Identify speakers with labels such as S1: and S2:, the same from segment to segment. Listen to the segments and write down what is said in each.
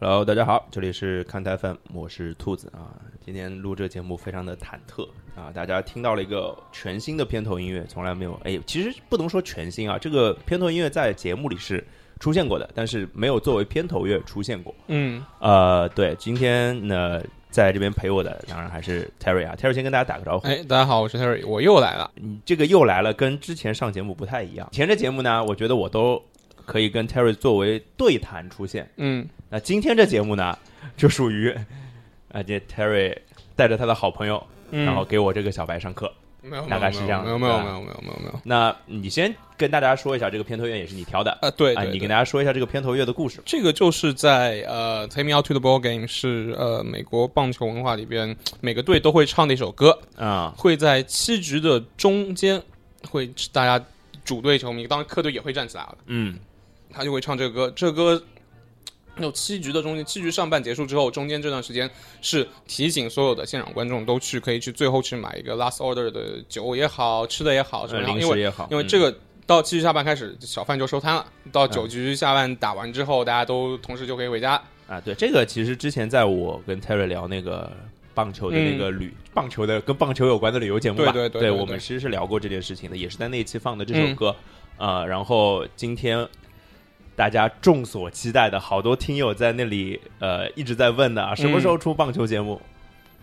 S1: Hello，大家好，这里是看台 FM，我是兔子啊。今天录这节目非常的忐忑啊，大家听到了一个全新的片头音乐，从来没有哎，其实不能说全新啊，这个片头音乐在节目里是出现过的，但是没有作为片头乐出现过。
S2: 嗯，
S1: 呃，对，今天呢，在这边陪我的当然还是 Terry 啊，Terry 先跟大家打个招呼。
S2: 哎，大家好，我是 Terry，我又来了。
S1: 你这个又来了，跟之前上节目不太一样。前这节目呢，我觉得我都可以跟 Terry 作为对谈出现。
S2: 嗯，
S1: 那今天这节目呢，就属于啊，这 Terry 带着他的好朋友，
S2: 嗯
S1: 然后给我这个小白上课。
S2: 没有，
S1: 大概是这样
S2: 没有，没有，
S1: 对啊吧
S2: 没有，没有，没有，没有。
S1: 那你先跟大家说一下，这个片头乐也是你调的
S2: 啊，对，
S1: 啊，
S2: 对
S1: 你
S2: 对
S1: 跟大家说一下这个片头乐的故事。
S2: 这个就是在呃《Take Me Out to the Ball Game 是》呃美国棒球文化里边每个队都会唱的一首歌，
S1: 啊、
S2: 会在七局的中间会大家主队球迷，当然客队也会站起来了，
S1: 嗯，
S2: 他就会唱这个歌。这个歌有七局的中间，七局上半结束之后，中间这段时间是提醒所有的现场观众都去可以去最后去买一个 last order 的酒也好，吃的也好什么
S1: 呃
S2: 的，
S1: 零
S2: 因为
S1: 食也好，
S2: 因为
S1: 嗯
S2: 这个到七局下半开始，小贩就收摊了。到
S1: 嗯
S2: 九局下半打完之后，大家都同时就可以回家。
S1: 啊，对，这个其实之前在我跟 Terry 聊那个棒球的那个旅、棒球的跟棒球有关的旅游节目吧，
S2: 对对对对
S1: 我
S2: 对
S1: 们其实是聊过这件事情的，也是在那一期放的这首歌，呃，然后今天。大家众所期待的好多听友在那里，呃，一直在问的啊，什么时候出棒球节目、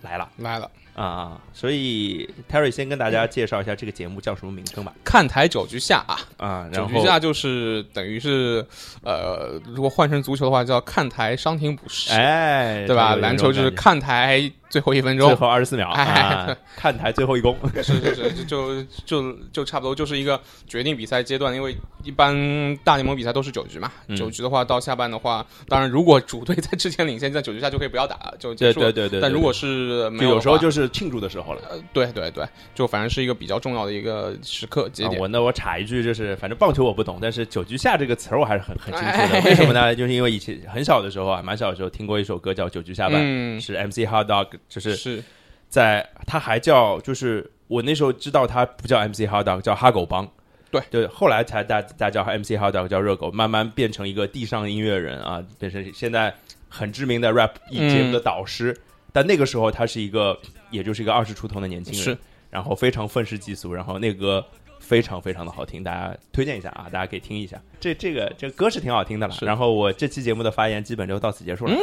S1: 来了
S2: 来了，
S1: 啊啊！所以 Terry 先跟大家介绍一下这个节目叫什么名称吧
S2: 看台九局下啊，
S1: 啊，然
S2: 九
S1: 后
S2: 局下就是等于是，呃，如果换成足球的话，叫看台伤停补时，
S1: 哎，
S2: 对
S1: 这个
S2: 吧？
S1: 有一种
S2: 篮球就是
S1: 感觉
S2: 看台最后一分钟
S1: 最，后二十四秒啊
S2: 哎，
S1: 看台最后一攻，
S2: 是是是，就就就就差不多就是一个决定比赛阶段，因为一般大联盟比赛都是九局嘛，
S1: 嗯
S2: 九局的话到下半的话，当然如果主队在之前领先，在九局下就可以不要打了，就结
S1: 对
S2: 束
S1: 对
S2: 了。
S1: 对对对。
S2: 但如
S1: 对
S2: 果是没
S1: 就
S2: 有
S1: 有
S2: 的
S1: 时候
S2: 话
S1: 就是庆祝的时候了。
S2: 呃，对对对，就反正是一个比较重要的一个时刻节
S1: 啊
S2: 点。
S1: 我那我插一句，就是反正棒球我不懂，但是九局下这个词儿我还是很很清楚
S2: 哎
S1: 的。为什么 呢？就是因为以前很小的时候啊，蛮小的时候听过一首歌叫《九局下半》，
S2: 嗯，
S1: 是 MC Hot Dog，就是
S2: 是
S1: 在他还叫就是我那时候知道他不叫 MC Hot Dog，叫哈狗帮。
S2: 对
S1: 对，后来才大大家叫 MC Hot Dog 叫热狗，慢慢变成一个地上音乐人啊，变成现在很知名的 rap
S2: 嗯
S1: 节目的导师。但那个时候他是一个，也就是一个二十出头的年轻人，
S2: 是
S1: 然后非常愤世嫉俗，然后那歌非常非常的好听，大家推荐一下啊，大家可以听一下。这这个这歌是挺好听的了。
S2: 是
S1: 然后我这期节目的发言基本就到此结束了。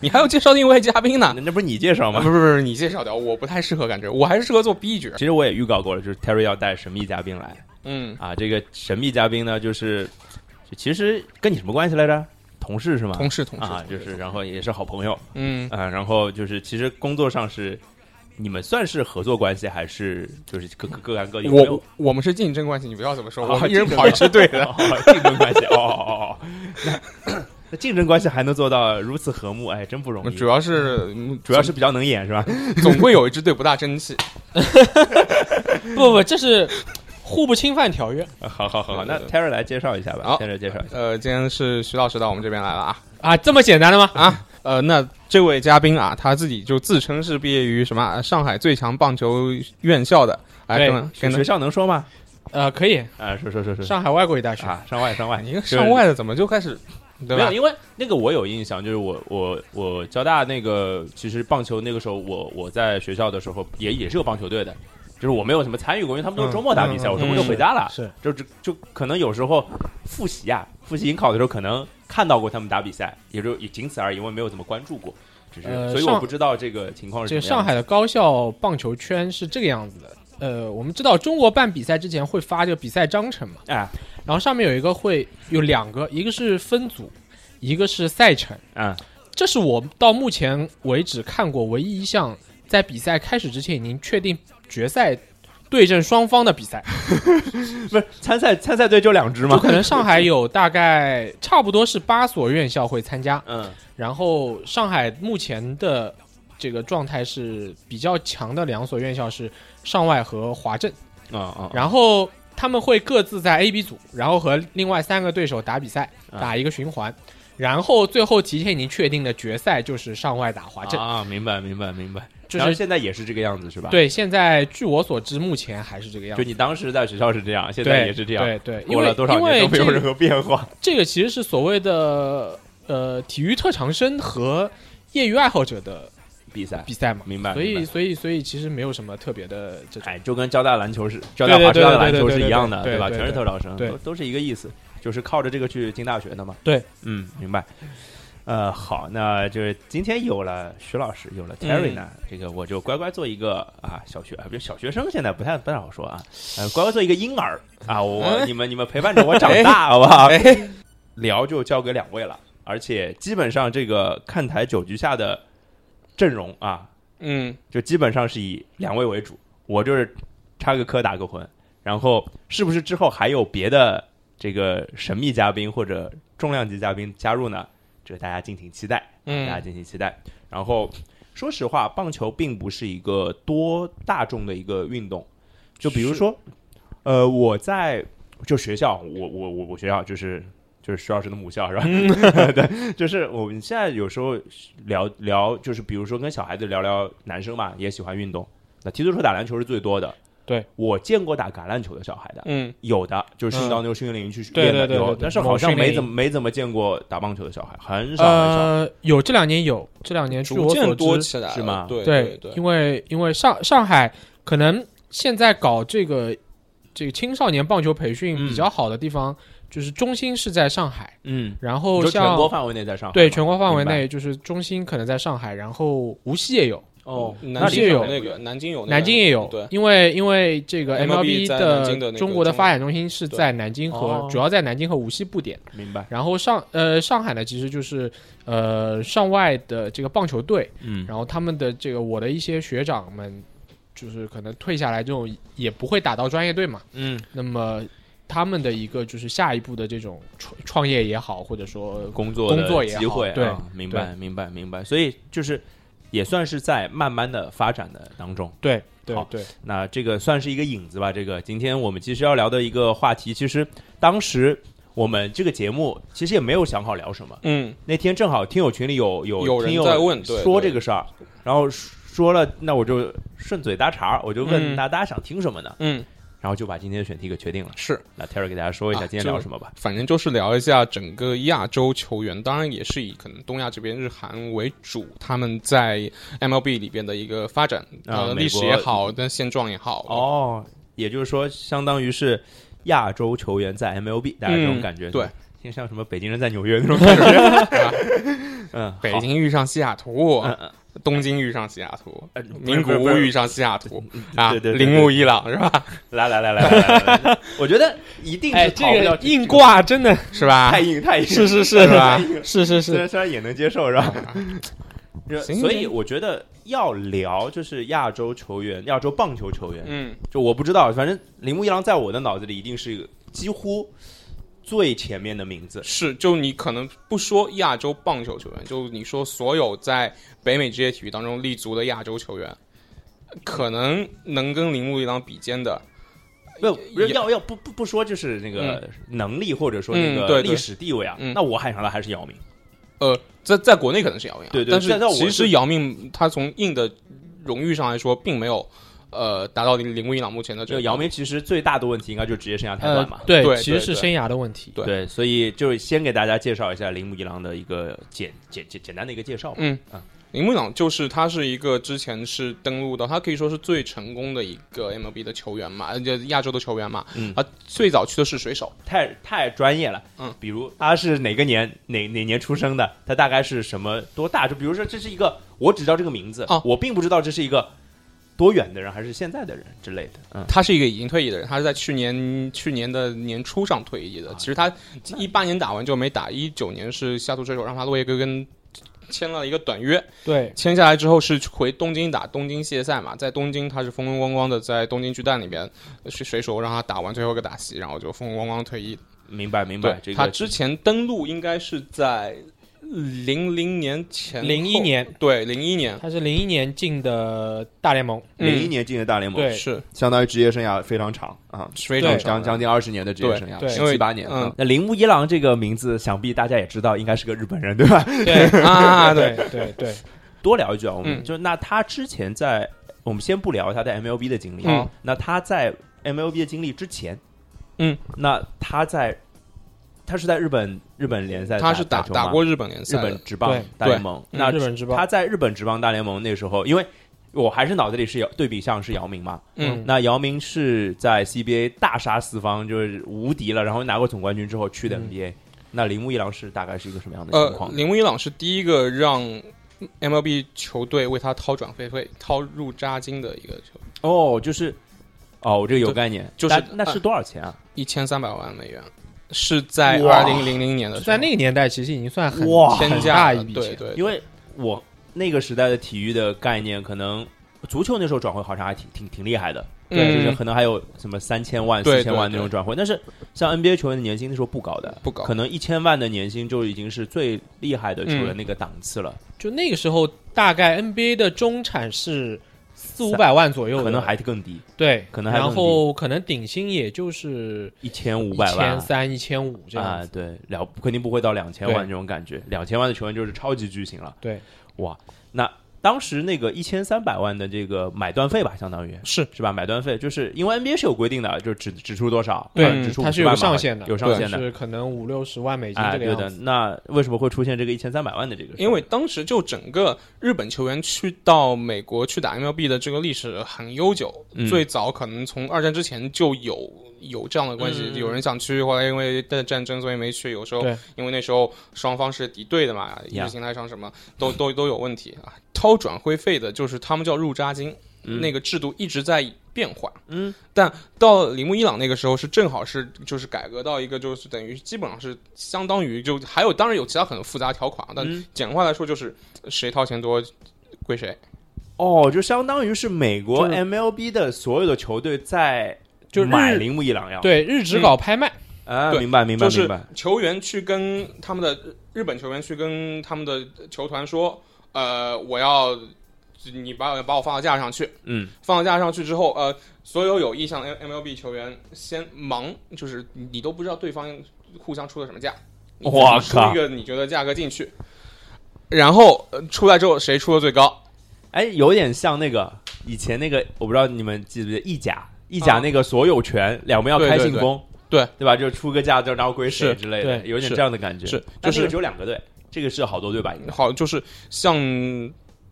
S2: 你还要介绍另一位嘉宾呢？
S1: 那那不是你介绍
S2: 啊
S1: 吗
S2: 不？是不是，你介绍的，我不太适合干这个，我还是适合做 B 角。
S1: 其实我也预告过了，就是 Terry 要带神秘嘉宾来
S2: 嗯，
S1: 啊。这个神秘嘉宾呢，就是就其实跟你什么关系来着？同事是吗？
S2: 同事同事
S1: 啊，
S2: 同
S1: 就
S2: 事
S1: 是然后也是好朋友
S2: 嗯，
S1: 啊。然后就是其实工作上是你们算是合作关系，还是就是各各各干各有没有
S2: 我我们是竞争关系，你不要这么说，
S1: 啊
S2: 我们一人
S1: 竞争
S2: 跑一支队的。
S1: 哦竞争关系？哦哦哦哦，哦 那那竞争关系还能做到如此和睦，哎，真不容易。
S2: 主要是嗯
S1: 主要是比较能演是吧？
S2: 总总会有一支队不大争气，
S3: 不不，这是互不侵犯条约
S1: 好 好好好，
S2: 对
S1: 那
S2: 对
S1: Terry 来介绍一下吧
S2: 好
S1: ，Terry 介绍一下。
S2: 呃，今天是徐老师到我们这边来了啊，
S3: 啊，这么简单的吗？
S2: 啊，呃，那这位嘉宾啊，他自己就自称是毕业于什么啊上海最强棒球院校的，来
S3: 对
S2: 跟
S1: 哎学
S2: 跟
S1: 学校能说吗？
S3: 呃，可以，
S1: 啊，说说说说
S3: 上海外国语大学。
S1: 啊，上外上外，
S2: 你一个
S1: 就是
S2: 上外的怎么就开始，对
S1: 没有，
S2: 吧？
S1: 因为那个我有印象，就是我我我交大那个，其实棒球那个时候我，我在学校的时候也也是有棒球队的，就是我没有什么参与过，因为他们都是周末打比赛，
S3: 嗯嗯
S1: 我周末就回家了，
S3: 是
S1: 就就就可能有时候复习啊，复习应考的时候可能看到过他们打比赛，也就也仅此而已，我也没有怎么关注过，只是、
S3: 呃
S1: 所以
S3: 上
S1: 我不知道这个情况
S3: 这
S1: 是
S3: 个
S1: 什么样
S3: 上
S1: 子
S3: 海的高校棒球圈是这个样子的。呃，我们知道中国办比赛之前会发这个比赛章程嘛，
S1: 哎，
S3: 然后上面有一个会有两个，一个是分组，一个是赛程。
S1: 嗯
S3: 这是我到目前为止看过唯一一项在比赛开始之前已经确定决赛对阵双方的比赛。
S1: 不是参赛参赛队就两支
S3: 就
S1: 吗？
S3: 可能上海有大概差不多是八所院校会参加，
S1: 嗯
S3: 然后上海目前的这个状态是比较强的两所院校是上外和华政，
S1: 啊啊
S3: 然后他们会各自在 A、B 组，然后和另外三个对手打比赛，
S1: 啊
S3: 打一个循环，然后最后提前已经确定的决赛就是上外打华政，
S1: 啊，明白明白明白，
S3: 就
S1: 然后
S3: 是
S1: 现在也是这个样子是吧？。
S3: 对。现在据我所知，目前还是这个样
S1: 就
S3: 子。
S1: 你当时在学校是这样，现在
S3: 对
S1: 也是这样，
S3: 对对，因
S1: 过了
S3: 为
S1: 多少
S3: 因为
S1: 年都没有
S3: 这个
S1: 任何变化。
S3: 这个其实是所谓的呃体育特长生和业余爱好者的
S1: 比赛
S3: 比。赛嘛，
S1: 明白
S3: 所
S1: 啊明
S3: 以
S1: 白
S3: 所以所以其实没有什么特别的这种。
S1: 哎，就跟交大篮球是交大华师大的篮球是一样的，
S3: 对对对对对
S1: 吧？
S3: 对对
S1: 全是特招生，
S3: 对
S1: 都都是一个意思，就是靠着这个去进大学的嘛。
S3: 对，
S1: 嗯，明白。呃，好，那就是今天有了徐老师，有了 Terry 呢，这个我就乖乖做一个啊小学，啊，不是小学生，现在不太不太好说啊，呃，乖乖做一个婴儿啊，我
S2: 嗯
S1: 你们你们陪伴着我长大，好不好？
S2: 哎，
S1: 聊就交给两位了，而且基本上这个看台九局下的阵容啊，
S2: 嗯，
S1: 就基本上是以两位为主，我就是插个科打个魂，然后是不是之后还有别的这个神秘嘉宾或者重量级嘉宾加入呢？这个大家敬请期待，
S2: 嗯
S1: 大
S3: 哎
S1: 家敬请期待。然后说实话，棒球并不是一个多大众的一个运动，就比如说，呃，我在就学校，我我我我学校就是。就是徐老师的母校是吧？ 对，就是我们现在有时候聊聊，就是比如说跟小孩子聊聊，男生嘛也喜欢运动，那踢足球、打篮球是最多的。
S3: 对，
S1: 我见过打橄榄球的小孩的，
S2: 嗯，
S1: 有的就是
S3: 嗯
S1: 到那个训练营去
S3: 对
S1: 练
S3: 对
S1: 的
S3: 对对
S1: 有
S3: 对
S1: 但是好像
S3: 某训练
S1: 没
S3: 营
S1: 怎么没怎么见过打棒球的小孩，很少很少。
S3: 呃，有这两年有，这两年据
S2: 逐
S3: 我所
S2: 渐多
S3: 知，
S2: 起来了
S1: 是吗
S2: 对
S3: 对
S2: 对，
S3: 因为因为上上海可能现在搞这个这个青少年棒球培训
S1: 嗯
S3: 比较好的地方，就是中心是在上海，
S1: 嗯，
S3: 然
S1: 你
S3: 后
S1: 说全
S3: 像
S1: 国范围内在上海吗，
S3: 对全国范围
S1: 明白
S3: 内就是中心可能在上海，然后无锡也有，
S1: 哦，
S2: 南京
S3: 那
S2: 有
S3: 是
S2: 那个，南京有那个，
S3: 南京也有，
S2: 对，
S3: 因为因为这个
S2: MLB 在南京的那
S3: 的
S2: 个
S3: 中国的
S2: 中
S3: 发展中心是在南京和
S1: 哦
S3: 主要在南京和无锡布点，
S1: 明白，
S3: 然后上呃上海呢其实就是呃上外的这个棒球队，
S1: 嗯，
S3: 然后他们的这个我的一些学长们，就是可能退下来这种也不会打到专业队嘛，
S1: 嗯，
S3: 那么他们的一个就是下一步的这种创创业也好，或者说
S1: 工作
S3: 工作
S1: 的
S3: 也好
S1: 机会，
S3: 对
S1: 啊，明白明白明白，所以就是也算是在慢慢的发展的当中。
S3: 对对
S1: 好
S3: 对，
S1: 那这个算是一个引子吧。这个今天我们其实要聊的一个话题，其实当时我们这个节目其实也没有想好聊什么。
S2: 嗯，
S1: 那天正好听友群里有有
S2: 有人
S1: 听友
S2: 在问对
S1: 说
S2: 对
S1: 这个事儿，然后说了，那我就顺嘴搭茬儿，我就问
S2: 嗯
S1: 大家大家想听什么呢？
S2: 嗯，
S1: 然后就把今天的选题给确定了。
S2: 是，
S1: 那 Terry 给大家说一下
S2: 啊
S1: 今天聊什么吧。
S2: 反正就是聊一下整个亚洲球员，当然也是以可能东亚这边日韩为主，他们在 MLB 里边的一个发展，
S1: 啊
S2: 呃，
S1: 美
S2: 历史
S1: 国
S2: 也好，但现状也好，，
S1: 哦，也就是说，相当于是亚洲球员在 MLB，大家这种
S2: 嗯
S1: 感觉，
S2: 对，
S1: 听像什么北京人在纽约那种感觉。嗯，好
S2: 北京遇上西雅 图，
S1: 嗯嗯
S2: 东京遇上西雅图，
S1: 呃
S2: 名古
S1: 不
S2: 屋
S1: 是不是
S2: 遇上西雅图啊，
S1: 对对对
S2: 铃木一朗是吧？
S1: 来来来来来来来， 我觉得一定
S3: 哎，
S1: 是逃不
S3: 这
S1: 掉
S3: 个
S1: 这
S3: 硬挂真的
S2: 是吧
S1: 太？硬太硬，
S3: 是是是
S2: 哎 是吧？
S3: 是是
S1: 虽
S3: 是，
S1: 然虽然也能接受是吧？ 就
S2: 行
S1: 所以我觉得要聊就是亚洲球员，亚洲棒球球员，
S2: 嗯，
S1: 就我不知道，反正铃木一郎在我的脑子里一定是几乎最前面的名字。
S2: 是，就你可能不说亚洲棒球球员，就你说所有在北美职业体育当中立足的亚洲球员，可能能跟铃木一朗比肩的，
S1: 不，不是
S2: 也
S1: 要要不不不说就是那个能力或者说那
S2: 嗯
S1: 个
S2: 对对
S1: 历史地位啊，
S2: 嗯
S1: 那我喊上的还是姚明。
S2: 呃，在在国内可能是姚明啊，
S1: 对对
S2: 但
S1: 在在我
S2: 是其实姚明他从硬的荣誉上来说，并没有呃达到铃木一朗目前的这
S1: 这
S2: 个
S1: 个姚明其实最大的问题应该就是职业生涯太
S3: 呃
S1: 短嘛，。
S3: 对
S2: 对
S3: 其实是
S2: 对
S3: 生涯的问题，
S2: 嗯对
S1: 对，所以就先给大家介绍一下铃木一郎的一个简简简简单的一个介绍吧。
S2: 嗯
S1: 啊
S2: 铃木朗就是他是一个之前是登陆的，他可以说是最成功的一个 MLB 的球员嘛，呃，就亚洲的球员嘛。
S1: 嗯
S2: 啊，最早去的是水手，
S1: 太太专业了。
S2: 嗯，
S1: 比如他是哪个年哪哪年出生的，他大概是什么多大？就比如说这是一个，我只知道这个名字，
S2: 哦
S1: 我并不知道这是一个多远的人还是现在的人之类的。嗯，
S2: 他是一个已经退役的人，他是在去年去年的年初上退役
S1: 啊
S2: 的。其实他一八年打完就没打，一九年是西雅图水手让他落叶归根，签了一个短约，
S3: 对
S2: 签下来之后是回东京打东京系列赛嘛，在东京他是风风光光的，在东京巨蛋里边水水手让他打完最后一个打席，然后就风风光光退役。
S1: 明白明白
S2: 对，，
S1: 这个
S2: 他之前登陆应该是在零零年前后，
S3: 零一年
S2: 对零一年嗯
S3: 他是零一年进的大联盟，
S1: 零一年进的大联盟，
S3: 对
S2: 是
S1: 相当于职业生涯非常长啊，
S2: 水
S3: 对
S2: 手
S1: 将将近二十年的职业生涯，
S3: 对对
S1: 十七八年。
S2: 因为嗯
S1: 啊那铃木一郎这个名字，想必大家也知道，应该是个日本人，对吧？
S3: 对
S2: 啊，对，
S3: 对对对，
S1: 多聊一句啊，我们
S2: 嗯
S1: 就那他之前在，我们先不聊他在 MLB 的经历，
S2: 嗯
S1: 那他在 MLB 的经历之前，
S2: 嗯，
S1: 那他在他是在日本日本联赛，
S2: 他是
S1: 打
S2: 打
S1: 球
S2: 打
S1: 吗
S2: 过日本联
S1: 日
S2: 赛的，
S1: 本职棒
S3: 对
S1: 大联盟。
S3: 嗯
S1: 那
S3: 日本职棒
S1: 他在日本职棒大联盟那时候，因为我还是脑子里是有对比项是姚明嘛，
S2: 嗯，
S1: 那姚明是在 CBA 大杀四方，就是无敌了，然后拿过总冠军之后去的
S3: 嗯
S1: NBA。那铃木一郎是大概是一个什么样的嗯情
S2: 呃
S1: 况，？
S2: 铃木一朗是第一个让 MLB 球队为他掏转会费、掏入扎金的一个球，
S1: 哦，就是哦，我这个有
S2: 就
S1: 概念，
S2: 就是
S1: 那那是多少钱啊？
S2: 一千三百万美元，是在
S1: 哇
S2: 二零零零年的时候，
S3: 在那个年代其实已经算很
S1: 哇
S2: 呃天
S3: 很
S2: 价
S3: 大
S2: 了
S3: 一笔
S2: 对
S3: 钱，
S2: 对，
S1: 因为我那个时代的体育的概念，可能足球那时候转会好像还挺挺挺厉害的，
S2: 嗯
S1: 就是可能还有什么三千万、
S2: 对
S1: 四千万那
S2: 对
S1: 种转会。但是像 NBA 球员的年薪那时候不高的，
S2: 不高
S1: 可能一千万的年薪就已经是最厉害的球
S2: 嗯
S1: 员那个档次了，
S3: 就那个时候大概 NBA 的中产是四五百万左右的，
S1: 可能还更低，
S3: 对，
S1: 可能还
S3: 然
S1: 更低
S3: 后可能顶薪也就是
S1: 一千五
S3: 一
S1: 百万
S3: 千。三、一千五这样
S1: 啊
S3: 子。，
S1: 对，了肯定不会到两千万
S3: 对
S1: 这种感觉，两千万的球员就是超级巨星了。
S3: 对，
S1: 哇，那当时那个一千三百万的这个买断费吧，相当于
S3: 是
S1: 是吧？买断费就是因为 NBA 是有规定的，就是只只出多少，
S3: 对
S1: 啊只出
S3: 它是
S1: 50
S3: 有
S1: 万
S3: 个
S1: 嘛
S3: 上限的，
S1: 有上限的。
S3: 就是可能五六十万美金
S1: 哎，
S3: 这个
S1: 对
S3: 样
S1: 的，
S3: 子。
S1: 那为什么会出现这个一千三百万的这个事？
S2: 因为当时就整个日本球员去到美国去打 MLB 的这个历史很悠久，
S1: 嗯
S2: 最早可能从二战之前就有有这样的关系，
S3: 嗯
S2: 有人想去，后来因为战战争所以没去，有时候
S3: 对
S2: 因为那时候双方是敌对的嘛，意
S1: Yeah
S2: 识形态上什么都都都有问题啊。掏转会费的就是他们叫入扎金，
S1: 嗯
S2: 那个制度一直在变化。
S1: 嗯，
S2: 但到铃木一朗那个时候是正好是就是改革到一个就是等于基本上是相当于就还有当然有其他很多复杂条款，啊但
S1: 嗯
S2: 简化来说就是谁掏钱多归谁。
S1: 哦，就相当于是美国
S3: 就是
S1: MLB 的所有的球队在
S3: 就是
S1: 买
S3: 日
S1: 铃木一朗要
S3: 对，日职搞拍卖，
S1: 啊，
S2: 对
S1: 明白明白
S2: 就是
S1: 明白，
S2: 球员去跟他们的日本球员去跟他们的球团说，呃，我要你把我把我放到架上去，
S1: 嗯
S2: 放到架上去之后，呃，所有有意向的 MLB 球员先忙，就是你都不知道对方互相出的什么价，你自己
S1: 哇
S2: 出
S1: 靠
S2: 一个你觉得价格进去，然后、呃出来之后谁出的最高？
S1: 哎，有点像那个以前那个，我不知道你们记不记得意甲，意甲
S2: 啊
S1: 那个所有权两边要
S2: 对
S1: 开
S2: 对
S1: 信
S2: 对
S1: 封，
S2: 对
S1: 对吧？就出个价，就然后归谁
S2: 是
S1: 之类的，
S3: 对
S1: 有点
S2: 是
S1: 这样的感觉。
S2: 是
S1: 但
S2: 就是
S1: 这个只有两个队，这个是好多队吧？应该
S2: 好，就是像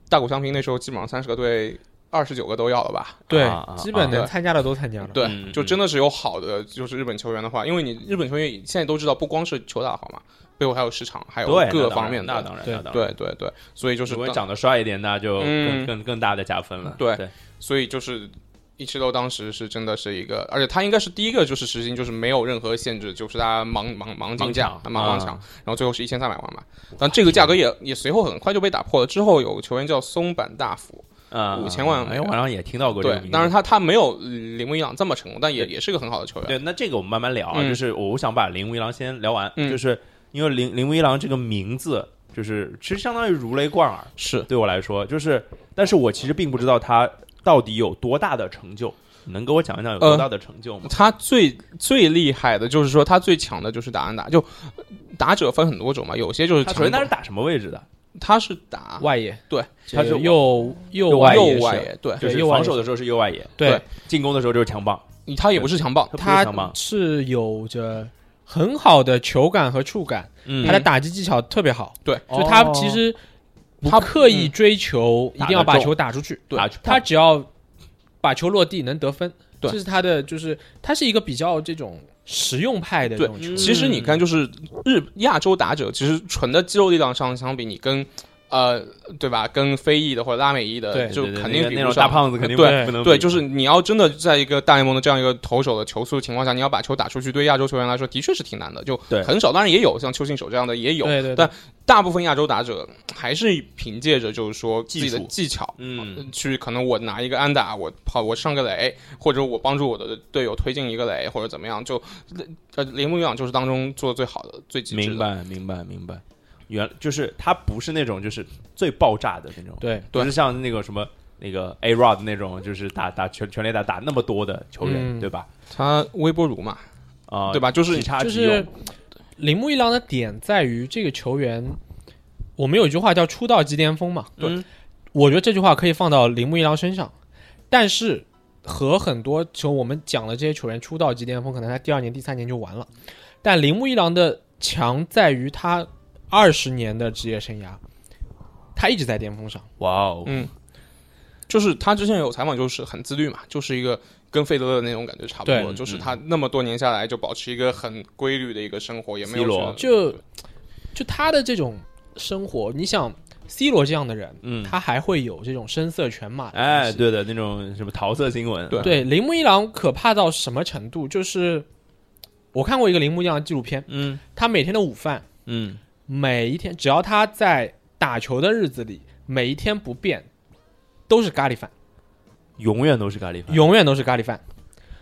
S2: 大谷翔平那时候，基本上三十个队，二十九个都要了吧？
S3: 对
S1: 啊啊，
S3: 基本能
S2: 对
S3: 参加的都参加了。
S2: 对，
S1: 嗯
S2: 就真的是有好的，就是日本球员的话，因为你日本球员现在都知道，不光是球打好嘛，背后还有市场，还有
S1: 对
S2: 哎各方面
S1: 那
S2: 的。
S1: 当然，
S3: 对
S1: 那当然，
S2: 对对对，所以就是
S1: 如果
S2: 当
S1: 长得帅一点，那就更
S2: 嗯
S1: 更更大的加分了。
S2: 对
S1: 对，
S2: 所以就是一七六当时是真的是一个，而且他应该是第一个就是实行就是没有任何限制，就是大家盲盲盲竞价
S1: 盲抢
S2: 盲盲抢，
S1: 啊
S2: 然后最后是一千三百万嘛，但这个价格也也随后很快就被打破了。之后有球员叫松坂大辅，
S1: 嗯，
S2: 5000万
S1: 哎，我好像也听到过这个
S2: 对
S1: 名，字。
S2: 当然他他没有铃木一朗这么成功，但也也是个很好的球员。
S1: 对，那这个我们慢慢聊啊。
S2: 嗯
S1: 就是我想把铃木一郎先聊完，
S2: 嗯
S1: 就是因为铃铃木一郎这个名字，就是其实相当于如雷贯耳。
S2: 是
S1: 对我来说，就是，但是我其实并不知道他到底有多大的成就，你能给我讲一讲有多
S2: 呃
S1: 大的成就吗？
S2: 他最最厉害的就是说他最强的就是打安打，就打者分很多种嘛，有些就是
S1: 他
S2: 强
S1: 首先他是
S2: 攻，
S1: 打什么位置的？
S2: 他是打
S3: 外野，
S2: 对，
S1: 他是
S3: 右右
S1: 右外
S3: 外
S1: 野
S2: 右
S1: 是
S2: 外野，对，
S1: 就是
S3: 右外
S1: 防
S3: 野
S1: 守的时候是右外野，
S3: 对，
S1: 进攻的时候就是强棒，
S2: 他也不是强棒，
S1: 他不是强
S3: 他
S1: 棒，
S3: 是有着很好的球感和触感，
S1: 嗯，
S3: 他的打击技巧特别好，
S2: 对
S3: 就他其实不
S2: 哦他嗯
S3: 刻意追求一定要
S1: 打
S3: 把
S1: 得中
S3: 球打出去，
S1: 打
S3: 他只要把球落地能得分，
S2: 对
S3: 这是他的，就是他是一个比较这种实用派的
S2: 对
S3: 这种球，
S2: 其实你
S1: 嗯
S2: 看，就是日亚洲打者，其实纯的肌肉力量上相比，你跟呃，对吧？跟非裔的或者拉美裔的，
S3: 对
S2: 就
S1: 对对
S2: 肯
S1: 那
S2: 定
S1: 个
S2: 比
S1: 那
S2: 不
S1: 种大
S2: 上。
S1: 胖子肯定
S2: 对
S1: 不能比
S2: 对，就是你要真的在一个大联盟的这样一个投手的球速情况下，你要把球打出去，对亚洲球员来说的确是挺难的，就
S1: 对
S2: 很少。当然也有像邱信手这样的也有，
S3: 对对对
S2: 但大部分亚洲打者还是凭借着就是说自己的
S1: 技术
S2: 技巧，
S1: 嗯
S2: 去可能我拿一个安打，我跑我上个垒，或者我帮助我的队友推进一个垒，或者怎么样，就呃铃木一朗就是当中做的最好的、最极致
S1: 明
S2: 的。
S1: 白明白明白，原就是他不是那种就是最爆炸的那种，
S3: 对
S1: 不是像那个什么。那个 A Rod 那种就是打打全全垒打打那么多的球员，
S3: 嗯
S1: 对吧？
S2: 他微波炉嘛，
S1: 啊，
S2: 对吧？就是
S1: 体差
S3: 就
S1: 之用
S3: 是铃木一郎的点在于这个球员，我们有一句话叫“出道即巅峰”嘛，
S1: 对嗯
S3: 我觉得这句话可以放到铃木一郎身上，但是和很多球我们讲的这些球员出道即巅峰，可能他第二年、第三年就完了。但铃木一郎的强在于他二十年的职业生涯，他一直在巅峰上。
S1: 哇哦，
S2: 嗯就是他之前有采访，就是很自律嘛，就是一个跟费德勒的那种感觉差不多，
S3: 对
S2: 就是他那么多年下来就保持一个很规律的一个生活，也没
S1: C
S2: 有
S1: 罗
S2: 说
S3: 就就他的这种生活，你想 C 罗这样的人，
S1: 嗯，
S3: 他还会有这种声色犬马的东西
S1: 哎，对的，那种什么桃色新闻，
S2: 对
S3: 对，铃木一郎可怕到什么程度？就是我看过一个铃木一郎的纪录片，
S1: 嗯
S3: 他每天的午饭，
S1: 嗯，
S3: 每一天只要他在打球的日子里，每一天不变，都是咖喱饭，
S1: 永远都是咖喱饭，
S3: 永远都是咖喱饭。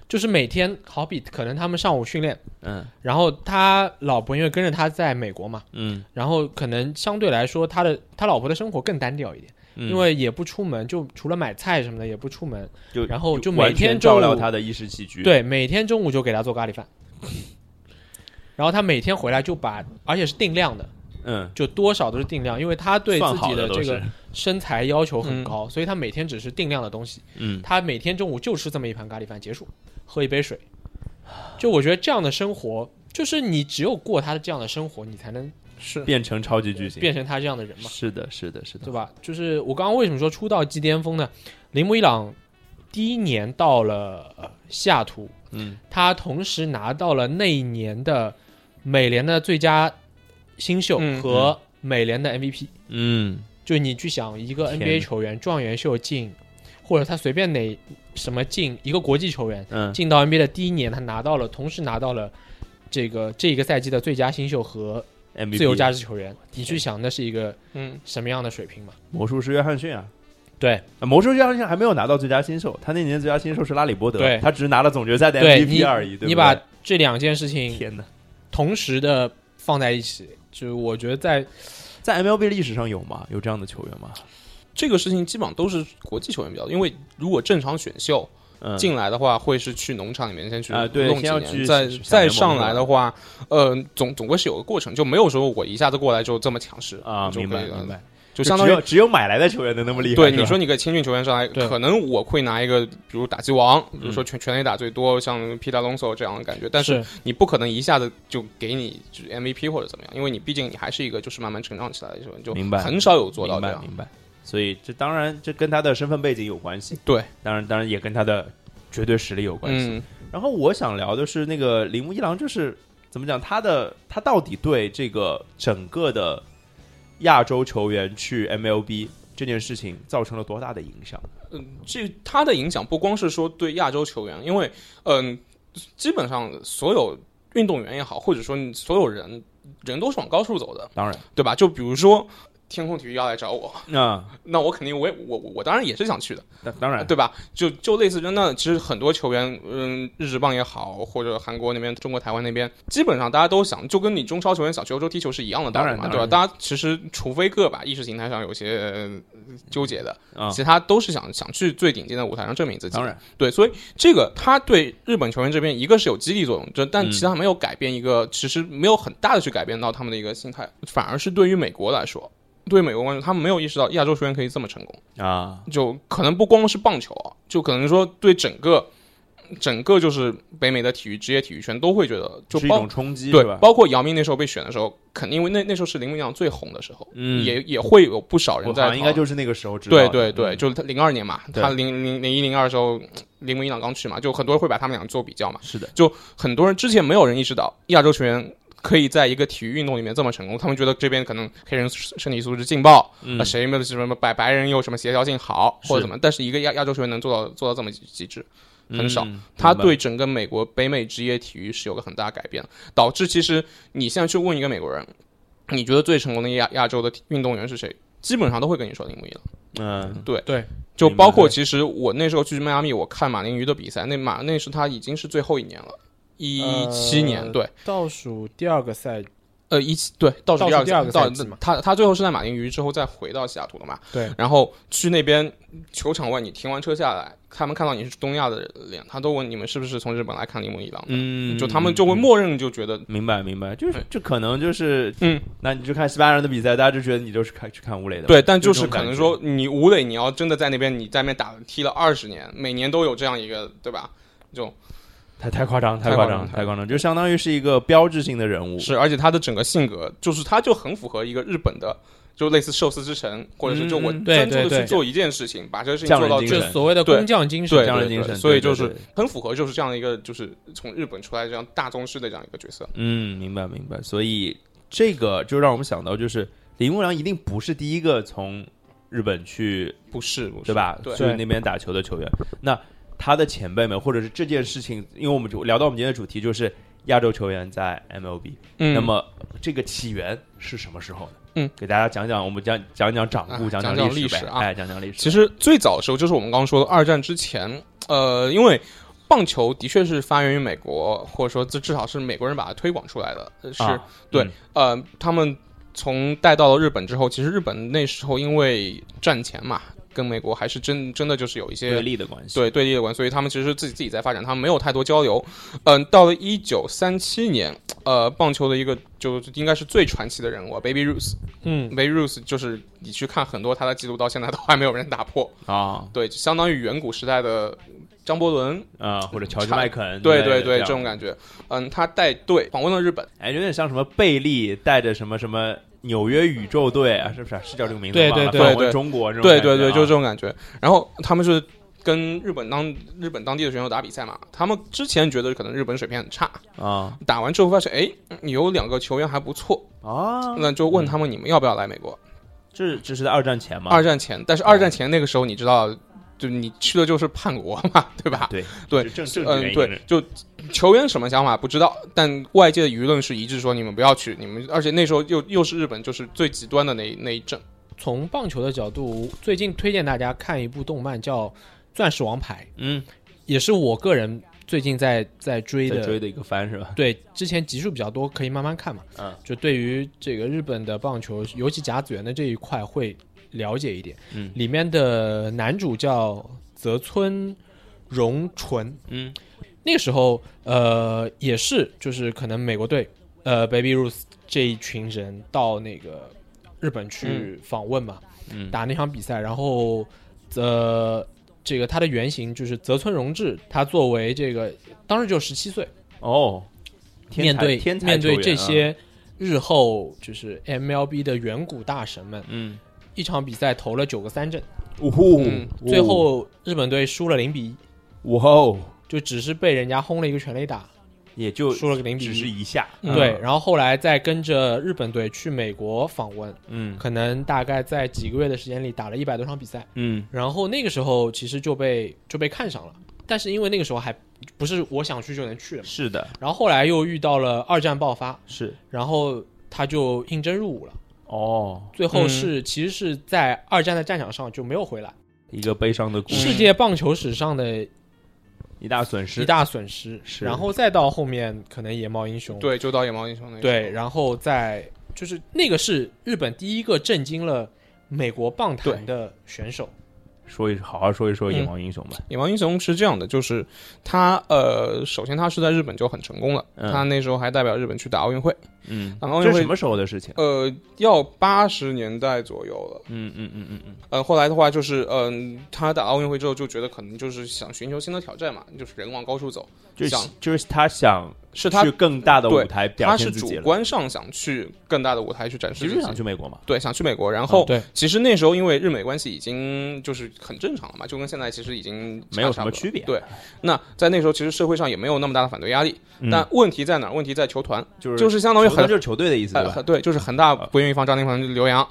S3: 就是每天，好比可能他们上午训练，
S1: 嗯
S3: 然后他老婆因为跟着他在美国嘛，
S1: 嗯，
S3: 然后可能相对来说他的他老婆的生活更单调一点，
S1: 嗯
S3: 因为也不出门，就除了买菜什么的也不出门，
S1: 就
S3: 然后就每
S1: 完全
S3: 天
S1: 照料
S3: 中午
S1: 他的衣食起居，，
S3: 对，每天中午就给他做咖喱饭， 然后他每天回来就把，而且是定量的，
S1: 嗯，
S3: 就多少都是定量，因为他对
S1: 算
S3: 自
S1: 好
S3: 己
S1: 的都
S3: 这
S1: 是
S3: 个，身材要求
S2: 嗯
S3: 很高，所以他每天只是定量的东西，
S1: 嗯，
S3: 他每天中午就吃这么一盘咖喱饭，结束，喝一杯水。就我觉得这样的生活，就是你只有过他的这样的生活，你才能
S2: 是
S1: 变成超级巨星，
S3: 变成他这样的人嘛。
S1: 是的，是的，是的
S3: 对，吧？就是我刚刚为什么说出道即巅峰呢？铃木一朗第一年到了呃西雅图，
S1: 嗯，
S3: 他同时拿到了那一年的美联的最佳新秀
S2: 嗯
S3: 和美联的 MVP。
S1: 嗯，
S3: 就你去想一个
S1: 天哪
S3: NBA 球员状元秀进，或者他随便哪什么进一个国际球员
S1: 嗯，
S3: 进到 NBA 的第一年，他拿到了同时拿到了这个这一个赛季的最佳新秀和
S1: MVP
S3: 自由价值球员，你去想那是一个
S2: 嗯，
S3: 什么样的水平嘛？
S1: 魔术师约翰逊啊，
S3: 对。
S1: 啊魔术师约翰逊还没有拿到最佳新秀，他那年最佳新秀是拉里伯德，
S3: 对
S1: 他只是拿了总决赛的
S3: 对你
S1: MVP 而已，对不对
S3: 你把这两件事情
S1: 天哪，
S3: 同时的放在一起，就我觉得在
S1: 在 MLB 历史上有吗？有这样的球员吗？
S2: 这个事情基本上都是国际球员比较多，因为如果正常选秀
S1: 嗯，
S2: 进来的话，会是去农场里面先去
S1: 啊对
S2: 弄
S1: 先
S2: 几
S1: 要
S2: 年，
S1: 去
S2: 再
S1: 去
S2: 再
S1: 小联
S2: 上
S1: 盟
S2: 来的话，呃，总总归是有个过程，就没有说我一下子过来就这么强势
S1: 啊，
S2: 就
S1: 明
S2: 可
S1: 白
S2: 以
S1: 明
S2: 了，
S1: 白，
S2: 就相当
S1: 只
S2: 于
S1: 有只有买来的球员能那么厉害，
S2: 对
S1: 是吧
S2: 你说，你给青训球员上来，
S3: 对
S2: 可能我会拿一个，比如打击王，比如说全全垒打最
S1: 嗯
S2: 多，像皮达隆索这样的感觉，但是
S3: 是
S2: 你不可能一下子就给你就是 MVP 或者怎么样，因为你毕竟你还是一个就是慢慢成长起来的球员，就
S1: 明白
S2: 很少有做到
S1: 明
S2: 这
S1: 白
S2: 样。
S1: 明白，所以这当然这跟他的身份背景有关系，
S2: 对，
S1: 当然当然也跟他的绝对实力有关系。
S2: 嗯，
S1: 然后我想聊的是那个铃木一郎，就是怎么讲，他的他到底对这个整个的亚洲球员去 MLB 这件事情造成了多大的影响？
S2: 这他的影响不光是说对亚洲球员，因为嗯、基本上所有运动员也好，或者说你所有人人都是往高处走的，
S1: 当然，
S2: 对吧？就比如说天空体育要来找我，
S1: 那
S2: 那我肯定我也我我我当然也是想去的。
S1: 啊当当然，
S2: 对吧？就就类似真的，其实很多球员，嗯，日职棒也好，或者韩国那边、中国台湾那边，基本上大家都想，就跟你中超球员想去欧洲踢球是一样的道理
S1: 当
S2: 嘛，
S1: 然
S2: 对吧？
S1: 当然
S2: 大家其实除非个把意识形态上有些、呃纠结的，
S1: 啊，
S2: 其他都是想想去最顶尖的舞台上证明自己。
S1: 当然，
S2: 对，所以这个他对日本球员这边，一个是有激励作用，这但
S1: 嗯
S2: 其他没有改变一个，其实没有很大的去改变到他们的一个心态，反而是对于美国来说。对于美国观众，他们没有意识到亚洲球员可以这么成功，
S1: 啊，
S2: 就可能不光是棒球啊，就可能说对整个整个就是北美的体育职业体育圈都会觉得，就是
S1: 一
S2: 包
S1: 种冲击，
S2: 对
S1: 是吧？
S2: 包括姚明那时候被选的时候，肯定因为那那时候是林木阳最红的时候，
S1: 嗯
S2: 也也会有不少
S1: 我
S2: 人
S1: 好
S2: 在
S1: 像应该
S2: 讨论。
S1: 就是那个时候知道
S2: 对
S1: 的，
S2: 对对，
S1: 嗯
S2: 就是他零二年嘛，
S1: 对
S2: 他零零零一零二时候，铃木一朗刚去嘛，就很多人会把他们俩做比较嘛。
S1: 是的，
S2: 很多人之前没有人意识到亚洲球员可以在一个体育运动里面这么成功，他们觉得这边可能黑人身体素质劲爆，
S1: 嗯
S2: 啊，谁没有什么白白人有什么协调性好
S1: 是
S2: 或者怎么，但是一个亚亚洲球员能做到做到这么极致，很少。
S1: 嗯
S2: 他
S1: 明白
S2: 对整个美国北美职业体育是有个很大的改变，导致其实你现在去问一个美国人，你觉得最成功的亚亚洲的运动员是谁？基本上都会跟你说铃木一朗，
S1: 嗯
S2: 就包
S1: 明
S2: 括
S1: 白
S2: 其实我那时候去迈阿密，我看马林鱼的比赛，那马那是他已经是最后一年了，一七年、
S3: 呃
S2: 对，
S3: 倒数第二个赛，
S2: 呃，一七对，倒数
S3: 倒数
S2: 二
S3: 第二个
S2: 到
S3: 赛季嘛
S2: 他他最后是在马林鱼之后再回到西雅图了嘛？
S3: 对。
S2: 然后去那边球场外，你停完车下来，他们看到你是东亚的脸，他都问你们是不是从日本来看铃木一郎的？
S1: 嗯，
S2: 就他们就会
S1: 嗯
S2: 默认就觉得，
S1: 明白明白，就是
S2: 对
S1: 这可能就是，
S2: 嗯，
S1: 那你就看西班牙人的比赛，大家就觉得你就是看去看吴磊的，
S2: 对，但就
S1: 这
S2: 是
S1: 种
S2: 可
S1: 感
S2: 能
S1: 觉
S2: 说你吴磊，你要真的在那边，你在那边打踢了二十年，每年都有这样一个，对吧？就
S1: 太太夸张，
S2: 太
S1: 太夸
S2: 夸张
S1: 张，
S2: 太
S1: 太夸张，就相当于是一个标志性的人物。
S2: 是，而且他的整个性格，就是他就很符合一个日本的，就类似寿司之神，或者是就我
S1: 嗯嗯
S3: 对
S2: 专注
S3: 对
S2: 的
S3: 对
S2: 去做一件事情，把这个事情
S1: 匠
S2: 做
S1: 人
S2: 到
S1: 精
S2: 最
S3: 就
S1: 神
S3: 所谓的
S2: 对
S3: 工匠精神，
S2: 对
S1: 匠人
S2: 对
S1: 精神，
S2: 所
S1: 对
S2: 以就
S1: 对
S2: 是
S1: 对
S2: 很符合，就是这样一个就是从日本出来这样大宗师的这样一个角色。
S1: 嗯，明白明白。所以这个就让我们想到，就是铃木良一定不是第一个从日本去
S2: 不是，不是
S1: 对吧？
S2: 对
S1: 去那边打球的球员。那他的前辈们，或者是这件事情，因为我们就聊到我们今天的主题就是亚洲球员在 MLB，、
S2: 嗯
S1: 那么这个起源是什么时候的？
S2: 嗯，
S1: 给大家讲讲，我们讲讲讲掌故，
S2: 啊
S1: 讲
S2: 讲讲
S1: 历
S2: 历
S1: 呗
S2: 史啊
S1: 哎，讲讲历史。
S2: 其实最早的时候，就是我们刚刚说的二战之前，呃，因为棒球的确是发源于美国，或者说至至少是美国人把它推广出来的，呃是、
S1: 啊
S2: 对
S1: 嗯，
S2: 呃，他们从带到了日本之后，其实日本那时候因为战前嘛，跟美国还是真真的就是有一些
S1: 对立的关系，
S2: 对对立的关系，所以他们其实自己自己在发展，他们没有太多交流。嗯、到了一九三七年，呃，棒球的一个就应该是最传奇的人物啊，Baby Ruth，Baby
S3: 嗯，
S2: Ruth 就是你去看很多他的记录，到现在都还没有人打破。
S1: 啊
S2: 对，就相当于远古时代的张伯伦，
S1: 啊，或者乔治
S2: 差
S1: 麦肯，
S2: 对对
S1: 这
S2: 对，这
S1: 种
S2: 种感觉。嗯，他带队访问了日本，
S1: 哎，有点像什么贝利带着什么什么纽约宇宙队啊，是不是、是叫这个名字吗？
S3: 对对对
S1: 访问
S2: 对
S1: 中国这种
S2: 对
S1: 感觉啊、
S2: 对对，就是这种感觉。然后他们是跟日本当日本当地的选手打比赛嘛，他们之前觉得可能日本水平很差，
S1: 啊
S2: 打完之后发现，哎，有两个球员还不错，
S1: 啊，
S2: 那就问他们你们要不要来美国？
S1: 这这是在二战前吗？
S2: 二战前，但是
S1: 啊
S2: 二战前那个时候你知道，就你去的就是叛国嘛，对吧？
S1: 对
S2: 对
S1: 就正正治原
S2: 嗯，
S1: 因
S2: 对，就球员什么想法不知道，但外界的舆论是一致说你们不要去，你们而且那时候又又是日本就是最极端的那一那一阵，
S3: 从棒球的角度，最近推荐大家看一部动漫叫《钻石王牌
S1: 嗯，》，
S3: 也是我个人最近在在追
S1: 在
S3: 的。
S1: 追的一个番是吧？
S3: 对，之前集数比较多，可以慢慢看嘛。
S1: 嗯，
S3: 就对于这个日本的棒球，尤其甲子园的这一块会了解一点。
S1: 嗯，
S3: 里面的男主叫泽村荣纯，
S1: 嗯，
S3: 那个时候呃也是就是可能美国队呃 Baby Ruth 这一群人到那个日本去访问嘛，
S1: 嗯
S3: 打那场比赛，然后呃这个他的原型就是泽村荣治，他作为这个当时就十七岁，
S1: 哦，天
S3: 面
S1: 才
S3: 对
S1: 天才
S3: 面对
S1: 球员
S3: 这
S1: 啊，
S3: 些日后就是 MLB 的远古大神们，
S1: 嗯，
S3: 一场比赛投了九个三振，
S1: 呜呼
S2: 嗯，
S3: 最后日本队输了零比一，
S1: 哇哦，
S3: 就只是被人家轰了一个全垒打，
S1: 也就
S3: 输了个零比
S1: 只是
S3: 一。
S1: 一下，
S2: 嗯
S3: 对，然后后来再跟着日本队去美国访问，
S1: 嗯
S3: 可能大概在几个月的时间里打了一百多场比赛，
S1: 嗯
S3: 然后那个时候其实就被就被看上了，但是因为那个时候还不是我想去就能去的
S1: 嗯，
S3: 嘛，
S1: 是的，
S3: 然后后来又遇到了二战爆发，
S1: 是
S3: 然后他就应征入伍了。
S1: 哦，
S3: 最后是、其实是在二战的战场上就没有回来，
S1: 一个悲伤的故事，
S3: 世界棒球史上的
S1: 一大损
S3: 一
S1: 失，
S3: 大损失。
S1: 是
S3: 然后再到后面可能野猫英雄，
S2: 对，就到野猫英雄那一
S3: 对
S2: 阵
S3: 然后再就是那个是日本第一个震惊了美国棒坛的选手，
S1: 说一好好说一说野
S2: 嗯
S1: 王英雄吧，
S2: 野蛮英雄是这样的，就是他呃，首先他是在日本就很成功了，
S1: 嗯
S2: 他那时候还代表日本去打奥运会，
S1: 嗯，
S2: 然后奥
S1: 这
S2: 运
S1: 是什
S2: 会
S1: 么时候的事情？
S2: 呃要八十年代左右了。
S1: 嗯嗯嗯嗯嗯，
S2: 呃，后来的话就是，嗯、他打奥运会之后就觉得可能就是想寻求新的挑战嘛，就是人往高处走，
S1: 就是
S2: 想
S1: 就是他想
S2: 是他
S1: 去更大的舞
S2: 对
S1: 台表
S2: 他
S1: 现
S2: 是
S1: 自
S2: 主
S1: 己了，
S2: 观上想去更大的舞台去展示
S1: 其
S2: 自
S1: 实
S2: 己，
S1: 想去啊美国嘛，
S2: 对想去美国，然后、
S3: 对，
S2: 其实那时候因为日美关系已经就是很正常了嘛，就跟现在其实已经
S1: 没有
S2: 差
S1: 什
S2: 不
S1: 么
S2: 多
S1: 区别。
S2: 对，那在那时候其实社会上也没有那么大的反对压力，
S1: 嗯
S2: 但问题在哪儿？问题在球团，
S1: 就是
S2: 就是相当于
S1: 球团
S2: 很
S1: 就是球队的意思
S2: 呃很对，就是恒大
S1: 啊
S2: 不愿意放张琳芃、刘洋，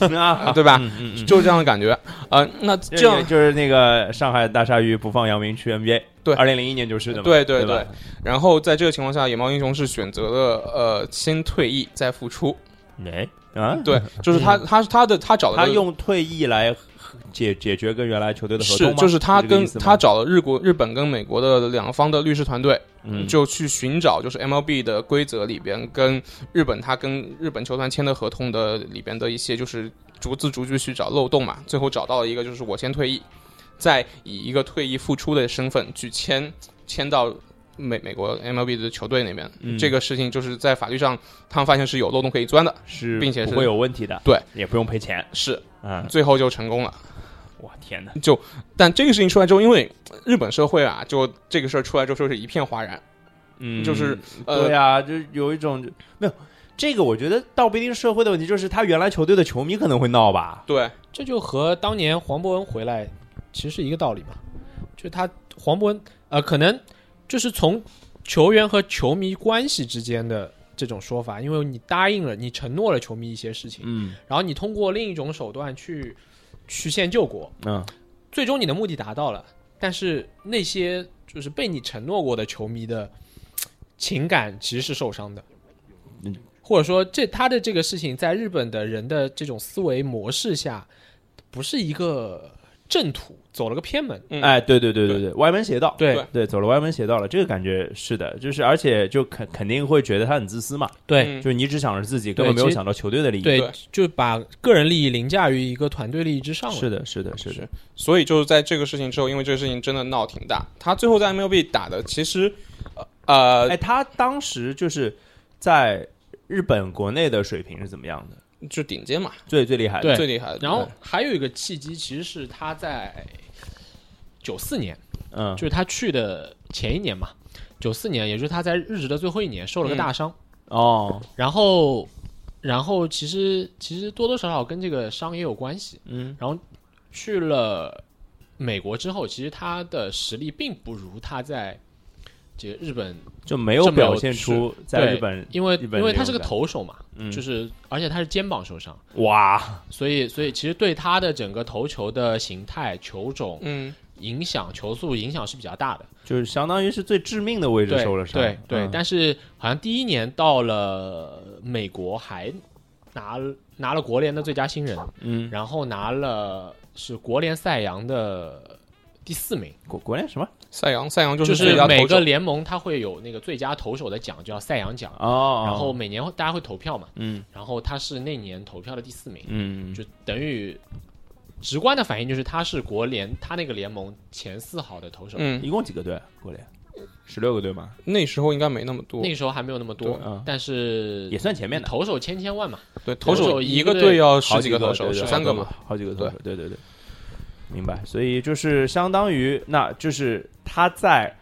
S1: 对 吧？啊，
S2: 对吧
S1: 嗯嗯嗯，
S2: 就是这样的感觉。呃，那这样
S1: 就是那个上海大鲨鱼不放杨明去 NBA，
S2: 对
S1: 二零零一年就是的嘛，
S2: 对
S1: 对
S2: 对
S1: 吧，
S2: 然后在这个情况下，野猫英雄是选择了呃先退役再复出，
S1: 哎啊，
S2: 对，就是他他他的他找的
S1: 他用退役来解解决跟原来球队的合同
S2: 是
S1: 吗
S2: 就是他
S1: 这个
S2: 跟
S1: 意思吗
S2: 他找了日国日本跟美国的两方的律师团队，
S1: 嗯
S2: 就去寻找就是 MLB 的规则里边跟日本他跟日本球团签的合同的里边的一些就是逐字逐句去找漏洞嘛，最后找到了一个就是我先退役，再以一个退役复出的身份去签签到。美美国 MLB 的球队那边，
S1: 嗯
S2: 这个事情就是在法律上，他们发现是有漏洞可以钻的，
S1: 是
S2: 并且是
S1: 不会有问题的，
S2: 对，
S1: 也不用赔钱
S2: 是
S1: 啊，
S2: 最后就成功了。
S4: 哇天哪！
S2: 但这个事情出来之后，因为日本社会啊，就这个事儿出来之后，就是一片哗然。
S1: 嗯
S2: 就是呃
S1: 对啊，就是有一种没有这个，我觉得倒不一定是社会的问题，就是他原来球队的球迷可能会闹吧。
S2: 对，
S3: 这就和当年黄博文回来其实是一个道理嘛，就他黄博文呃，可能就是从球员和球迷关系之间的这种说法，因为你答应了，你承诺了球迷一些事情，
S1: 嗯
S3: 然后你通过另一种手段去曲线救国，
S1: 嗯，
S3: 最终你的目的达到了，但是那些就是被你承诺过的球迷的嘖情感其实是受伤的，
S1: 嗯，
S3: 或者说这他的这个事情在日本的人的这种思维模式下，不是一个正途，走了个偏门，
S2: 嗯
S1: 哎，对对对对对，歪门邪道。
S3: 对
S2: 对
S1: 对，走了歪门邪道了，这个感觉是的，就是而且就肯肯定会觉得他很自私嘛，
S3: 对
S2: 嗯
S1: 就是你只想着自己，根
S3: 对
S1: 本没有
S3: 其实
S1: 想到球队的利益。
S3: 对
S2: 对，
S3: 就把个人利益凌驾于一个团队利益之上了，
S1: 是的，是的，是的，
S2: 所以就是在这个事情之后，因为这个事情真的闹挺大，他最后在 MLB 打的其实，呃，
S1: 哎，他当时就是在日本国内的水平是怎么样的？
S2: 就顶尖嘛，
S1: 最最厉害的，
S3: 对
S2: 最厉害的。
S3: 然后还有一个契机，其实是他在九四年。
S1: 嗯
S3: 就是他去的前一年嘛，九四年，也就是他在日职的最后一年受了个
S1: 嗯
S3: 大伤，
S1: 哦，
S3: 然后，然后其实其实多多少少跟这个伤也有关系。
S1: 嗯
S3: 然后去了美国之后，其实他的实力并不如他在这个日本，
S1: 就没有
S3: 这么有
S1: 表现出在
S3: 对
S1: 日本，
S3: 因为
S1: 日本
S3: 因为他是个
S1: 那种感觉
S3: 投手嘛，
S1: 嗯，
S3: 就是而且他是肩膀受伤，
S1: 哇，
S3: 所以所以其实对他的整个投球的形态、球种
S2: 嗯，
S3: 影响、球速影响是比较大的。
S1: 就是相当于是最致命的位置
S3: 对
S1: 受了伤，
S3: 对对、
S1: 嗯
S3: 但是好像第一年到了美国还拿了拿了国联的最佳新人，
S1: 嗯，
S3: 然后拿了是国联赛扬的第四名，
S1: 国国内什么
S2: 赛扬，赛扬就
S3: 就是
S2: 最佳
S3: 每
S2: 投
S3: 个
S2: 手。
S3: 联盟它会有那个最佳投手的奖，叫赛扬奖、
S1: 哦，
S3: 然后每年会大家会投票嘛，
S1: 嗯
S3: 然后他是那年投票的第四名，
S1: 嗯，
S3: 就等于直观的反应就是他是国联他那个联盟前四好的投手，
S2: 嗯，
S1: 一共几个队？啊国联十六个队吗？
S2: 那时候应该没那么多
S3: 那。个时候还没有那么多
S1: 对嗯，
S3: 但是
S1: 也算前面的，
S3: 投手千千万嘛。
S2: 对，
S3: 投
S2: 投
S3: 手
S2: 手
S3: 一
S2: 一
S3: 个
S2: 个
S3: 队
S2: 队要
S1: 好
S2: 十
S1: 几
S2: 几个投
S1: 投
S2: 手，
S1: 手，
S2: 十三个
S1: 个
S2: 嘛。，
S1: 好几个投手，对对对，明白。所以就是相当于，那就是他在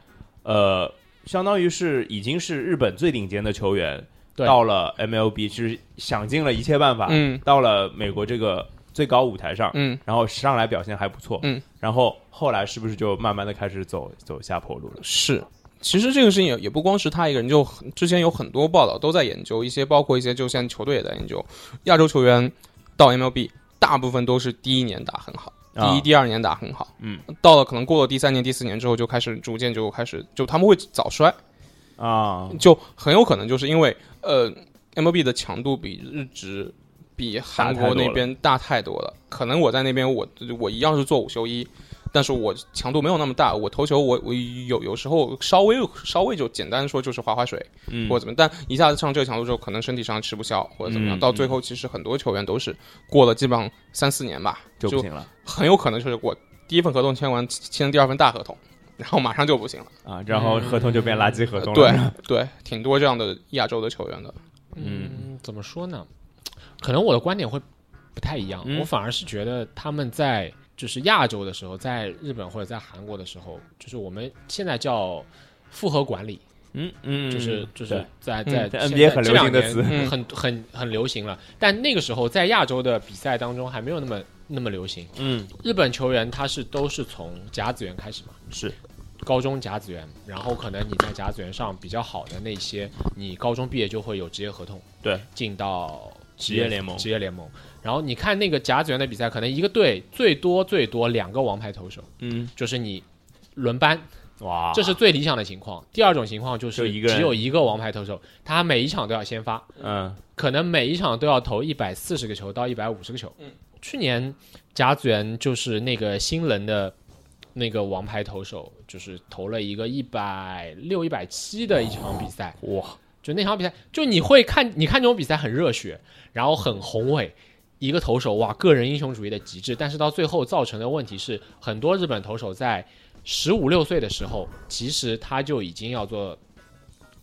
S1: 呃，相当于是已经是日本最顶尖的球员，
S3: 对
S1: 到了 MLB 就是想尽了一切办法，
S2: 嗯
S1: 到了美国这个最高舞台上，
S2: 嗯，
S1: 然后上来表现还不错，
S2: 嗯，
S1: 然后后来是不是就慢慢的开始走走下坡路了？
S2: 是。其实这个事情也也不光是他一个人，就很之前有很多报道都在研究一些，包括一些就像球队也在研究，亚洲球员到 MLB 大部分都是第一年打很好，第
S1: 啊
S2: 一、第二年打很好，
S1: 嗯，
S2: 到了可能过了第三年、第四年之后，就开始逐渐就开始就他们会早衰，
S1: 啊，
S2: 就很有可能就是因为呃 MLB 的强度比日职、比韩国那边大太多了。可能我在那边我我一样是做五休一，但是我强度没有那么大。我投球我我有有时候稍微稍微就简单说就是划划水
S1: 嗯
S2: 或者怎么，但一下子上这个强度之后，可能身体上吃不消或者怎么样。
S1: 嗯
S2: 到最后其实很多球员都是过了基本上三四年吧，
S1: 就不
S2: 就
S1: 行了
S2: 很有可能就是我第一份合同签完，签第二份大合同。然后马上就不行了，
S1: 啊，然后合同就变垃圾合同了，
S2: 对对，挺多这样的亚洲的球员的，
S3: 嗯，怎么说呢？可能我的观点会不太一样，
S1: 嗯
S3: 我反而是觉得他们在就是亚洲的时候，在日本或者在韩国的时候，就是我们现在叫复合管理，
S1: 嗯嗯，
S3: 就是就是
S1: 对
S3: 在
S2: 嗯
S3: 在
S1: 在
S3: 现
S1: NBA 很
S3: 这
S1: 流行
S3: 两
S1: 的
S3: 年
S1: 词
S2: 嗯
S3: 很很很流行了。但那个时候在亚洲的比赛当中还没有那么那么流行。
S1: 嗯
S3: 日本球员他是都是从甲子园开始嘛，
S1: 是
S3: 高中甲子园，然后可能你在甲子园上比较好的那些，你高中毕业就会有职业合同，
S1: 对，
S3: 进到
S1: 职业联盟
S3: 职业联盟。然后你看那个甲子园的比赛，可能一个队最多最多两个王牌投手，
S1: 嗯
S3: 就是你轮班，
S1: 哇，
S3: 这是最理想的情况。第二种情况就
S1: 啊就是一个人
S3: 只有一个王牌投手，他每一场都要先发，
S1: 嗯
S3: 可能每一场都要投一百四十个球到一百五十个球。
S2: 嗯
S3: 去年甲子园就是那个新人的那个王牌投手，就是投了一个一百六、一百七的一场比赛。
S1: 哇，
S3: 就那场比赛，就你会看，你看这种比赛很热血，然后很宏伟。一个投手哇，个人英雄主义的极致，但是到最后造成的问题是，很多日本投手在十五六岁的时候，其实他就已经要做，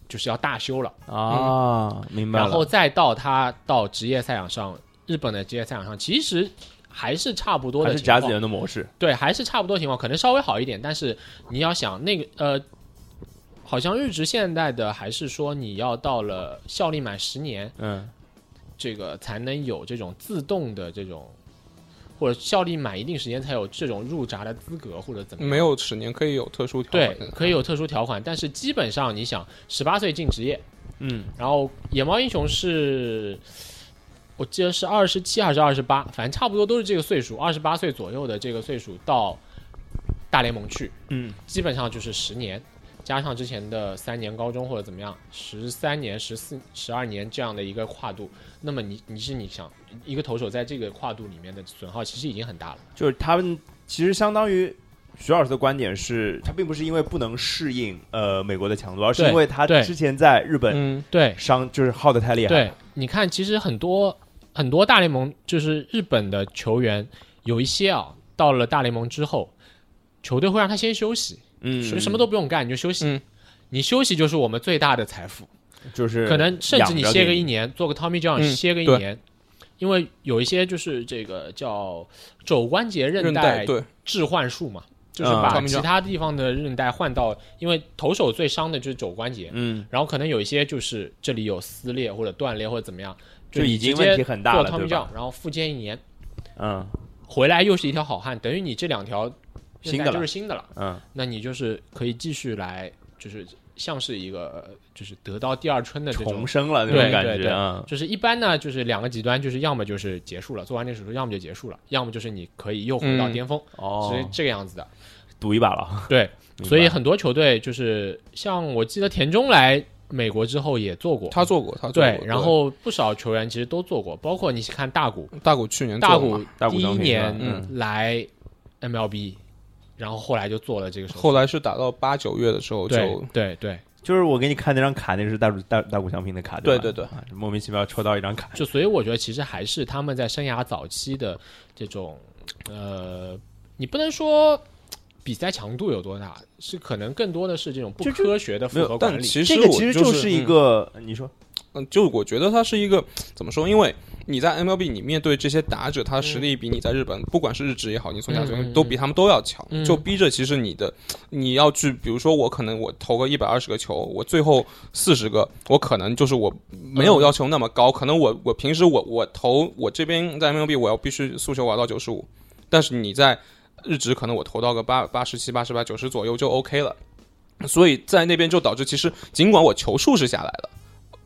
S3: 就是要大修了。
S1: 啊，明白了。
S3: 然后再到他到职业赛场上，日本的职业赛场上，其实还是差不多
S1: 还
S3: 的
S1: 是
S3: 情
S1: 甲子
S3: 况，
S1: 园的模式，
S3: 对，还是差不多情况，可能稍微好一点，但是你要想那个呃，好像日职现代的还是说你要到了效力满十年，
S1: 嗯，
S3: 这个才能有这种自动的这种，或者效力满一定时间才有这种入闸的资格，或者怎么样
S2: 没有十年可以有特殊条
S3: 对
S2: 款的，
S3: 可以有特殊条款，但是基本上你想十八岁进职业，
S1: 嗯，
S3: 然后野猫英雄是。我记得是二十七还是二十八，反正差不多都是这个岁数，二十八岁左右的这个岁数到大联盟去，
S1: 嗯，
S3: 基本上就是十年，加上之前的三年高中或者怎么样，十三年、十四、十二年这样的一个跨度，那么你你是你想一个投手在这个跨度里面的损耗其实已经很大了，
S1: 就是他们其实相当于徐老师的观点是，他并不是因为不能适应呃美国的强度，而是
S3: 对
S1: 因为他
S3: 对
S1: 之前在日本
S2: 嗯，
S3: 对，
S1: 伤就是耗的太厉害，
S3: 对，，你看，其实很多很多大联盟，就是日本的球员，有一些啊，到了大联盟之后，球队会让他先休息，
S1: 嗯，
S3: 什么什么都不用干，你就休息。
S2: 嗯
S3: 你休息就是我们最大的财富，
S1: 就是
S3: 可能甚至你
S1: 养着
S3: 歇个
S1: 给
S3: 一年，做个 Tommy John
S2: 嗯
S3: 歇个一
S2: 对
S3: 年，因为有一些就是这个叫肘关节韧
S2: 韧带
S3: 带
S2: 对，
S3: 置换术嘛，就是
S1: 嗯
S3: 把
S2: Tommy
S3: 其
S2: John
S3: 他地方的韧带换到，因为投手最伤的就是肘关节，
S1: 嗯，
S3: 然后可能有一些就是这里有撕裂或者断裂或者怎么样，
S1: 就
S3: 你
S1: 已经
S3: 直接
S1: 问题很大了
S3: 做
S1: 对
S3: Tommy
S1: 吧
S3: John，然后复健一年，
S1: 嗯
S3: 回来又是一条好汉，等于你这两条
S1: 新的
S3: 韧带就
S1: 了
S3: 是新的了，
S1: 嗯，
S3: 那你就是可以继续来，就是像是一个呃就是得到第二春的这种
S1: 重。生了那
S3: 对
S1: 种感
S3: 对
S1: 觉
S3: 对
S1: 啊，
S3: 就是一般呢，就是两个极端，就是要么就是结束了，做完这手术，要么就结束了，要么就是你可以又回到
S2: 嗯
S3: 巅峰，是
S1: 哦，
S3: 这个样子的。
S1: 赌一把了，
S3: 对，
S1: 明白
S3: 所以很多球队就是像我记得田中来美国之后也做过，
S2: 他做过，他啊做过
S3: 对，然后不少球员其实都做过，包括你看大谷，
S2: 大谷去年做
S3: 大
S2: 了
S3: 谷
S2: 嘛
S1: 大
S3: 第
S1: 谷
S3: 一
S1: 翔平
S3: 年
S1: 嗯
S3: 来 MLB，然后后来就做了这个手术。
S2: 后来是打到八九月的时候就
S3: 对对对，
S1: 就是我给你看那张卡，那是大谷大大谷翔平的卡，吧
S2: 对对，
S1: 啊莫名其妙抽到一张卡，
S3: 就所以我觉得其实还是他们在生涯早期的这种呃，你不能说。比赛强度有多大？是可能更多的是这种不
S1: 就就
S3: 科学的
S1: 没
S3: 复
S1: 有
S3: 合管
S2: 但
S3: 理。
S2: 其实
S1: 这
S2: 我
S1: 个其实
S2: 就是嗯是
S1: 一个，你说，
S2: 嗯，就我觉得它是一个怎么说？因为你在 MLB，你面对这些打者，他实力比你在日本，不管是日职也好，你从甲子
S3: 嗯嗯嗯
S2: 园
S3: 嗯
S2: 都比他们都要强，
S3: 嗯
S2: 就逼着其实你的你要去，比如说我可能我投个一百二十个球，我最后四十个，我可能就是我没
S3: 嗯
S2: 有要求那么高，可能我我平时我我投我这边在 MLB 我要必须诉求我要到九十五，但是你在日职可能我投到个八八十七、八十八、九十左右就 OK 了。所以在那边就导致，其实尽管我球数是下来了，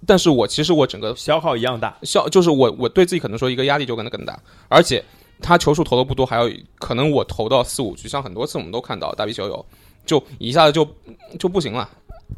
S2: 但是我其实我整个
S1: 消耗一样大，
S2: 效就是我我对自己可能说一个压力就可能更大，而且他球数投的不多，还有可能我投到四五局，像很多次我们都看到大比小友就一下子就就不行了。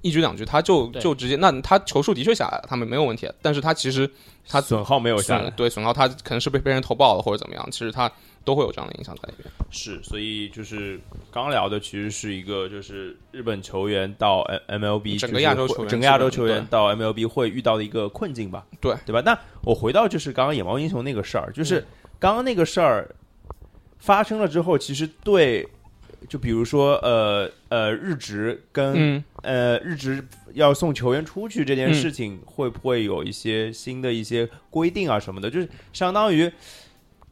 S2: 一局两局，他就
S3: 对
S2: 就直接，那他球数的确下来了，他们没有问题了。但是他其实他
S1: 损耗没有下
S2: 损
S1: 来，
S2: 对损耗，他可能是被被人投爆了或者怎么样，其实他都会有这样的影响在里面。
S1: 是，所以就是刚聊的，其实是一个就是日本球员到 M L B
S2: 整个亚洲球员
S1: 整个亚洲
S2: 基本
S1: 球员到 M L B 会遇到的一个困境吧？
S2: 对，嗯
S1: 对吧？那我回到就是刚刚野猫英雄那个事儿，就是刚刚那个事儿发生了之后，其实对，就比如说呃呃日职跟、
S2: 嗯，
S1: 呃日职要送球员出去这件事情，会不会有一些新的一些规定啊什么的？就是相当于。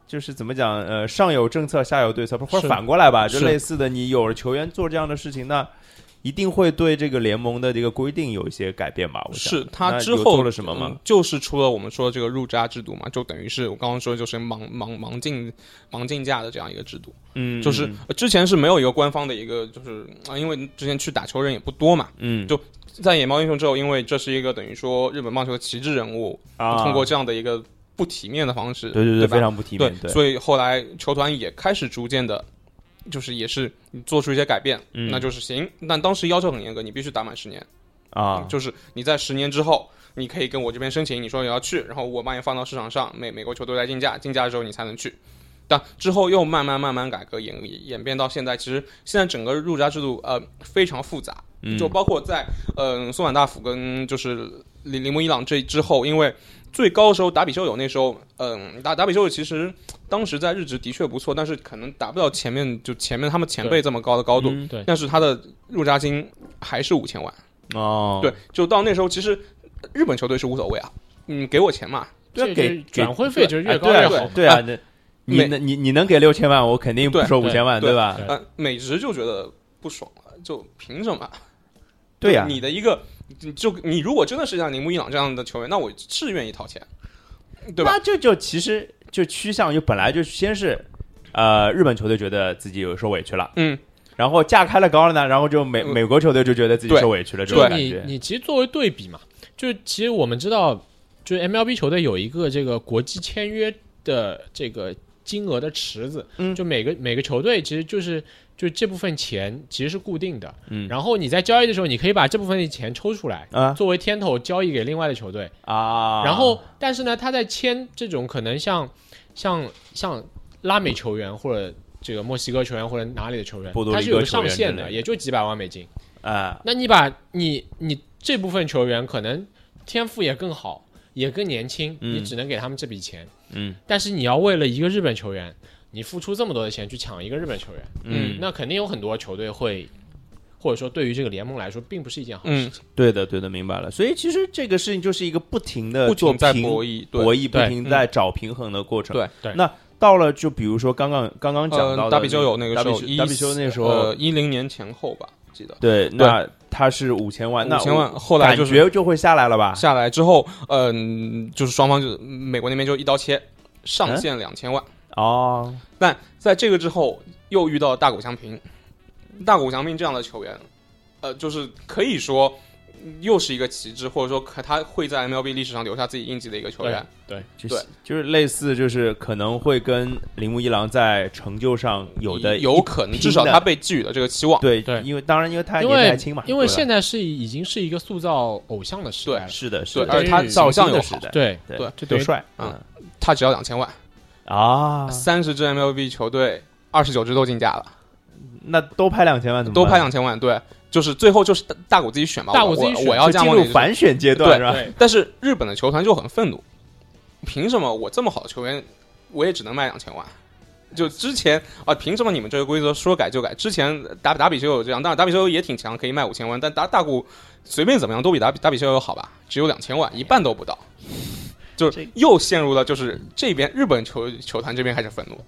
S1: 就是怎么讲，呃，上有政策，下有对策，或
S2: 是
S1: 者反过来吧，就是类似的，你有了球员做这样的事情，那一定会对这个联盟的这个规定有一些改变吧？我想
S2: 是他
S1: 那
S2: 之
S1: 有
S2: 后
S1: 做了什么吗
S2: 嗯？就是除了我们说的这个入闸制度嘛，就等于是我刚刚说的就是盲盲盲进盲进价的这样一个制度，
S1: 嗯，
S2: 就是呃之前是没有一个官方的一个就是啊，因为之前去打球人也不多嘛，
S1: 嗯，
S2: 就在野猫英雄之后，因为这是一个等于说日本棒球的旗帜人物，
S1: 啊，
S2: 通过这样的一个不体面的方式，
S1: 对对
S2: 对吧
S1: 非常不体面，对，
S2: 所以后来球团也开始逐渐的，就是也是做出一些改变，
S1: 嗯
S2: 那就是行，但当时要求很严格，你必须打满十年。
S1: 啊，
S2: 就是你在十年之后，你可以跟我这边申请，你说你要去，然后我把你放到市场上，美美国球队来竞价，竞价的时候你才能去。但之后又慢慢慢慢改革演演变到现在，其实现在整个入闸制度呃非常复杂，
S1: 嗯
S2: 就包括在嗯、呃、松坂大辅跟就是铃铃木一朗这之后，因为最高的时候打比修友那时候，嗯、打打比修友其实当时在日职的确不错，但是可能达不到前面就前面他们前辈这么高的高度，
S1: 嗯
S3: 对，
S2: 但是他的入闸金还是五千万。
S1: 哦，
S2: 对，，就到那时候，其实日本球队是无所谓啊，嗯，给我钱嘛，
S1: 对啊
S3: 这
S1: 给
S3: 就是
S1: 给
S2: 哎
S3: 转会费就是越高
S1: 啊对
S3: 越好
S1: 啊
S3: 嘛。
S1: 对啊，那你
S2: 每
S1: 能你你能给六千万，我肯定不
S2: 对
S1: 说五千万，
S2: 对
S1: 吧？
S3: 对
S2: 呃，美职就觉得不爽了，就凭什么？
S1: 对呀，
S2: 你的一个，你就你如果真的是像铃木一朗这样的球员，那我是愿意掏钱，对吧？
S1: 那就就其实就趋向于本来就先是，呃，日本球队觉得自己有受委屈了，
S2: 嗯，
S1: 然后架开了高了呢，然后就美
S2: 嗯
S1: 美国球队就觉得自己
S2: 对
S1: 受委屈了，这
S3: 就
S1: 种
S3: 是
S1: 感
S3: 你
S1: 觉。
S3: 你其实作为对比嘛，就是其实我们知道，就是 MLB 球队有一个这个国际签约的这个金额的池子，
S1: 嗯
S3: 就每个每个球队其实就是就这部分钱其实是固定的，
S1: 嗯
S3: 然后你在交易的时候，你可以把这部分钱抽出来。
S1: 啊
S3: 作为天头交易给另外的球队，
S1: 啊！
S3: 然后但是呢，他在签这种可能像像像拉美球员或者这个墨西哥球员或者哪里的球员
S1: 波，多
S3: 他
S1: 黎
S3: 是
S1: 各
S3: 有个
S1: 球员
S3: 上
S1: 之
S3: 限
S1: 类
S3: 的，
S1: 的
S3: 也就几百万美金。
S1: 啊，
S3: 那你把你你这部分球员可能天赋也更好，也更年轻，
S1: 嗯
S3: 你只能给他们这笔钱。
S1: 嗯
S3: 但是你要为了一个日本球员，你付出这么多的钱去抢一个日本球员，
S1: 嗯，
S3: 那肯定有很多球队会，或者说对于这个联盟来说，并不是一件好事
S2: 嗯
S3: 情。，
S1: 对的对的，明白了。所以其实这个事情呃就是一个不停的
S2: 不
S1: 做
S2: 停在
S1: 平
S2: 博弈，对，嗯
S1: 博弈，不
S3: 对
S1: 停在找平衡的过程。
S2: 对
S3: 对
S1: 那到了就比如说刚刚刚刚讲到
S2: 呃，
S1: 的
S2: 大比丘有那个
S1: 达
S2: 时
S1: 比
S2: 候
S1: 修
S2: 一
S1: 达比修那时候
S2: 呃，一零年前后吧，记得
S1: 对，那他是五千万，那
S2: 五千万，后
S1: 我
S2: 来
S1: 感
S2: 就是
S1: 觉就会下来了吧？
S2: 下来之后，嗯、就是双方就美国那边就一刀切，上限两千万。
S1: 哦，
S2: 但在这个之后，又遇到大谷翔平，大谷翔平这样的球员，呃，就是可以说又是一个旗帜，或者说可他会在 MLB 历史上留下自己印记的一个球员。
S3: 对，
S1: 就是
S2: 对
S1: 就是类似，就是可能会跟铃木一郎在成就上有的嗯
S2: 有可能，
S1: 拼
S2: 至少
S1: 的
S2: 他被寄予了这个期望。
S1: 对
S3: 对
S1: 因为当然因为他
S3: 因
S1: 年纪还
S3: 为
S1: 轻嘛，
S3: 因为
S1: 对吧
S3: 现在是已经是一个塑造偶像的时代了，
S1: 是的是
S2: 对，
S1: 的，
S2: 而且他
S3: 对
S2: 造
S1: 造
S2: 像
S1: 像
S2: 又
S1: 的
S2: 好
S1: 时，代，
S3: 对
S1: 对
S2: 对
S3: 就等
S1: 又
S3: 于
S1: 帅
S2: 嗯他只要两千万，
S1: 嗯啊，
S2: 三十支 MLB 球队二十九支都进价了，
S1: 那都拍两千万怎么
S2: 都拍
S1: 办
S2: 两千万，对，就是最后就是大大谷自己选吧，
S3: 大
S2: 我
S3: 谷自己
S2: 我
S3: 选
S2: 我要
S1: 就
S2: 加
S1: 进
S2: 盟
S1: 入
S2: 哪支
S1: 反选阶段是吧？
S3: 对
S2: 但是日本的球团就很愤怒，凭什么我这么好的球员，我也只能卖两千万？就之前啊，凭什么你们这个规则说改就改？之前打打比修有这样，当然打比修也挺强，可以卖五千万，但打大谷随便怎么样都比打比打比修有好吧？只有两千
S1: 哎
S2: 万，一半都不到，就是又陷入了就是这边日本球球团这边开始愤怒，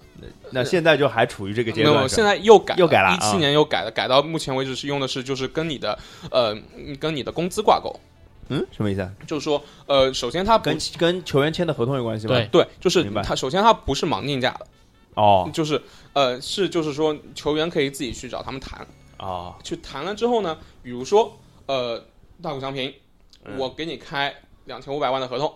S1: 那现在就还处于这个阶
S2: 没有，
S1: 段，
S2: 现在又改
S1: 又改了
S2: 一
S1: 啊
S2: 七年又改了，改到目前为止是用的是就是跟你的呃跟你的工资挂钩，
S1: 嗯什么意思？啊？
S2: 就是说呃首先它不
S1: 跟跟球员签的合同有关系吗？
S3: 对
S2: 对，就是
S1: 明白
S2: 他首先他不是盲定价的，
S1: 哦
S2: 就是呃是就是说球员可以自己去找他们谈，
S1: 哦，
S2: 去谈了之后呢，比如说呃大谷翔平，
S1: 嗯
S2: 我给你开两千五百万的合同，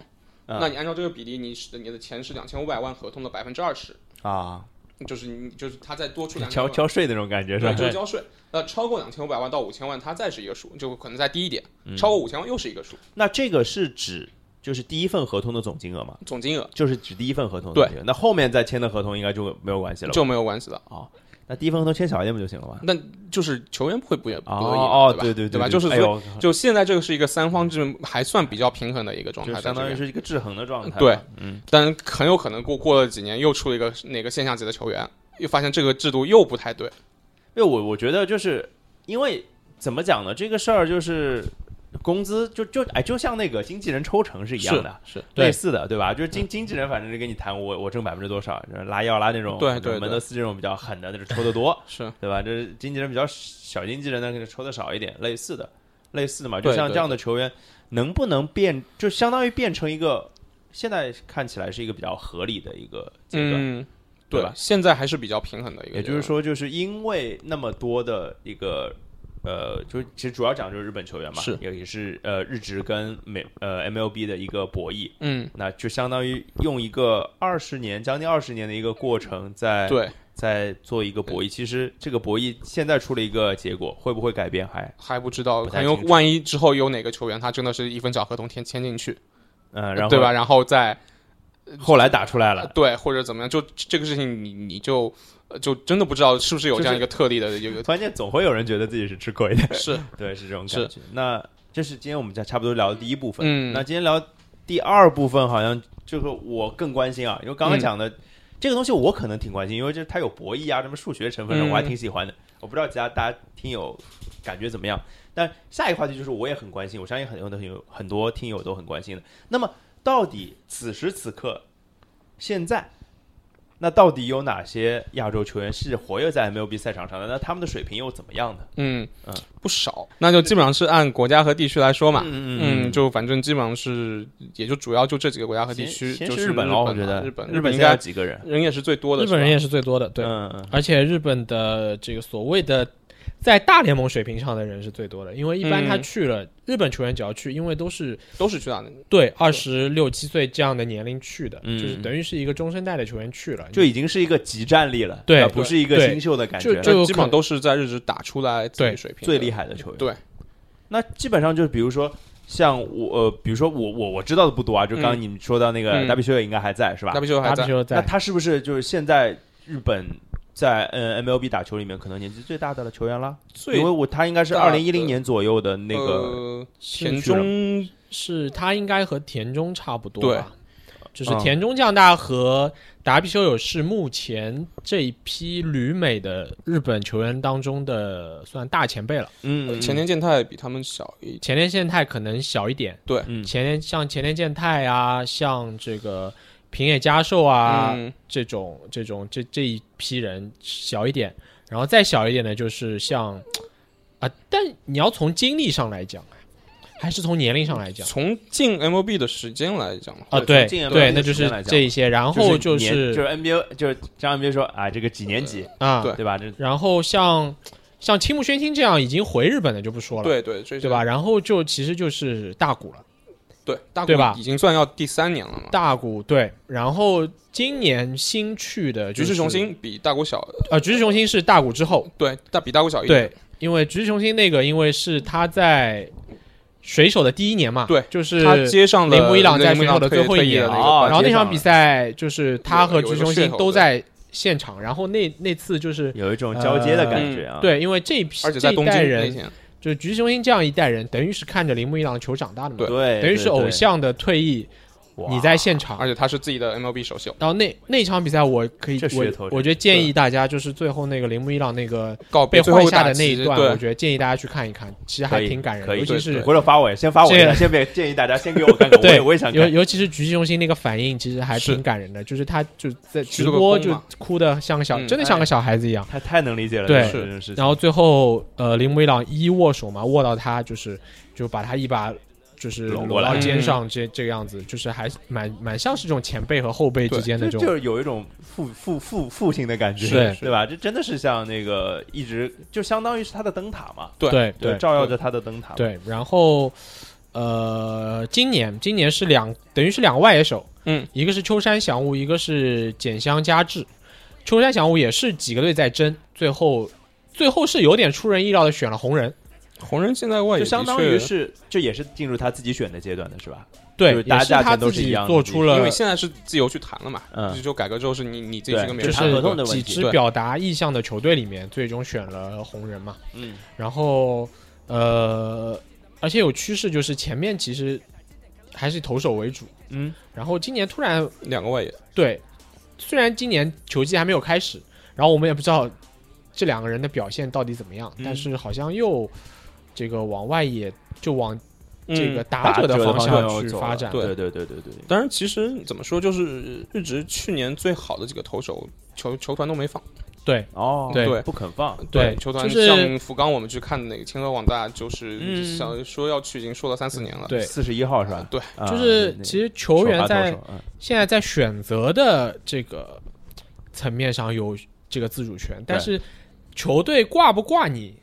S1: 嗯
S2: 那你按照这个比例，你是你的钱是两千五百万合同的百分之二十，
S1: 啊，
S2: 就是你就是他再多出两千
S1: 交
S2: 万。
S1: 交税那种感觉是
S2: 对，
S1: 吧？
S2: 就是交税。呃，超过两千五百万到五千万，它再是一个数，就可能再低一点。
S1: 嗯
S2: 超过五千万又是一个数，
S1: 那这个是指就是第一份合同的总金额吗？
S2: 总金额
S1: 就是指第一份合同的总金额，那后面再签的合同应该就没有关系了吧。
S2: 就没有关系了。
S1: 哦，那第一份合同签小一点不就行了吗？
S2: 那就是球员会不也不
S1: 哦
S2: 乐意嘛
S1: 哦，
S2: 对吧
S1: 对
S2: 吧？就是
S1: 哎
S2: 所以
S1: 呦
S2: 就现在这个是一个三方制，还算比较平衡的一个状
S1: 就
S2: 态，
S1: 相当于
S2: 在这
S1: 是
S2: 边，
S1: 一个制衡的状态。
S2: 对，
S1: 嗯，
S2: 但很有可能过过了几年又出了一个哪个现象级的球员，又发现这个制度又不太对，
S1: 因为我我觉得就是因为怎么讲呢，这个事儿就是工资就就哎，就像那个经纪人抽成是一样的。
S2: 是
S3: 对
S1: 类似的，对吧？就是经经纪人，反正是跟你谈我我挣百分之多少，就是拉要拉那种，
S2: 对对对
S1: 门德斯这种比较狠的，就是抽的多，
S2: 是，
S1: 对吧？这经纪人比较小，经纪人呢可能抽的少一点，类似的，类似的嘛，
S2: 对
S1: 就像这样的球员，能不能变，就相当于变成一个现在看起来是一个比较合理的一个阶段。
S2: 嗯，
S1: 对
S2: 对
S1: 吧
S2: 现在还是比较平衡的一个，
S1: 也就是，说，就是因为那么多的一个呃，就是其实主要讲就是日本球员嘛，
S2: 是
S1: 也也是呃日职跟美呃 MLB 的一个博弈，
S2: 嗯，
S1: 那就相当于用一个二十年将近二十年的一个过程在
S2: 对，
S1: 在做一个博弈。其实这个博弈现在出了一个结果，会不会改变还
S2: 还不知道，
S1: 不太
S2: 很有
S1: 清楚
S2: 万一之后有哪个球员他真的是一份小合同签签进去，
S1: 嗯，然后
S2: 呃对吧？？然后再
S1: 后来打出来了，
S2: 对或者怎么样，就这个事情你你就呃就真的不知道是不是有这样一个特例的一个，
S1: 关键总会有人觉得自己是吃亏的，
S2: 是，
S1: 对，是这种感
S2: 是
S1: 觉。那这是今天我们差不多聊的第一部分，
S2: 嗯
S1: 那今天聊第二部分，好像就是我更关心啊，因为刚刚
S2: 嗯
S1: 讲的、这个东西我可能挺关心，因为这它有博弈啊，什么数学成分的，
S2: 嗯
S1: 我还挺喜欢的。我不知道其他大家听友感觉怎么样，但下一个话题就是我也很关心，我相信很多听友很多听友都很关心的。那么到底此时此刻，现在那到底有哪些亚洲球员是活跃在 MLB 赛场上的？那他们的水平又怎么样呢？
S2: 嗯
S1: 嗯，
S2: 不少，那就基本上是按国家和地区来说嘛。
S1: 嗯
S2: 嗯，就反正基本上是，也就主要就这几个国家和地
S1: 先
S2: 区，
S1: 先
S2: 就是日
S1: 本
S2: 啊
S1: 咯，我觉得
S2: 日本
S1: 日本
S2: 应
S1: 现在有
S2: 该
S1: 几个人？
S2: 人也是最多的，
S3: 日本人也是最多的，对。
S1: 嗯，嗯
S3: 而且日本的这个所谓的在大联盟水平上的人是最多的，因为一般他
S2: 嗯
S3: 去了、日本球员，只要去，因为都是
S2: 都是去哪里？
S3: 对二十六七岁这样的年龄去的，
S1: 嗯
S3: 就是等于是一个中生代的球员去了，
S1: 就已经是一个集战力了，
S3: 对
S1: 那不是一个
S3: 对
S1: 新秀的感觉
S3: 就
S1: 了，
S3: 就有
S2: 基
S3: 可
S2: 本上都是在日职打出来自己
S3: 对
S2: 水平的
S1: 最厉害的球员。
S2: 对，
S1: 那基本上就是比如说像我，呃，比如说我我我知道的不多啊，就刚刚你们说到那个
S2: 嗯
S1: 达比修也应该还在是吧
S2: 大？比丘还
S3: 打
S2: 在
S3: 比，球
S1: 那
S3: 在
S1: 他是不是就是现在日本在嗯 MLB 打球里面可能年纪最大的球员了？
S2: 最
S1: 因为我他应该是
S2: 大
S1: 二
S2: 的
S1: 零一零年左右的那个，
S2: 呃
S3: 是
S2: 田
S1: 去了
S2: 中
S3: 是他应该和田中差不多吧。就是
S1: 嗯
S3: 田中将大和达比修友是目前这一批旅美的日本球员当中的算大前辈了，
S1: 嗯，
S2: 呃前田健太比他们小一，
S3: 前田健太可能小一点，
S1: 嗯
S3: 前田像前田健太啊，像这个平野佳寿啊，
S2: 嗯
S3: 这种这种这这一批人小一点，然后再小一点的就是像啊，但你要从经历上来讲，还是从年龄上来讲
S2: 从进 MLB 的时间来讲
S3: 啊，
S1: 对
S3: 对
S1: 从经验
S3: 对，
S1: 上
S3: 那就
S1: 来讲
S3: 是这一些，然后
S1: 嗯就
S3: 就是
S1: 年就是 NBA 就是张 NBA 说啊，这个几年级
S3: 啊，
S2: 呃对
S1: 对吧？这
S3: 然后像像青木宣清这样已经回日本的就不说了，
S2: 对对，这
S3: 对吧？？然后就其实就是大谷了。
S2: 对，大
S3: 对吧
S2: 谷已经算要第三年了嘛。
S3: 大谷对，然后今年新去的就
S2: 局
S3: 是
S2: 势雄心比大谷小，
S3: 呃，菊池雄心是大谷之后，
S2: 对，大比大谷小一点
S3: 对，，因为菊池雄心那个，因为是他在水手的第一年嘛，
S2: 对
S3: 就是
S2: 他接啊上了
S3: 铃木一朗在
S2: 铃木
S3: 选手的
S2: 退
S3: 最后一
S2: 退役的
S3: 年啊
S2: 那
S1: 哦
S2: 个冠
S3: 然后那
S1: 接上
S3: 场
S1: 了
S3: 比赛就是他
S2: 有
S3: 和菊
S2: 有一个
S3: 池
S2: 噱
S3: 雄心
S2: 头
S3: 都
S2: 对
S3: 在现场，然后那那次就是
S1: 有一种交接的感觉啊。，
S3: 呃对，因为这一批
S2: 而且
S3: 这
S2: 在
S3: 一
S2: 东京
S3: 代
S2: 那
S3: 人，
S2: 天，
S3: 就是菊池雄心这样一代人，等于是看着铃木一朗球长大的嘛，
S1: 对，
S3: 等于是
S1: 对
S3: 偶，像的退役，
S1: 对
S3: 你
S1: 哇
S3: 在现场，
S2: 而且他是自己的 MLB 首秀，
S3: 然后那那场比赛，我可以
S1: 这噱头
S3: 我我觉得建议大家就是最后那个铃木一朗那个
S2: 告
S3: 被
S2: 别最
S3: 换
S2: 后
S3: 下的
S2: 打
S3: 那
S2: 击
S3: 一段，我
S2: 对，
S3: 觉得建议大家去看一看，其实
S1: 可
S3: 还
S1: 以
S3: 挺感人
S1: 可
S3: 的，
S1: 以
S3: 尤其是
S1: 回头发我，先发我一
S3: 这
S1: 下，
S3: 个
S1: 先别建议大家先给我看看，我
S3: 对
S1: 也我也想
S3: 尤
S1: 看。
S3: 尤其是菊池雄心那个反应，其实还
S2: 是
S3: 挺感人的，就是他就在
S2: 鞠
S3: 直
S2: 了个
S3: 播
S2: 躬
S3: 就
S2: 嘛
S3: 哭的像个小，
S2: 嗯
S3: 真的像个小孩子一样。
S1: 太太能理解了，
S3: 对
S1: 这种事情。
S3: 然后最后呃，铃木一朗一握手嘛，握到他就是就把他一把。就是
S1: 搂
S3: 搂
S1: 过来
S3: 到肩上这这个样子，就是还是蛮蛮像是这种前辈和后辈之
S2: 对
S3: 间的
S1: 就
S3: 这
S1: 就
S3: 种，
S1: 是有一种父父父父亲的感觉，
S3: 是
S1: 对吧？这真的是像那个一直就相当于是他的灯塔嘛，
S2: 对
S3: 对
S1: 就
S3: 对，
S1: 照耀着他的灯塔嘛。
S3: 对，然后呃，今年今年是两等于是两个外野手，
S2: 嗯，
S3: 一个是秋山翔吾，一个是简香佳治。秋山翔吾也是几个队在争，最后最后是有点出人意料的选了红人，
S2: 红人现在外
S1: 就
S2: 也
S1: 相当
S2: 的确
S1: 于是，就也是进入他自己选的阶段的是吧？
S3: 对，
S1: 就是大
S3: 也是
S1: 价
S3: 他
S1: 钱都
S3: 自
S1: 是一
S3: 己
S1: 样的
S3: 做出了
S2: 因为现在是自由去谈了嘛，
S1: 嗯
S2: 就就改革之后是你你自己去跟别
S1: 就
S2: 人
S3: 就
S1: 是
S2: 谈
S1: 合同的
S3: 是
S1: 问题
S3: 几支
S2: 对
S3: 表达意向的球队里面，最终选了红人嘛。
S1: 嗯，
S3: 然后呃，而且有趋势就是前面其实还是投手为主，
S1: 嗯，
S3: 然后今年突然
S2: 两个外野，
S3: 对，虽然今年球季还没有开始，然后我们也不知道这两个人的表现到底怎么样，
S1: 嗯
S3: 但是好像又这个往外野就往这个
S2: 嗯
S3: 打者的方
S1: 向
S3: 去发展。
S1: 对对对对对，
S2: 当然，其实怎么说，就是日职去年最好的几个投手，球球团都没放。
S3: 对
S1: 哦，
S3: 对
S1: 不肯放，
S3: 对
S2: 球团
S3: 就是
S2: 像福冈，我们去看那个青河广大，就是
S1: 嗯
S2: 想说要去，已经说了三四年了。
S3: 对
S1: 四十一号是吧？
S2: 对，
S1: 啊
S3: 就是
S1: 那
S3: 其实球员在
S1: 首发投手嗯
S3: 现在在选择的这个层面上有这个自主权，但是球队挂不挂你，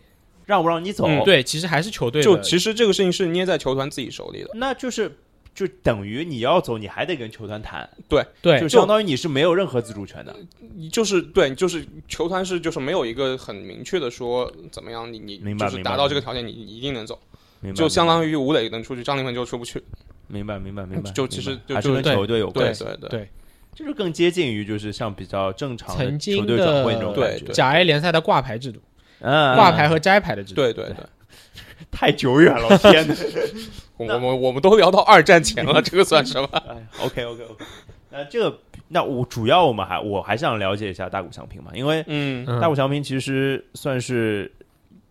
S1: 让不让你走？
S2: 嗯
S3: 对，其实还是球队的
S2: 就其实这个事情是捏在球团自己手里的。
S1: 那就是就等于你要走，你还得跟球团谈，
S3: 对
S1: 就相当于你是没有任何自主权的。
S2: 嗯就是对，就是球团是就是没有一个很明确的说怎么样，你你
S1: 明白
S2: 就是达到这个条件，你你一定能走。
S1: 明白
S2: 就相当于吴磊能出去，张琳芃就出不去。
S1: 明白明白明白，
S2: 就其实
S1: 明白
S2: 就
S1: 还是
S2: 就
S1: 跟
S3: 对
S1: 球队有关
S2: 对
S1: 系，
S2: 对对
S3: 对
S1: 就是更接近于就是像比较正常的
S3: 曾经
S1: 球队转会那种
S3: 的
S1: 感觉
S2: 对，
S3: 甲 A 联赛的挂牌制度，
S1: 嗯，
S3: 挂牌和摘牌的制度。
S2: 对对对，
S1: 太久远了，天哪！
S2: 我我们我们都聊到二战前了，这个算 什么？
S1: 哎，OK OK OK，那这个那我主要我们还我还想了解一下大谷翔平嘛，因为
S2: 嗯，
S3: 嗯
S1: 大谷翔平其实算是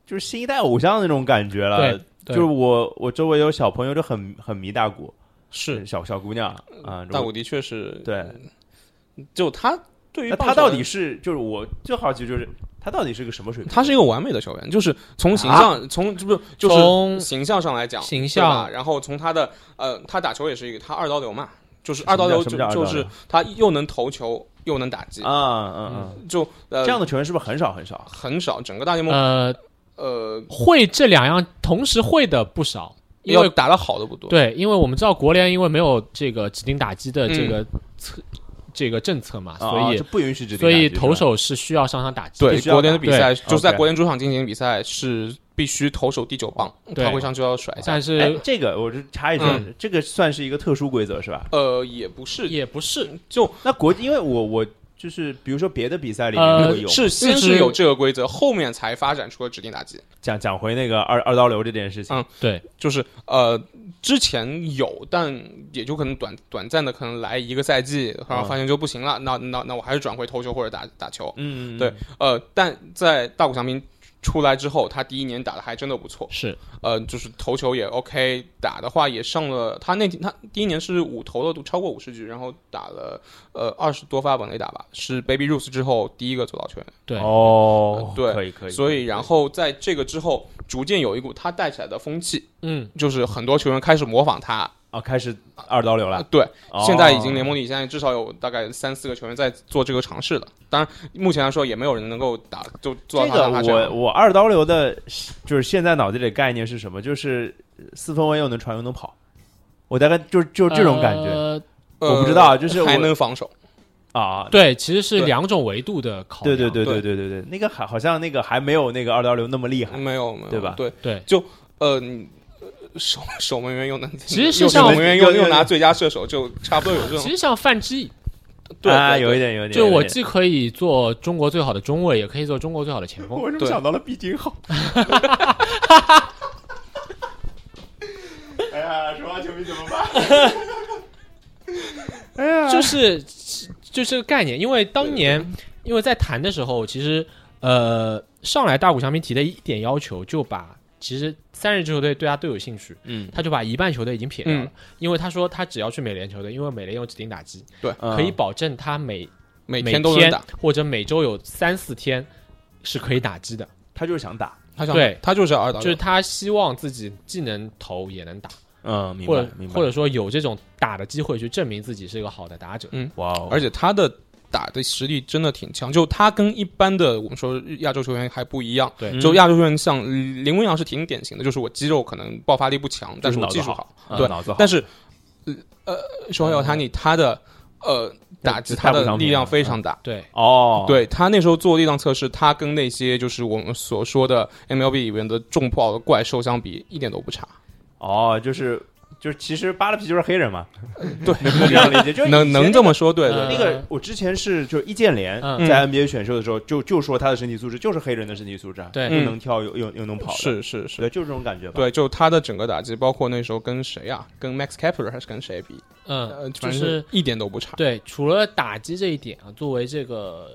S1: 就是新一代偶像那种感觉了
S3: 对，
S1: 就
S3: 对
S1: 是我我周围有小朋友就很很迷大谷，
S3: 是
S2: 呃
S1: 小小姑娘啊，
S2: 大谷的确是
S1: 对，
S2: 就他对于
S1: 那
S2: 棒
S1: 他
S2: 球
S1: 到
S2: 的
S1: 底是就是我最好奇就是他到底是个什么水平？
S2: 他是一个完美的球员，就是
S1: 啊
S2: 从形象，从这不就是
S3: 从
S2: 形象上来讲，
S3: 形
S2: 对
S3: 象
S2: 吧然后从他的呃，他打球也是一个，他二刀流嘛，就是二刀流
S1: 什
S2: 就
S1: 么叫什么叫二
S2: 就
S1: 刀流
S2: 是他又能投球又能打击，
S1: 啊啊
S2: 就
S1: 啊！
S2: 呃
S1: 这样的球员是不是很少很少？
S2: 很少，整个大联盟
S3: 呃，
S2: 呃
S3: 会这两样同时会的不少，因
S2: 要
S3: 为
S2: 打的好的不多，
S3: 对，因为我们知道国联因为没有这个指定打击的这个策、这个政策嘛，
S1: 嗯啊
S3: 所
S1: 啊
S3: 以、
S1: 这不允许指定
S3: 所
S1: 打击
S3: 以
S1: 是吧
S3: 投手是需要上场打击的。
S1: 必
S2: 对
S1: 须要
S2: 国联的比赛，
S1: 打
S2: 就是在
S1: OK
S2: 国联主场进行比赛是必须投手第九棒，
S3: 对
S2: 他会上去要甩一下，
S3: 但
S1: 哎
S3: 是
S1: 这个我就插一句，
S2: 嗯
S1: 这个算是一个特殊规则是吧？
S2: 呃也不是
S3: 也不是，
S2: 就
S1: 那国因为我我就是比如说别的比赛里面
S3: 呃
S1: 会有。
S2: 是先
S3: 四
S2: 是
S3: 支
S2: 有这个规则，后面才发展出了指定打击。
S1: 讲讲回那个二二刀流这件事情，
S2: 嗯
S3: 对，
S2: 就是呃，之前有，但也就可能短短暂的，可能来一个赛季，然后发现就不行了，那那那我还是转回投球或者打打球。
S1: 嗯，
S2: 对呃，但在大谷翔平出来之后，他第一年打的还真的不错，
S3: 是
S2: 呃，就是投球也 OK，打的话也上了，他那他第一年是五投了超过五十局，然后打了呃二十多发本垒打吧，是 Baby Ruth 之后第一个走到全垒
S3: 对，
S1: 哦，
S2: 呃对
S1: 可以可以，
S2: 所
S1: 可
S2: 以然后在这个之后，逐渐有一股他带起来的风气，
S3: 嗯，
S2: 就是很多球员开始模仿他。
S1: 哦，开始二刀流
S2: 啊
S1: 了，，
S2: 对，
S1: 哦
S2: 现在已经联盟里现在至少有大概三四个球员在做这个尝试了。当然，目前来说也没有人能够打就做
S1: 这
S2: 到他
S1: 个
S2: 他这
S1: 我
S2: 样。
S1: 我二刀流的，就是现在脑子里的概念是什么？就是四分卫又能传又能跑，我大概就是就是这种感觉、
S3: 呃
S1: 我
S2: 呃
S1: 不知道就是我
S2: 还能防守，呃
S1: 啊。
S3: 对，其实是
S2: 对
S3: 两种维度的考
S1: 对
S3: 量。
S1: 对对
S2: 对
S1: 对对对，那个好好像那个还没有那个二刀流那么厉害。
S2: 没有没有，
S1: 对吧
S2: 对
S3: 对
S2: 就呃，你呃守 守门员又能，
S3: 其实是
S2: 又
S3: 像
S2: 守门员又
S1: 有有
S2: 又拿最佳射手，就差不多有这
S3: 其
S2: 种。
S3: 实像范志毅，
S2: 对
S1: 啊，
S2: 对
S1: 有一
S2: 对
S1: 点有一点。
S3: 就
S1: 有一
S3: 我
S1: 点
S3: 既可以做中国最好的中卫，也可以做中国最好的前锋。
S1: 我怎
S2: 对
S1: 到了毕竟 好？哎呀，说话球迷怎么办？哎呀，
S3: 就是就是这个概念，因为当年因为在谈的时候，其实呃上来大谷翔平提的一点要求，就把其实三十支球队对他都有兴趣，
S1: 嗯，
S3: 他就把一半球队已经撇掉了，
S2: 嗯
S3: 因为他说他只要去美联球队，因为美联有指定打击，
S1: 可
S3: 可以保证他每
S2: 每
S3: 天
S2: 天都能打。
S3: 或者每周有三四天是可以打击的，
S1: 他就是想打，
S2: 他想
S3: 对
S2: 他就是二打
S3: 就
S2: 六，
S3: 是他希望自己既能投也能打，
S1: 嗯，明
S3: 或者
S1: 白明白，
S3: 或者说有这种打的机会去证明自己是一个好的打者。
S1: 哇哦，
S2: 而且他的打的实力真的挺强，就他跟一般的我们说亚洲球员还不一样。
S3: 对
S2: 就亚洲球员像呃林文阳是挺典型的，就是我肌肉可能爆发力不强，但是我技术好。
S1: 嗯
S2: 对
S1: 脑子好，
S2: 但是，呃，首尔塔尼他的呃打击他的力量非常大。
S3: 对，
S1: 哦，，
S2: 对他那时候做力量测试，他跟那些就是我们所说的 MLB 里面的重炮的怪兽相比，一点都不差。
S1: 哦，就是就是，其实巴拉皮就是黑人嘛，
S2: 对，
S1: 能不能这样理解，就是
S2: 能能这
S1: 么。
S2: 么说，对对
S3: 嗯
S1: 嗯那个，我之前是就是易建联
S3: 嗯
S1: 在 NBA 选秀的时候，就就说他的身体素质就是黑人的身体素质啊，
S3: 对
S1: 又能跳又又又能跑的，
S2: 是是是，
S1: 对，就是这种感觉吧。
S2: 对，就他的整个打击，包括那时候跟谁啊，跟 Max Kepler 还是跟谁比，呃，
S3: 嗯，就
S2: 反正
S3: 是
S2: 一点都不差。
S3: 对，除了打击这一点啊，作为这个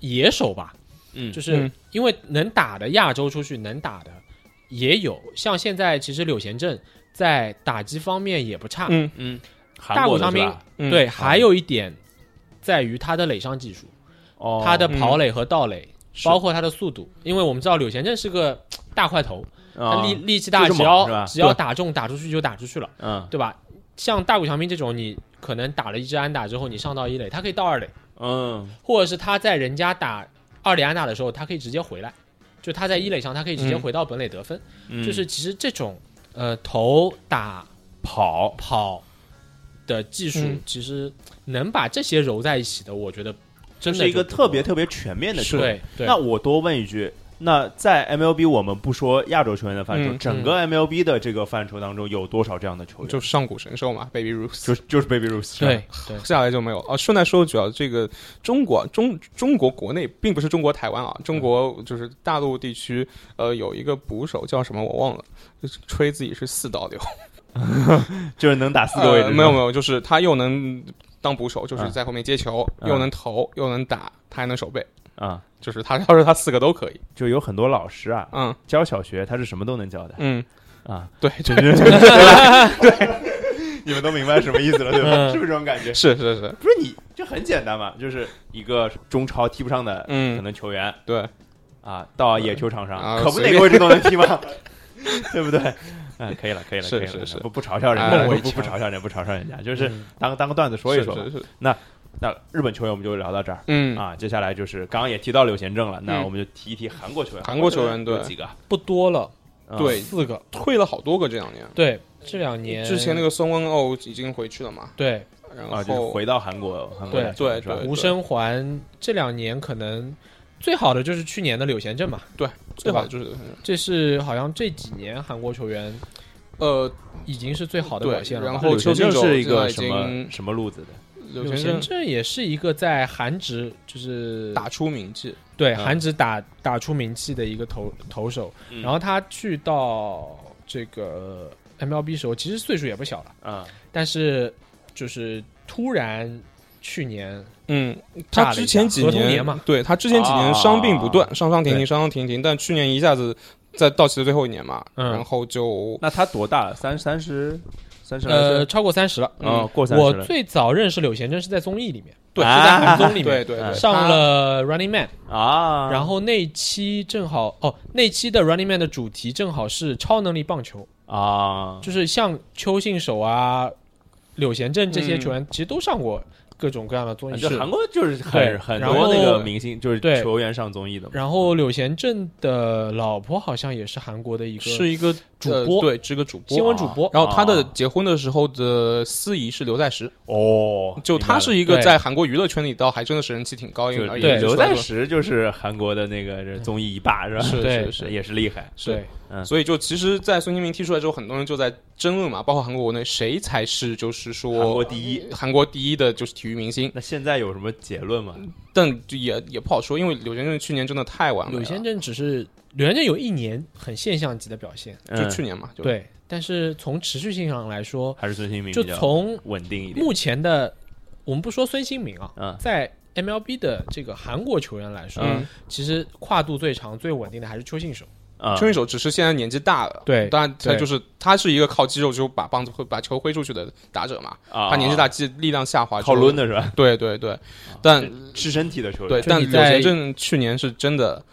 S3: 野手吧，
S1: 嗯
S3: 就是
S2: 嗯
S3: 因为能打的亚洲出去能打的也有，像现在其实柳贤镇在打击方面也不差，
S2: 嗯，
S1: 嗯，
S3: 大
S1: 韩
S3: 谷
S1: 国的
S3: 翔
S1: 是
S3: 平
S1: 吧？
S2: 嗯
S3: 对，还有一点在于他的垒上技术，
S1: 哦，
S3: 他的
S2: 嗯
S3: 跑垒和盗垒，
S2: 是
S3: 包括他的速度，因为我们知道柳贤镇是个大块头，他
S1: 啊
S3: 力力气大，
S1: 就是
S3: 只
S1: 猛是吧
S3: 要只要
S2: 对
S3: 打中打出去就打出去了，
S1: 嗯
S3: 对吧？像大谷翔平这种，你可能打了一支安打之后，你上到一垒，他可以到二垒。
S1: 嗯
S3: 或者是他在人家打二垒安打的时候，他可以直接回来，就他在一垒上，他可以直接
S2: 嗯
S3: 回到本垒得分。
S1: 嗯，
S3: 就是其实这种呃投打
S1: 跑
S3: 跑的技术，
S2: 嗯
S3: 其实能把这些揉在一起的，我觉得真的
S1: 是一个
S3: 就
S1: 特别特别全面的球
S2: 是
S1: 员。
S3: 对对
S1: 那我多问一句，那在 MLB 我们不说亚洲球员的范畴，
S2: 嗯
S1: 整个 MLB 的这个范畴当中有多少这样的球员？
S2: 就上古神兽嘛，Baby Ruth。
S1: 就就是 Baby Ruth，
S3: 对对
S2: 下来就没有啊。顺带说，主要这个中国中中国国内，并不是中国台湾
S1: 嗯
S2: 啊，中国就是大陆地区，呃，有一个捕手叫什么我忘了，就是吹自己是四刀流，
S1: 就是能打四个位置、
S2: 呃没有没有，就是他又能当捕手，就是
S1: 嗯
S2: 在后面接球，
S1: 嗯
S2: 又能投，又能打，他还能守备，
S1: 有啊。
S2: 就是他 他说他四个都可以，
S1: 就有很多老师啊，
S2: 嗯
S1: 教小学他是什么都能教的
S2: 嗯，
S1: 啊，
S2: 对，
S1: 就
S2: 这
S1: 是你们都明白什么意思了，对吧？
S3: 嗯
S1: 是不是这种感觉？
S2: 是是是，
S1: 不是你，这很简单嘛，就是一个中超踢不上的可
S2: 嗯，
S1: 能球员
S2: 对，
S1: 啊，到野球场上，
S2: 啊
S1: 可不
S2: 随
S1: 哪
S2: 便
S1: 个位置都能踢 吗？对不对？嗯，可以了，可以了，
S2: 是
S1: 可以了
S2: 是是
S1: 不不嘲笑人
S2: 哎
S1: 家，不
S2: 我
S1: 不不嘲笑人家，不嘲笑人家，就是
S3: 嗯
S1: 当当个段子说
S2: 所
S1: 一
S2: 以
S1: 说吧。啊
S2: 是是是，
S1: 那日本球员我们就聊到这儿
S2: 嗯，
S1: 啊，接下来就是刚刚也提到柳贤正了，那
S2: 嗯
S1: 我们就提一提韩国球员。
S2: 韩国球员
S1: 有
S2: 对
S1: 几个啊？
S3: 不多了，
S1: 嗯
S2: 对
S3: 四个。
S2: 退了好多个这两年。
S3: 对，这两年
S2: 之前那个松恩欧已经回去了嘛，
S3: 对
S2: 然
S1: 啊，就是
S2: 后
S1: 回到韩国，韩国
S3: 对
S1: 来球员
S2: 对
S1: 是吧
S2: 对
S3: 吴生环这两年可能最好的就是去年的柳贤镇嘛，
S2: 最好的就是
S3: 这是好像这几年韩国球员
S2: 呃，
S3: 已经是最好的
S2: 对
S3: 表现了吧。
S2: 然后
S1: 柳贤正
S2: 邱敬
S1: 是
S2: 哲
S1: 一个什
S2: 现在已
S1: 么
S2: 经
S1: 什么路子的？
S2: 柳
S3: 柳
S2: 先
S3: 贤
S2: 生
S3: 镇也是一个在韩职就是
S2: 打出名气，
S3: 对
S1: 嗯
S3: 韩职打打出名气的一个投投手，
S1: 嗯
S3: 然后他去到这个 MLB 时候，其实岁数也不小了，
S2: 嗯
S1: 啊，
S3: 但是就是突然去年
S2: 嗯，
S3: 炸
S2: 他
S3: 了一下
S2: 之前几
S3: 合同年嘛
S2: 对他之前几年伤病不断，上上停
S3: 对
S2: 停，上上停停，但去年一下子在到期的最后一年嘛，
S3: 嗯
S2: 然后就
S1: 那他多大了？三三十三十来岁
S3: 呃？超过三十了。
S1: 啊、过三
S3: 我
S1: 十了
S3: 最早认识柳贤真是在综艺里面，
S2: 对
S3: 是在韩综里
S2: 对
S3: 面
S2: 对
S1: 嗯
S2: 对，
S3: 上了 Running Man，
S1: 啊，
S3: 然后那期正好哦，那期的 Running Man 的主题正好是超能力棒球，
S1: 啊，
S3: 就是像邱信守啊、柳贤镇这些
S2: 嗯
S3: 球员，其实都上过各种各样的综艺。
S1: 就韩国就是
S3: 对
S1: 很很
S3: 然
S1: 多
S3: 后
S1: 那个明星就是
S3: 对
S1: 球员上综艺的嘛，
S3: 然后柳贤镇的老婆好像也是韩国的一
S2: 他
S3: 个
S2: 是一个
S3: 主
S2: 呃
S3: 播
S2: 对，是个主播
S3: 新。闻主播，
S2: 然后他的
S1: 啊
S2: 结婚的时候的司仪是刘在石，
S1: 哦，
S2: 就他是一个
S3: 对
S2: 在韩国娱乐圈里倒还真的是人气挺高，因
S1: 明
S2: 为
S1: 白
S2: 而
S1: 了
S2: 且
S1: 就刘
S2: 也是
S3: 对
S2: 说
S1: 在石就是韩国的那个这综艺一霸是吧？
S2: 是
S3: 对
S2: 是是，
S1: 也是厉害，
S2: 是
S3: 对，
S2: 所以就其实，在孙兴民踢出来之后，很多人就在争论嘛，包括韩国国内谁才是就是说
S1: 韩国第一。
S2: 韩国第一的就是体育明星，
S1: 那现在有什么结论吗？
S2: 但就也也不好说，因为柳贤镇去年真的啊太完美
S3: 柳
S2: 了，
S3: 贤镇只是柳贤镇有一年很现象级的表现，
S2: 就去年嘛，就
S3: 对，但是从持续性上来说
S1: 嗯、，还是孙兴民
S3: 就
S1: 比较
S3: 从
S1: 稳定一点。
S3: 目前的我们不说孙兴民啊，
S1: 嗯
S3: 在 MLB 的这个韩国球员来说，
S2: 嗯，
S3: 其实跨度最长、最稳定的还是邱信守。
S1: 啊，
S2: 邱信守只是现在年纪大了，
S3: 对
S2: 当然他
S3: 对
S2: 就是他是一个靠肌肉就把棒子挥把球挥出去的打者嘛，
S1: 啊
S2: 他年纪大，肌力量下滑，
S1: 靠抡，的是吧？
S2: 对对对，但
S1: 吃身体的球员，
S2: 对，
S3: 就
S2: 但
S3: 你
S2: 柳
S3: 在
S2: 贤镇去年是真的，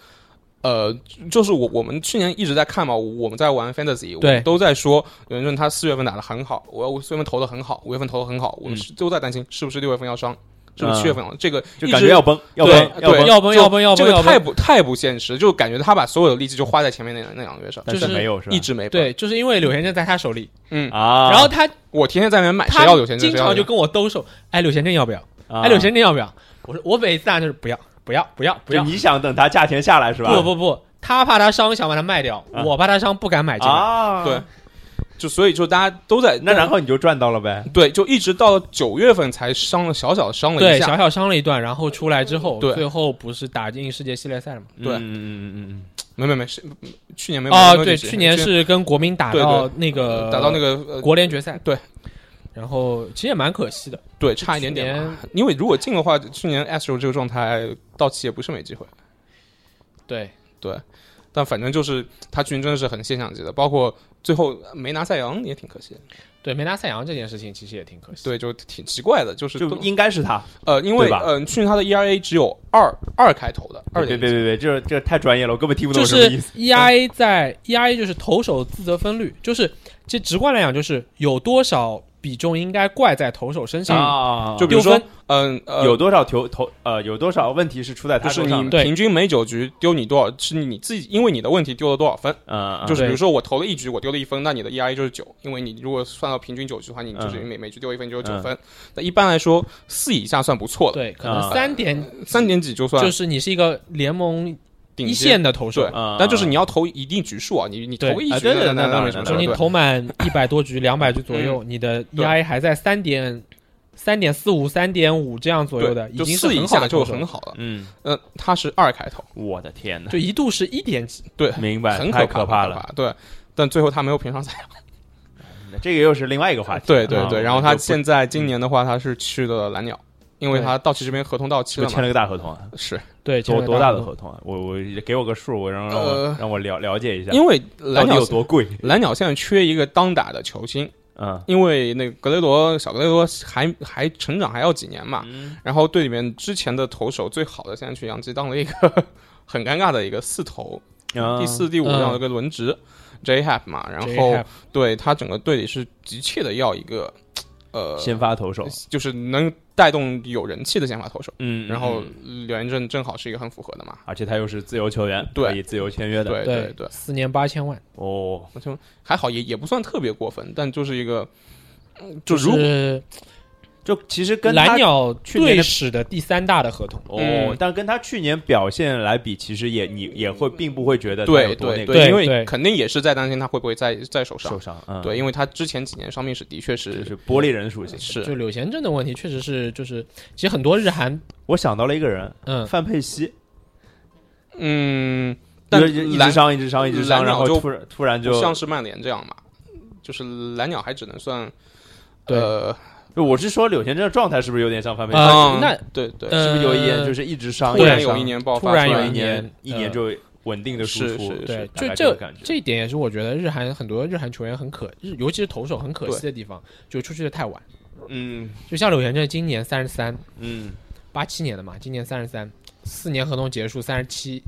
S2: 呃，就是我我们去年一直在看嘛，我们在玩 fantasy，我
S3: 对
S2: 们都在说柳贤镇他四月份打的很好，我我四月份投的很好，五月份投的很好，我们是都在担心是不是六月份要伤，是不是七月份要这个
S1: 就
S2: 一
S1: 感
S2: 直
S1: 觉要崩，要
S2: 对
S1: 崩，要
S2: 对
S1: 崩，
S3: 要崩
S2: 就
S3: 要崩要
S2: 这
S3: 崩
S2: 个
S3: 要
S2: 太
S3: 崩，
S2: 不太不现实，就感觉他把所有的力气就花在前面那那两个月上，
S1: 但
S3: 就是
S1: 没有是啊吧？
S2: 一直没
S3: 对，就是因为柳贤镇在他手里，
S1: 啊，
S3: 然后他
S2: 我天天在那边买，哎谁
S3: 他
S2: 要柳贤镇，
S3: 经
S2: 谁要
S3: 常
S2: 柳贤
S3: 就跟我兜售，哎，柳贤镇要不要？
S1: 啊
S3: 哎，柳贤镇要不要？我说我每次答案就是不要，不要，不要，不
S1: 就
S3: 要，
S1: 你想等他价钱下来是吧？
S3: 不不不，他怕他伤，想把它卖掉，
S1: 啊
S3: 我怕他伤，不敢买这个。
S1: 啊，
S2: 对，就所以就大家都在
S1: 那然后你就赚到了呗。
S2: 对，就一直到九月份才伤了小小的伤了
S3: 对，
S2: 一
S3: 小
S2: 下，
S3: 小伤了一段，然后出来之后，
S2: 对
S3: 最后不是打进世界系列赛了吗？
S1: 嗯
S2: 对
S1: 嗯嗯
S2: 没没没是嗯去年没有
S3: 哦，
S2: 没有
S3: 对，
S2: 这个
S3: 去年是跟国民打
S2: 对对
S3: 到那
S2: 呃
S3: 个
S2: 打到那个呃
S3: 国联决赛，
S2: 对，
S3: 然后其实也蛮可惜的，
S2: 对差一点点嘛，因为如果进的话，去年 Astro 这个状态到期也不是没机会。
S3: 对，
S2: 但反正就是他去年真的是很现象级的，包括最后没拿赛扬也挺可惜的。
S3: 对，没拿赛扬这件事情其实也挺可惜。
S2: 对，就挺奇怪的，就是
S1: 嗯，就
S2: 都
S1: 应该是他。
S2: 呃，因为
S1: 对吧
S2: 嗯、去年他的 ERA 只有二二开头的二
S1: 别
S2: 点
S1: 别别别，这这太专业了，我根本听不懂
S3: 就
S1: 什么
S3: 是
S1: 意思。
S3: ERA 在 ERA 就是投手自责分率，就是这直观来讲就是有多少比重应该怪在投手身上，
S1: 啊
S2: 就
S1: 就
S2: 比如说
S3: 丢分
S2: 嗯呃
S1: 有多少球投呃有多少问题是出在他
S2: 不是
S1: 身上
S2: 你
S1: 的？
S3: 对
S2: 平均每九局丢你多少，是你自己因为你的问题丢了多少分。
S1: 嗯，嗯
S2: 就是比如
S3: 对
S2: 说我投了一局，我丢了一分，那你的 ERA 就是九，因为你如果算到平均九局的话，你就是
S1: 嗯
S2: 每每局丢一分就有九
S1: 嗯
S2: 分。那一般来说四以下算不错的，
S3: 对，可能
S1: 啊
S3: 三点
S2: 三点几就算
S3: 就是你是一个联盟
S2: 顶
S3: 一
S2: 尖
S3: 线的投手
S2: 对，
S1: 嗯
S2: 但就是你要投一定局数啊，你你投
S3: 对
S2: 个一
S1: 啊
S2: 局
S1: 对对
S2: 那
S1: 那
S2: 那
S1: 当
S2: 没
S1: 然
S2: 什
S1: 那
S2: 么
S1: 当
S3: 就
S1: 然
S3: 你
S2: 事儿。
S3: 投满一百多局、两百局左
S1: 嗯
S3: 右，你的 ERA 还在三点三点四五、三点五这样左右的，
S2: 对，
S3: 已
S2: 就
S3: 经是
S2: 四以
S3: 很好
S2: 下
S3: 的
S2: 就
S3: 投手
S2: 很好了。
S1: 嗯，
S2: 呃，他是二开头，
S1: 我的天哪，
S3: 就一度是一点几，
S2: 对，
S1: 明白，
S2: 很
S1: 太
S2: 可
S1: 怕
S2: 很
S1: 了。。
S2: 对，但最后他没有评 上赛。
S1: 这个又是另外一个话题。
S2: 对对
S1: 啊
S2: 对，然后他
S1: 就不
S2: 现在今年的话，他是去的蓝鸟，因为
S3: 对
S2: 他到期这边合同到期
S1: 就
S2: 了
S1: 签
S2: 嘛。
S1: 了个大合同啊，
S2: 是
S3: 对，
S1: 多
S3: 这个
S1: 多大的
S3: 合同
S1: 合同啊？我我给我个数，我让让我
S2: 呃
S1: 让我了了解一下，
S2: 因为
S1: 到
S2: 蓝
S1: 底
S2: 鸟
S1: 有多贵
S2: 蓝鸟现在缺一个当打的球星，
S1: 嗯
S2: 因为那个格雷罗小格雷罗还还成长还要几年嘛，
S1: 嗯
S2: 然后队里面之前的投手最好的现在去洋基当了一个 很尴尬的一个四投，
S1: 啊
S2: 第四、第五这样的一个轮值、j h a p 嘛，然后
S3: J-Hap
S2: 对他整个队里是急切的要一个呃，
S1: 先发投手，
S2: 就是能带动有人气的先发投手，
S1: 嗯
S2: 然后柳岩正正好是一个很符合的嘛，
S1: 而且他又是自由球员，
S2: 对
S1: 可以自由签约的，
S2: 对对对，
S3: 四年八千万，
S1: 哦，
S2: 我就还好也也不算特别过分，但就是一个。嗯就如
S3: 是
S1: 就其实跟他
S3: 蓝鸟
S1: 去年的
S3: 队史的第三大的合同。
S1: 哦
S2: 嗯，
S1: 但跟他去年表现来比，其实也你也会并不会觉得他有
S2: 对
S1: 多那
S2: 对
S1: 个
S3: 对
S2: 因为
S3: 对
S2: 肯定也是在担心他会不会再再受伤
S1: 受。伤，嗯，
S2: 对，因为他之前几年伤病史的确是
S1: 就是玻璃人属性。
S2: 是
S3: 就柳贤镇的问题，确实是就是，其实很多日韩，
S1: 我想到了一个人，
S3: 嗯，
S1: 范佩西，
S2: 嗯，但
S1: 就是一直
S2: 蓝
S1: 伤，一直伤，一直伤，
S2: 蓝
S1: 然后
S2: 鸟就
S1: 突然突然就
S2: 不，像是曼联这样嘛，就是蓝鸟还只能算
S3: 对
S2: 呃
S1: 我是说柳贤镇的状态是不是有点像范佩西？
S3: 啊
S2: 嗯
S3: 那
S2: 对对，
S3: 呃
S1: 是不是有一年就是一直伤，
S2: 突然
S1: 直
S2: 有
S1: 伤
S2: 一，年爆发，
S3: 突然
S1: 突
S3: 有
S1: 然一
S3: 一年嗯
S1: 一年就稳定的输
S2: 是
S1: 出
S2: 是，是
S3: 对，
S1: 大
S3: 就
S1: 概
S3: 这
S1: 个感觉
S3: 这一点也是我觉得日韩很多日韩球员很可，日尤其是投手很可惜的地方，就出去的太晚。
S1: 嗯
S3: 就像柳贤镇今年三十三，
S1: 嗯，
S3: 八七年的嘛，今年三十三，四年合同结束三十七，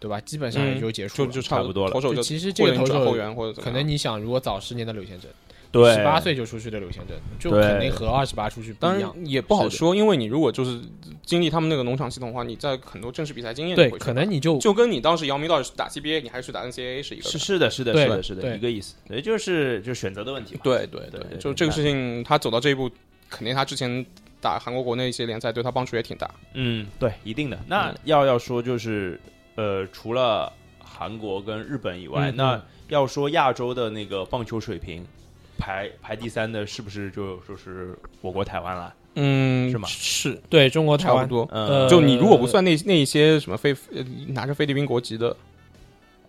S3: 对吧？基本上也就结束
S2: 嗯就
S3: 了。
S2: 就
S1: 差不多了
S2: 投手
S3: 就
S2: 就
S3: 其实这个
S2: 或者你
S3: 投
S2: 转
S3: 手
S2: 后援或者怎么
S3: 可
S2: 样
S3: 能你想，如果早十年的柳贤镇，
S1: 对，
S3: 十八岁就出去的柳贤镇，就
S1: 对
S3: 肯定和二十八出去不
S2: 当
S3: 一
S2: 然
S3: 样。
S2: 也不好
S1: 是的
S2: 说，因为你如果就是经历他们那个农场系统的话，你在很多正式比赛经验
S3: 对，
S2: 你会
S3: 可能你就
S2: 就跟你当时姚明到底是打 CBA，你还是打 NCAA 是一个
S1: 是是的，是的，
S3: 对
S1: 是的，是的，
S3: 对
S1: 一个意思，对，就是就选择的问题嘛。
S2: 对对
S1: 对对
S2: 就这
S1: 明
S2: 个
S1: 白
S2: 事情，他走到这一步，肯定他之前打韩国国内一些联赛对他帮助也挺大。
S1: 嗯，对，一定的。那要要说就是，呃，除了韩国跟日本以外，
S3: 嗯
S1: 那要说亚洲的那个棒球水平，排排第三的是不是就就是我国台湾了？
S2: 嗯
S1: 是吗
S2: 是，
S3: 对中国台
S2: 差
S3: 湾
S2: 不多。
S1: 嗯，
S3: 呃
S2: 就你如果不算那那一些什么菲呃拿着菲律宾国籍的，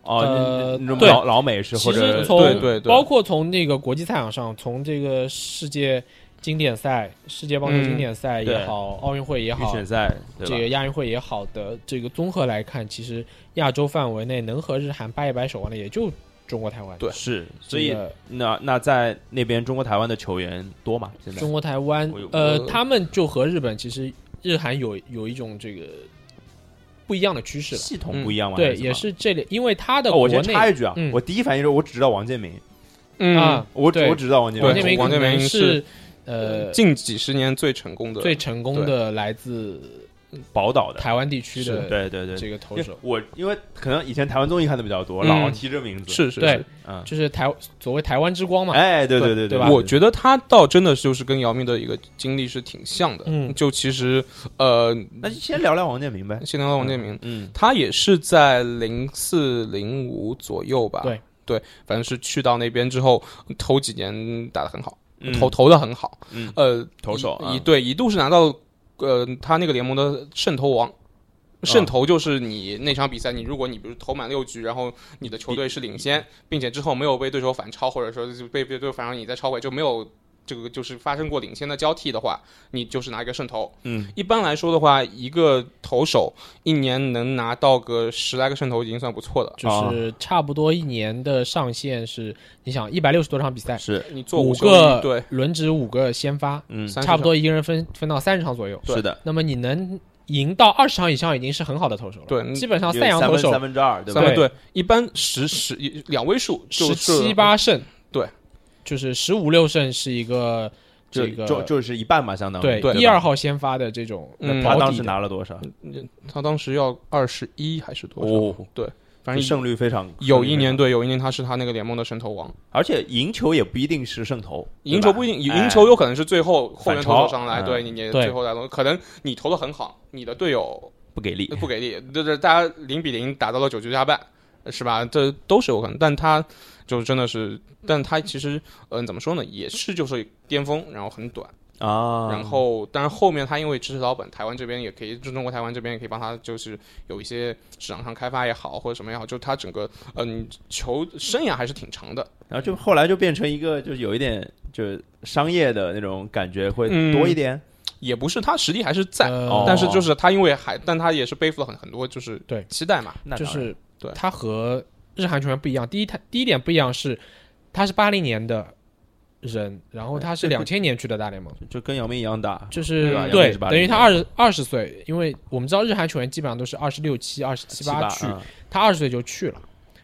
S1: 哦，
S3: 呃
S1: 那那
S3: 对
S1: 老老美是
S3: 其
S1: 或者
S3: 实从
S2: 对对对
S3: 包括从那个国际赛场上，从这个世界经典赛、世界棒球经典赛也好，奥运会也
S1: 嗯预
S3: 好，
S1: 选赛对
S3: 这个
S1: 吧？
S3: 亚运会也好的这个综合来看，其实亚洲范围内能和日韩掰一掰手腕的，也就中国台湾。
S2: 对
S1: 是，
S3: 这
S1: 所以
S3: 个
S1: 那那在那边中国台湾的球员多吗？现在
S3: 中国台湾
S1: 我有，
S3: 呃
S2: 我，
S3: 他们就和日本其实日韩有有一种这个不一样的趋势了。
S1: 系统不一样吗？还
S3: 对，
S1: 怎么
S3: 也。是这里，因为他的
S1: 哦，
S3: 国
S1: 我
S3: 内
S1: 先插一句啊
S3: 嗯，
S1: 我第一反应是我只知道王建民，
S2: 嗯
S3: 啊，
S1: 我只
S3: 对
S1: 我只知道王建
S3: 王
S1: 民
S3: 建，民
S2: 王
S3: 可
S2: 建民
S3: 能
S2: 是
S3: 呃
S2: 近几十年最成功的，
S3: 最成功的来自
S1: 宝岛的，
S3: 台湾地区
S1: 是
S3: 的
S1: 对对对，
S3: 这个
S1: 因
S3: 投
S1: 为
S3: 手，
S1: 我因为可能以前台湾综艺看的比较多，
S2: 嗯
S1: 老提这名字。，
S2: 是是
S3: 对
S2: 是，，
S1: 嗯，
S3: 就是台所谓台湾之光嘛。
S1: 哎，对对对
S3: 对吧
S2: 我觉得他倒真的就是跟姚明的一个经历是挺像的。
S3: 嗯
S2: 就其实呃，
S1: 那就先聊聊王建民呗。
S2: 先聊到王建民，
S1: 嗯，
S2: 他也是在零四零五左右吧，
S3: 对
S2: 反正是去到那边之后，头几年打得很好，
S1: 嗯
S2: 投投的很好，
S1: 嗯
S2: 呃，
S1: 投手
S2: 一
S1: 啊
S2: 一对一度是拿到呃他那个联盟的胜投王。
S1: 嗯
S2: 胜投就是你那场比赛，你如果你比如投满六局，然后你的球队是领
S1: 嗯
S2: 先，并且之后没有被对手反超，或者说就被被对手反超，你再超回就没有这个就是发生过领先的交替的话，你就是拿一个胜投。
S1: 嗯，
S2: 一般来说的话，一个投手一年能拿到个十来个胜投已经算不错的。
S3: 就是差不多一年的上限是，你想一百六十多场比赛，
S1: 是，
S2: 你做
S3: 五
S2: 球
S3: 个
S2: 对，
S3: 轮值五个先发，
S1: 嗯，
S2: 30
S3: 差不多
S2: 场
S3: 一个人分分到三十场左右。
S1: 是的，
S3: 那么你能赢到二十场以上，已经是很好的投手了。
S2: 对
S3: 基本上
S1: 有
S3: 赛扬
S1: 三
S3: 投
S1: 分
S3: 手
S1: 三分之二，对吧
S2: 三？
S3: 分
S2: 对，一般十十两位数，就
S3: 十
S2: 是
S1: 嗯
S3: 七八胜，
S2: 对，
S3: 就是十五六胜是一个
S1: 就
S3: 这个
S1: 就就是一半嘛，相当于
S3: 对
S1: 对吧
S3: 一二。号先发的这种呃
S2: 嗯
S1: 他
S3: 保
S1: 当
S3: 底
S1: 时
S3: 的。
S1: 拿了多少？
S3: 嗯
S2: 他当时要二十一还是多少？
S1: 哦，
S2: 反正
S1: 胜率非常。
S2: 有一年
S1: 对，
S2: 对，有一年他是他那个联盟的神头王，
S1: 而且赢球也不一定是胜投，
S2: 赢
S1: 对吧
S2: 球不一定，
S1: 哎
S2: 赢球有可能是最后后
S1: 反
S2: 援
S1: 超
S2: 投手上来，
S1: 嗯
S2: 对你你
S3: 对
S2: 最后来投，可能你投的很好，你的队友
S1: 不给力。
S2: 不给力，就是大家零比零打到了九局下半，是吧？这都是有可能，但他就真的是，但他其实嗯、怎么说呢，也是就是巅峰，然后很短，
S1: 啊，
S2: 然后但是后面他因为支持老本，台湾这边也可以，中国台湾这边也可以帮他，就是有一些市场上开发也好，或者什么也好，就他整个嗯、球生涯还是挺长的，
S1: 然后就后来就变成一个，就有一点就商业的那种感觉会多一点。
S2: 也不是他实力还是在。
S3: 呃
S1: 哦
S2: 但是就是他，因为还，但他也是背负了很很多，就是
S3: 对
S2: 期待嘛。
S1: 那
S3: 就
S1: 当然
S3: 是
S2: 对
S3: 他和日韩球员不一样。第一，他第一点不一样是，他是八零年的
S4: 人，然后他是
S1: 这
S4: 两千年去的大联盟，
S1: 就跟姚明一样大，
S4: 就是
S1: 对吧杨
S4: 对
S1: 明是，80
S4: 等于他二十二十岁，因为我们知道日韩球员基本上都是二十六七、二十七八
S1: 八
S4: 去，
S1: 嗯
S4: 他二十岁就去了，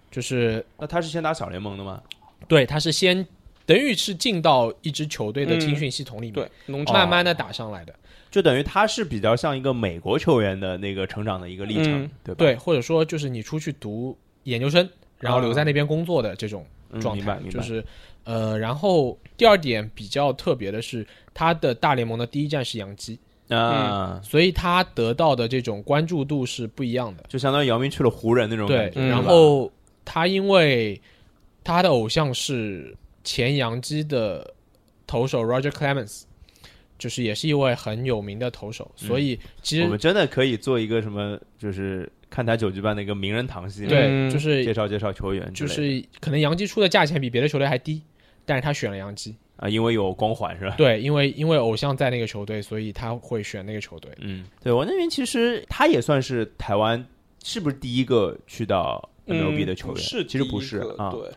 S4: 就是
S1: 那他是先打小联盟的吗？
S4: 对，他是先等于是进到一支球队的
S1: 嗯
S4: 青训系统里面，
S2: 对，农场
S4: 慢慢
S1: 哦
S4: 的打上来的，
S1: 就等于他是比较像一个美国球员的那个成长的一个历程，
S2: 嗯
S1: 对吧？
S4: 对，或者说就是你出去读研究生，然后留
S1: 哦
S4: 在那边工作的这种
S1: 嗯，
S4: 状
S1: 明
S4: 态
S1: 白，明白。
S4: 就是呃，然后第二点比较特别的是，他的大联盟的第一站是洋基，
S1: 啊，
S4: 所以他得到的这种关注度是不一样的。
S1: 就相当于姚明去了湖人那种
S4: 对
S1: 感，觉，
S2: 嗯
S4: 然
S1: 是吧
S4: 后他因为他的偶像是前洋基的投手 Roger Clemens，就是也是一位很有名的投手，所以其
S1: 嗯我
S4: 实
S1: 们真的可以做一个什么，就是看台九局办的一个名人堂系列，
S4: 对，
S2: 嗯
S4: 就是
S1: 介绍介绍球员之
S4: 就
S1: 类的，
S4: 是可能洋基出的价钱比别的球队还低，但是他选了洋基。
S1: 啊，因为有光环是吧？
S4: 对，因为因为偶像在那个球队，所以他会选那个球队。
S1: 嗯，对我那边其实他也算是台湾，是不是第一个去到
S4: 嗯
S1: MLB 的球员？
S2: 嗯是，
S1: 其实不是啊，
S2: 对，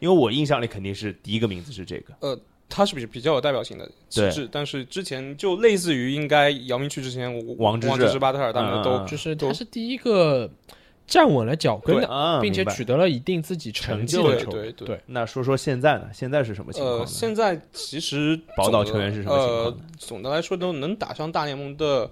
S1: 因为我印象里肯定是第一个名字是这个。
S2: 他是比比较有代表性的旗帜，但是之前就类似于应该姚明去之前，我
S1: 王治
S2: 王
S1: 郅
S2: 治郅、巴特尔他们
S1: 嗯
S2: 都
S1: 嗯
S4: 就是
S2: 都
S4: 他是第一个站稳了脚跟
S2: 对
S4: 的，
S1: 啊，
S4: 并且
S1: 明白
S4: 取得了一定自己成绩的
S1: 成
S4: 球
S1: 就
S4: 队。
S2: 对对
S4: 对
S1: 那说说现在呢？现在是什么情况呢？
S2: 呃，现在其实
S1: 宝岛
S2: 总的
S1: 球员是什么情况
S2: 呃
S1: 呢？，
S2: 总的来说都能打上大联盟的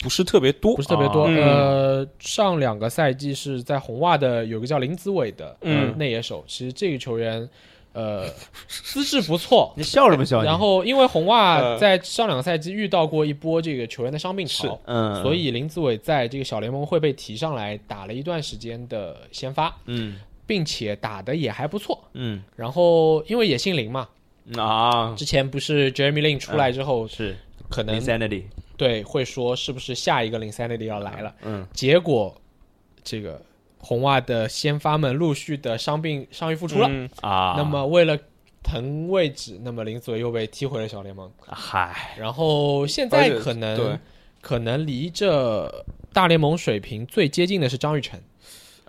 S2: 不是特别多
S4: 不。是特别多。
S1: 啊
S2: 嗯
S4: 呃，上两个赛季是在红袜的有个叫林子伟的呃
S2: 嗯
S4: 内野手，其实这个球员 呃资质不错。
S1: 你嗯笑什么笑你？
S4: 然后因为红袜
S2: 呃
S4: 在上两个赛季遇到过一波这个球员的伤病潮，
S1: 嗯，
S4: 所以林子伟在这个小联盟会被提上来打了一段时间的先发，
S1: 嗯
S4: 并且打的也还不错。
S1: 嗯
S4: 然后因为也姓林嘛，
S2: 嗯
S1: 啊，
S4: 之前不是 Jeremy Lin 出来之后，
S1: 是
S4: 可能
S1: insanity，
S4: 对会说是不是下一个 Lin Sanity 要来了。
S1: 嗯
S4: 结果这个红袜的先发们陆续的伤病伤愈复出了。
S2: 嗯
S1: 啊，
S4: 那么为了腾位置，那么林子伟又被踢回了小联盟。
S1: 嗨，
S4: 然后现在
S2: 哎而且
S4: 可能
S2: 对
S4: 可能离这大联盟水平最接近的是张育成。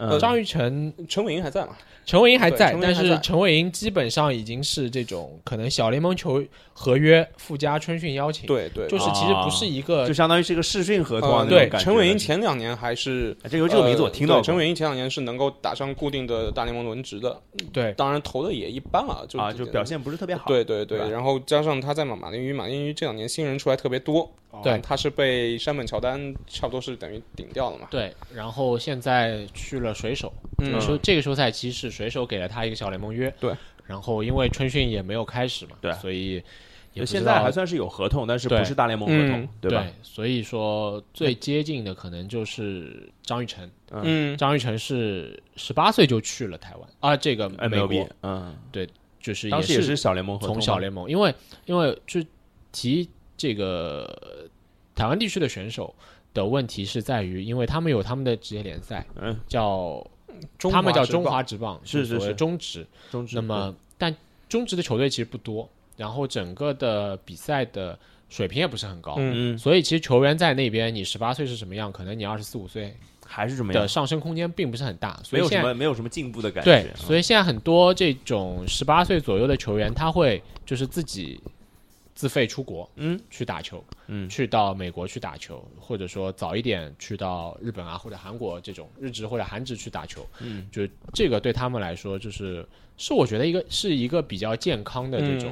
S1: 嗯
S4: 张育成、
S2: 陈伟霆还在嘛？
S4: 陈伟英还
S2: 对
S4: 在，
S2: 陈伟
S4: 但
S2: 英还
S4: 是
S2: 在
S4: 陈伟英基本上已经是这种可能小联盟球合约附加春训邀请，
S2: 对对，
S4: 就是其实不是一个
S1: 啊就相当于是一个试训合同啊
S2: 呃
S1: 那种
S4: 对
S1: 感觉
S2: 陈伟
S1: 的
S2: 霆前两年还是
S1: 哎这个这个名字我
S2: 呃
S1: 听到
S2: 对陈
S1: 过
S2: 伟霆前两年是能够打上固定的大联盟轮值的，
S4: 对
S2: 当然投的也一般了，就
S1: 啊，就表。现不是特别好。
S2: 对对
S1: 对吧
S2: 对，然后加上他在马马林鱼，马林鱼这两年新人出来特别多，
S1: 哦
S4: 对
S2: 他是被山本乔丹差不多是等于顶掉了嘛。
S3: 对，然后现在去了水手，这个
S2: 嗯
S3: 休这个休赛期是水手给了他一个小联盟约，
S2: 对，
S3: 然后因为春训也没有开始嘛，
S1: 对
S3: 所以
S1: 就
S3: 也不
S1: 现
S3: 知
S1: 在
S3: 道
S1: 还算是有合同，但是不
S3: 对
S1: 是大联盟合同
S2: 嗯，
S1: 对吧？
S3: 所以说最接近的可能就是张育成，
S2: 嗯，
S3: 张育成是十八岁就去了台湾啊，这个美
S1: MLB，
S3: 国
S1: 嗯，
S3: 就是
S1: 当
S3: 也
S1: 时也是小联盟合同
S3: 从
S1: 吗，
S3: 小联盟，因为因为就提这个台湾地区的选手的问题是在于，因为他们有他们的职业联赛，
S1: 嗯，
S3: 叫
S2: 中华
S3: 他们叫
S2: 职棒
S3: 中华职棒，
S1: 是
S3: 所谓
S1: 是是嗯
S3: 中职。
S1: 中职
S3: 那么，但中职的球队其实不多，然后整个的比赛的水平也不是很高，
S2: 嗯
S1: 嗯，
S3: 所以其实球员在那边，你十八岁是什么样，可能你二十四五岁
S1: 还是什么样
S3: 的？上升空间并不是很大，所
S1: 没
S3: 以
S1: 有
S3: 现
S1: 什
S3: 在
S1: 么没有什么进步的感觉啊嗯
S3: 对，，所以现在很多这种十八岁左右的球员，他会就是自己自费出国，
S1: 嗯，
S3: 去打球，
S1: 嗯
S3: 去到美国去打球，或者说早一点去到日本啊或者韩国这种日职或者韩职去打球，
S1: 嗯，
S3: 就这个对他们来说，就是是我觉得一个是一个比较健康的这种。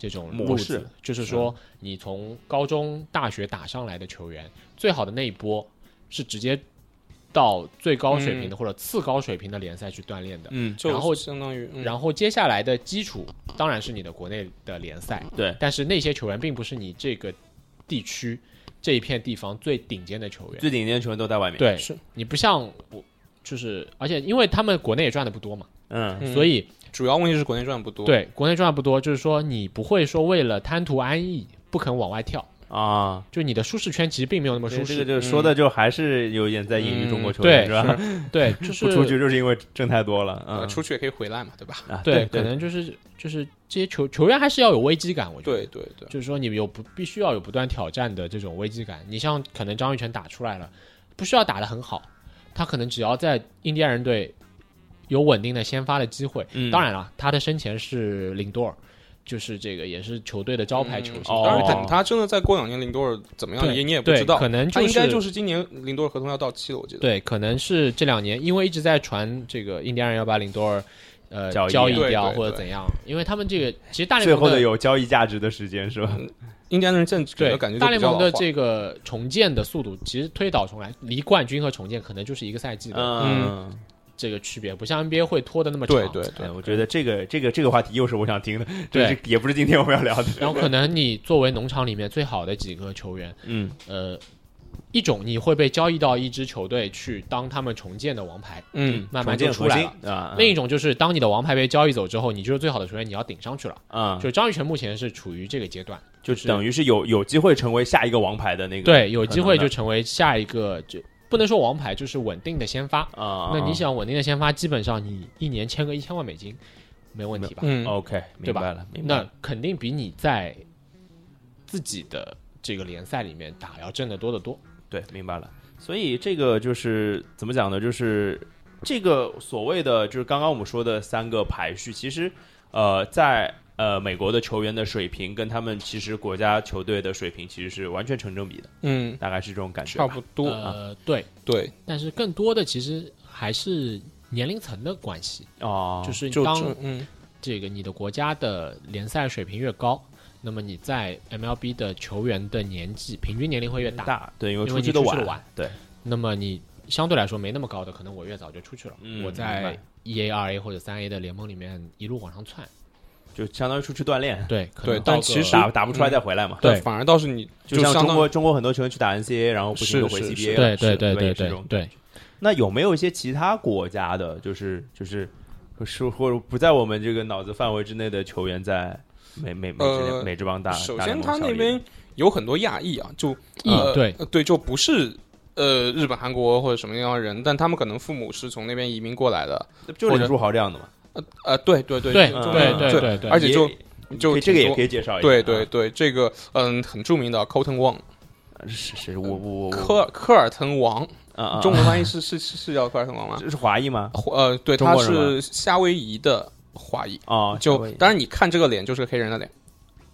S3: 这种
S1: 嗯模
S3: 路
S1: 式
S3: 子，就是说，你从高中、大学打上来的球员，最好的那一波是直接到最高水平的或者次高水平的联赛去锻炼的。
S1: 嗯，
S2: 就
S3: 然后
S2: 相当于，嗯
S3: 然后接下来的基础当然是你的国内的联赛，
S1: 对，
S3: 但是那些球员并不是你这个地区这一片地方最顶尖的球员。
S1: 最顶尖的球员都在外面，
S3: 对，
S2: 是
S3: 你不像我，就是而且因为他们国内也赚的不多嘛，
S1: 嗯，
S2: 嗯
S3: 所以
S2: 主要问题是国内赚不多。，
S3: 对国内赚的不多，就是说你不会说为了贪图安逸不肯往外跳，
S1: 啊，
S3: 就你的舒适圈其实并没有那么
S1: 所
S3: 舒
S1: 以这个
S3: 适。
S1: 就说的就还是有点在隐喻中国球
S3: 嗯
S1: 员是吧？
S3: 对，就是
S1: 不出去就是因为挣太多了，
S2: 呃
S1: 嗯，
S2: 出去也可以回来嘛，对吧？
S1: 啊，
S3: 对，可
S1: 对，
S3: 能就是就是这些球球员还是要有危机感，我觉得。
S2: 对对对，
S3: 就是说你有不必须要有不断挑战的这种危机感。你像可能张育成打出来了，不需要打得很好，他可能只要在印第安人队有稳定的先发的机会。
S1: 嗯
S3: 当然了，他的生前是林多尔，就是这个也是球队的招牌球星。
S2: 嗯当然
S5: 哦
S2: 等他真的再过两年，林多尔怎么样，
S3: 对
S2: 你也不
S3: 对
S2: 知道。
S3: 可能
S2: 他应该就是是今年林多尔合同要到期了，我记得。
S3: 对，可能是这两年因为一直在传这个印第安人要把林多尔呃
S1: 交易
S3: 交易
S2: 对
S3: 掉
S2: 对
S3: 或者
S2: 对
S3: 怎样，因为他们这个其实大联
S1: 最
S3: 盟
S1: 后
S3: 的
S1: 的有交易价值的时间是吧？
S2: 印第安人现在给
S3: 对
S2: 的感觉就
S3: 大
S2: 比
S3: 联
S2: 较
S3: 盟的
S2: 老化
S3: 这个重建的速度，其实推导重来，离冠军和重建可能就是一个赛季的
S1: 嗯，
S3: 这个区别，不像 NBA 会拖得那么长。
S2: 对对对
S1: 对，，我觉得这个这个这个话题又是我想听的，
S3: 对
S1: 这是也不是今天我们要聊的。
S3: 然后可能你作为农场里面最好的几个球员，
S1: 嗯，
S3: 呃，一种你会被交易到一支球队去当他们重建的王牌，
S2: 嗯，
S3: 慢
S1: 重
S3: 慢就
S1: 建
S3: 出
S1: 核
S3: 来
S1: 心
S3: 了。
S1: 啊，
S3: 另一种就是当你的王牌被交易走之后，你就是最好的球员，你要顶上去了。
S2: 嗯
S1: 啊，
S3: 就张玉成目前是处于这个阶段，
S1: 就是等于是有有机会成为下一个王牌的那个，
S3: 对，有机会
S1: 可能
S3: 就
S1: 的
S3: 成为下一个，就不能说王牌，就是稳定的先发。
S1: 啊，
S3: 那你想稳定的先发，基本上你一年签个一千万美金，没问题吧？
S2: 嗯，
S1: OK，
S3: 对
S1: 明
S3: 吧
S1: 白了，明白
S3: 那
S1: 了。
S3: 肯定比你在自己的这个联赛里面打要挣得多得多。
S1: 对，明白了。所以这个就是怎么讲呢？就是呃这个所谓的就是刚刚我们说的三个排序，其实呃，在呃美国的球员的水平跟他们其实国家球队的水平其实是完全成正比的，
S2: 嗯，
S1: 大概是这种感觉吧。
S2: 差不多，
S1: 啊
S3: 呃，对，
S2: 对，
S3: 但是更多的其实还是年龄层的关系，
S1: 哦，
S3: 呃就是你
S2: 就
S3: 当
S2: 这嗯，
S3: 这个你的国家的联赛水平越高，那么你在 MLB 的球员的年纪平均年龄会越大，
S1: 嗯大对，因为
S3: 因
S1: 出
S3: 为
S1: 去
S3: 你
S1: 的
S3: 出去得晚
S1: 对，
S3: 那么你相对来说没那么高的，可能我越早就出去了，
S1: 嗯
S3: 我
S1: 明
S3: 在
S1: 白
S3: E A R A 或者三 A 的联盟里面一路往上窜，
S1: 就相当于出去锻炼，
S3: 对，可
S2: 对
S3: 能
S2: 但
S3: 到个
S2: 其实
S1: 打打不出来再回来嘛。
S3: 对
S2: 但反而倒是你
S1: 就像
S2: 相
S1: 中
S2: 当于
S1: 国中国很多球员去打 NCAA，然后不行
S2: 是
S1: 就回
S2: 是
S1: CBA，
S3: 对
S1: 了
S3: 对
S1: 是
S3: 对
S1: 吧也是
S3: 对
S1: 这
S3: 对
S1: 种
S3: 对，
S1: 那有没有一些其他国家的，就是就是是或者不在我们这个脑子范围之内的球员在美美美职联、
S2: 呃
S1: 美职棒大？
S2: 首
S1: 大联
S2: 先
S1: 盟
S2: 他
S1: 效
S2: 那
S1: 力
S2: 边有很多亚裔啊，就
S3: 裔
S2: 呃
S3: 嗯对
S2: 呃对，就不是呃日本、韩国或者什么样的人，但他们可能父母是从那边移民过来的，
S1: 的就
S2: 或
S1: 是
S2: 者
S1: 林书豪这样的嘛，
S2: 呃，对对对
S3: 对
S2: 就
S1: 嗯
S3: 对
S1: 嗯
S3: 对
S2: 对
S3: 对对，
S2: 而且
S1: 也
S2: 就就
S1: 可以这个
S2: 挺
S1: 也
S2: 多
S1: 可以介绍一下。
S2: 对
S1: 啊
S2: 对，对，这个嗯很著名的 Cotton Wong
S1: 啊是是，我我我
S2: 科尔科尔腾王，
S1: 啊哦啊，
S2: 中文翻译是是是是叫科尔腾王吗？
S1: 这是华裔吗？
S2: 呃，对，
S1: 中
S2: 他
S1: 国人
S2: 是夏威夷的华裔。
S1: 啊，夏
S2: 就
S1: 威夷
S2: 当然，你看这个脸就是个黑人的脸，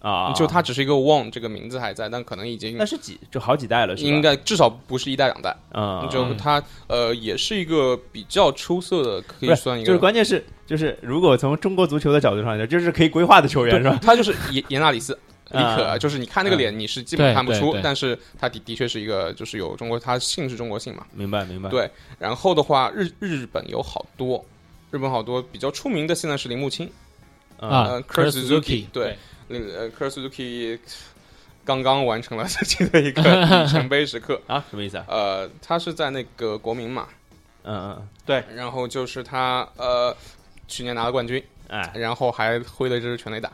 S1: 啊，
S2: 就他只是一个 Wong 这个名字还在，但可能已经
S1: 那是几就好几代了，是吧？
S2: 应该至少不是一代两代。
S1: 嗯，
S2: 就他呃，也是一个比较出色的，可
S1: 不
S2: 以
S1: 是
S2: 算一
S1: 就
S2: 个
S1: 是。关键是就是如果从中国足球的角度上来讲，这是可以规划的球员是吧？
S2: 他就是严严纳 里斯。李
S1: 啊
S2: 可就是你看那个脸，你是基本看不
S3: 对
S2: 出
S3: 对对，
S2: 但是他的的确是一个，就是有中国，他姓是中国姓嘛。
S1: 明白明白。
S2: 对然后的话，日日本有好多，日本好多比较出名的现在是铃木清，
S1: 啊，
S3: 啊
S2: 呃，Kurt Suzuki，
S3: 对
S2: 对，那个呃 k u r Suzuki 刚刚完成了自己的一个里程碑时刻。
S1: 啊，什么意思啊？
S2: 呃，他是在那个国民嘛，
S1: 嗯嗯，对，
S2: 然后就是他呃去年拿了冠军，
S1: 哎，
S2: 然后还挥了一支全垒打，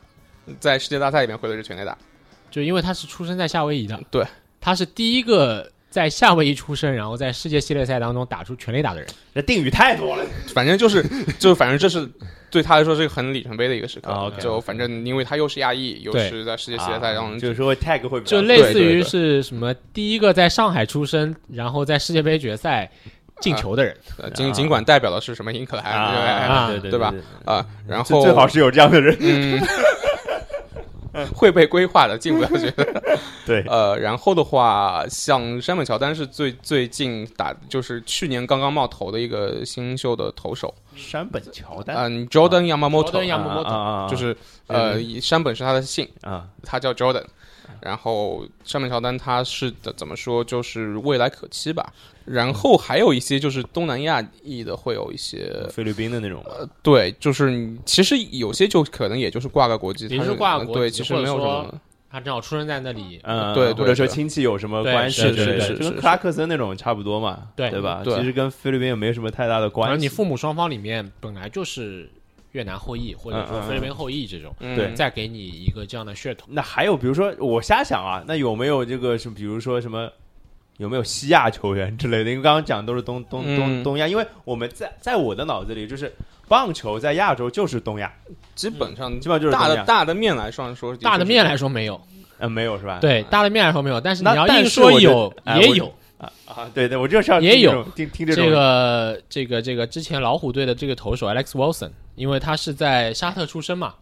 S2: 在世界大赛里面挥了一支全垒打。
S3: 就因为他是出生在夏威夷的，
S2: 对，
S3: 他是第一个在夏威夷出生，然后在世界系列赛当中打出全垒打的人。
S1: 这定语太多了。
S2: 反正就是，就是反正这是对他来说是一个很里程碑的一个时刻。
S1: 啊，OK，啊
S2: 就反正因为他又是亚裔，又
S3: 对
S2: 是在世界系列赛当中，
S1: 就是说 tag 会比较
S3: 就
S1: 多
S3: 类似
S2: 对
S3: 于
S2: 对
S3: 是什么第一个在上海出生，然后在世界杯决赛进球的人，
S2: 呃
S1: 啊
S2: 尽尽管代表的是什么英格兰，
S1: 啊，
S3: 啊
S1: 对
S3: 对
S1: 对
S2: 对吧？啊，然
S1: 最
S2: 后
S1: 最好是有这样的人，
S2: 嗯，会被规划的，进不了 决赛。
S1: 对，
S2: 呃，然后的话，像山本乔丹是最最近打，就是去年刚刚冒头的一个新秀的投手，
S1: 山本乔丹
S2: 嗯，Jordan Yamamoto，
S3: Jordan Yam-
S1: 哎啊啊啊啊
S2: 就是呃，山本是他的姓，
S1: 啊，
S2: 他叫 Jordan。然后山本乔丹他是的怎么说，就是未来可期吧。然后还有一些就是东南亚裔的，会有一些
S1: 菲律宾的那种嘛，嗯
S2: 对，就是你其实有些就可能也就是挂个国籍，
S3: 也
S2: 他
S3: 是挂
S2: 嗯
S3: 国
S2: 对，
S3: 籍
S2: 其实
S3: 或者
S2: 没有什
S3: 说
S2: 么。
S3: 他正好出生在那里。
S1: 嗯，
S2: 对对
S1: 或者说
S2: 对
S1: 亲戚有什么
S3: 对
S1: 关系
S3: 是
S1: 之类的，
S2: 是是
S1: 就是跟克拉克森那种差不多嘛，
S3: 对
S1: 对吧？
S2: 对
S1: 其实跟菲律宾也没什么太大的
S3: 反
S1: 关
S3: 正
S1: 系，
S3: 你父母双方里面本来就是越南后裔或者说
S1: 嗯嗯嗯
S3: 菲律宾后裔这种，
S2: 嗯
S1: 对
S3: 再给你一个这样的噱头。
S1: 那还有比如说我瞎想啊，那有没有这个是比如说什么？有没有西亚球员之类的？因为刚刚讲都是东东东
S2: 嗯
S1: 东亚，因为我们在在我的脑子里，就是棒球在亚洲就是东亚，
S2: 基本上
S1: 基本上就是
S2: 大
S1: 东
S2: 的
S1: 亚。
S2: 大的面来上说，
S3: 大的面来说没有，
S1: 呃，没有是吧？
S3: 对大的面来说没有，但是你
S1: 那
S3: 要
S1: 但
S3: 硬
S1: 是
S3: 说
S1: 我觉得
S3: 有
S1: 哎
S3: 也
S1: 我
S3: 有，
S1: 啊，对对，我就是要
S3: 也
S1: 听这
S3: 有
S1: 种听听这种
S3: 这个这个这个之前老虎队的这个投手 Alex Wilson，因为他是在沙特出生嘛，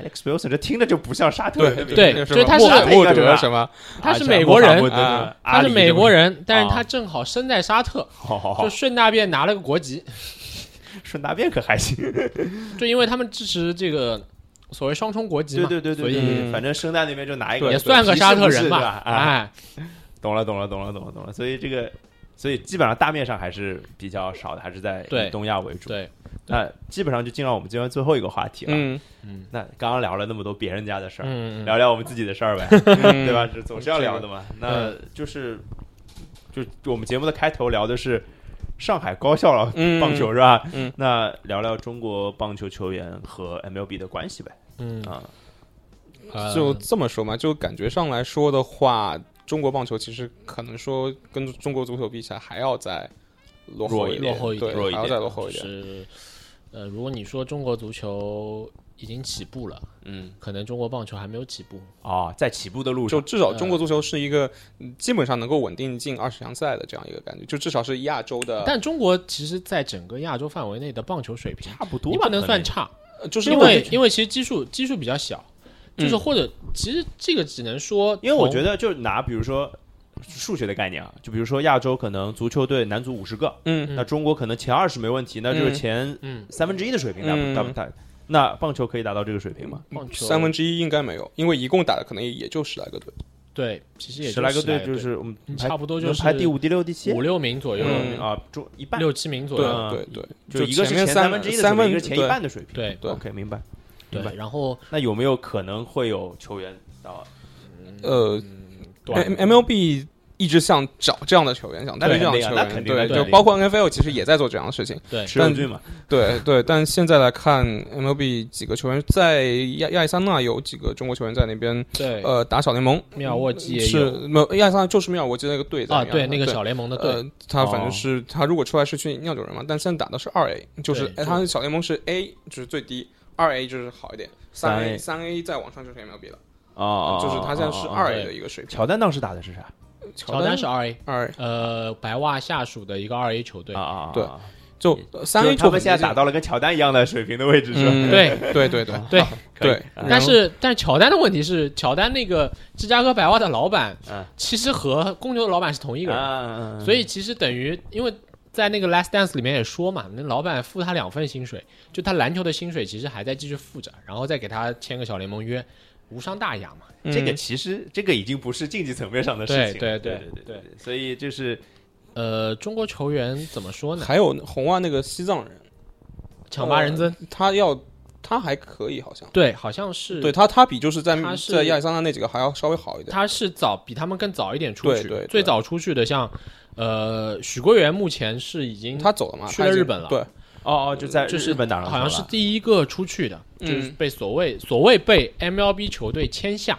S1: Alex Wilson 这听着就不像沙特人的名字。
S3: 对
S2: 那个什
S3: 就
S2: 么
S3: 他是
S2: 莫
S1: 那
S2: 莫
S1: 个是吧
S2: 德什么？
S3: 他是
S1: 啊
S3: 美国
S1: 像穆罕，默
S3: 人
S1: 德
S2: 啊
S3: 他是美国
S1: 人，
S3: 人，但是
S1: 啊哦
S3: 他正好身在沙特，
S1: 好好好
S3: 就，顺大便拿了个国籍，
S1: 顺大便可还行。
S3: 就因为他们支持这个所谓双重国籍
S1: 对
S3: 嘛，
S1: 对对对
S3: 所以
S1: 对，反正生在那边就拿一个，
S2: 对
S3: 也算个沙特人嘛，
S1: 啊，
S3: 哎，
S1: 懂了懂了懂了懂了懂了。所以这个，所以基本上大面上还是比较少的，还是在
S3: 对
S1: 以东亚为主。
S3: 对，
S1: 那基本上就进入我们今天最后一个话题了。
S2: 嗯，
S1: 那刚刚聊了那么多别人家的事儿，
S4: 嗯，
S1: 聊聊我们自己的事儿呗，对
S2: 对
S1: 吧？这总是要聊的
S3: 嗯
S1: 嘛。那就是，就我们节目的开头聊的是上海高校了
S2: 嗯，
S1: 棒球是吧？
S2: 嗯，
S1: 那聊聊中国棒球球员和 MLB 的关系呗。
S4: 嗯
S1: 啊，
S3: 嗯
S4: 呃
S2: 就这么说嘛，就感觉上来说的话，中国棒球其实可能说跟中国足球比起来还要再落后
S1: 弱
S2: 点，
S3: 一点
S2: 对，
S1: 弱一
S2: 还要
S1: 点啊
S2: 再落后
S3: 就
S2: 一点。
S3: 是呃，如果你说中国足球已经起步了，
S1: 嗯，
S3: 可能中国棒球还没有起步，
S1: 哦，在起步的路上
S2: 就，至少中国足球是一个嗯基本上能够稳定进二十强赛的这样一个感觉，就至少是亚洲的，
S3: 但中国其实在整个亚洲范围内的棒球水平，
S1: 差不多
S3: 你
S1: 吧，
S3: 不能
S1: 可
S3: 算差，
S2: 呃就是
S3: 因
S2: 我
S3: 为因为其实基数基数比较小，就是
S2: 嗯
S3: 或者其实这个只能说从，
S1: 因为我觉得，就拿比如说数学的概念啊，就比如说亚洲可能足球队男足五十个，
S2: 嗯，
S1: 那中国可能前二十没问题，那就是前
S3: 嗯
S1: 三分之一的水平达
S2: 嗯
S1: 不达不达？那棒球可以达到这个水平吗？
S3: 棒球
S2: 三分之一应该没有，因为一共打的可能也就十来个队。
S3: 对，其实也就
S1: 十来个队就是我们
S3: 嗯
S1: 排
S3: 差不多就
S1: 能
S3: 是
S1: 排第五、第六、第七
S3: 五六名左右，
S2: 嗯
S1: 啊，中一半
S3: 六七名左
S2: 对
S3: 右。
S1: 啊
S2: 对对，
S1: 就一个是
S2: 前面
S1: 三
S2: 三
S1: 分之一的水
S2: 三
S1: 平，
S2: 分
S1: 一个是前一
S2: 对
S1: 半的水平。
S3: 对
S2: 对
S1: OK，明白。明白
S3: 对，然后
S1: 那有没有可能会有球员到
S2: 呃
S1: 嗯
S3: 短
S2: M-，MLB 一直想找这样的球员，想带
S1: 啊对
S2: 这样
S1: 肯
S2: 的球
S1: 定啊那肯
S2: 员，
S1: 定
S2: 对，
S1: 那
S2: 就
S1: 肯定
S2: 包括 NFL 其实也在做这样的事情，
S3: 对
S1: 池永俊嘛？
S2: 对对。但现在来看，MLB 几个球员在亚亚利桑那有几个中国球员在那边
S3: 对，
S2: 呃打小联盟，
S3: 妙沃基也
S2: 是
S3: 有
S2: 没有亚利桑那就是妙，我记得那个队在
S3: 啊，
S2: 亚
S3: 对
S2: 利桑那
S3: 那个小联盟的队，
S2: 呃，他反正是、他如果出来是去酿酒人嘛，但现在打的是二 A，就是
S3: 对
S2: 哎他小联盟是 A 就是最低，二 A 就是好一点，三
S1: 3A
S2: 三 A 再往上就是 MLB 了，
S1: 啊啊，
S2: 就是他现在是
S1: 啊啊啊
S2: 二
S3: 哦对
S2: A 的一个水平。
S1: 乔丹当时打的是啥？
S3: 乔丹是二 A，
S2: 二 A，
S3: 呃，白袜下属的一个二 A 球队
S1: 啊。啊啊，
S2: 对
S1: 啊
S2: 就
S3: 嗯
S2: 三
S1: 就是
S2: A
S1: 他们现在打到了跟乔丹一样的水平的位置，是吧？
S2: 嗯，
S3: 对哦
S2: 对对对
S3: 对，
S1: 可以嗯
S2: 对，啊然
S3: 但
S2: 后
S3: 是但是乔丹的问题是，乔丹那个芝加哥白袜的老板
S2: 啊
S1: 嗯，
S3: 其实和公牛的老板是同一个人，
S1: 啊
S3: 所以其实等于因为。在那个《Last Dance》里面也说嘛，那老板付他两份薪水，就他篮球的薪水其实还在继续付着，然后再给他签个小联盟约，无伤大雅嘛。
S1: 嗯
S2: 嗯
S1: 这个其实这个已经不是竞技层面上的事情了，
S3: 对
S1: 对
S3: 对
S1: 对对对，所以就是
S3: 呃，中国球员怎么说呢？
S2: 还有红袜那个西藏人，
S3: 抢
S2: 呃
S3: 八人增，
S2: 他要他还可以好像，
S3: 对，好像是
S2: 对他他比就是在
S3: 他是
S2: 在亚利桑那那几个还要稍微好一点。
S3: 他是早比他们更早一点出
S2: 对
S3: 去，
S2: 对对
S3: 最早出去的像呃许国元，目前是已经
S2: 他走了嘛？
S3: 去
S2: 他已
S3: 了
S2: 经
S3: 日本了
S2: 对，
S1: 哦哦，就在
S3: 就是
S1: 日本打篮球
S3: 好像是
S1: 了
S3: 第一个出去的，
S2: 嗯
S3: 就是被所谓所谓被 MLB 球队签下。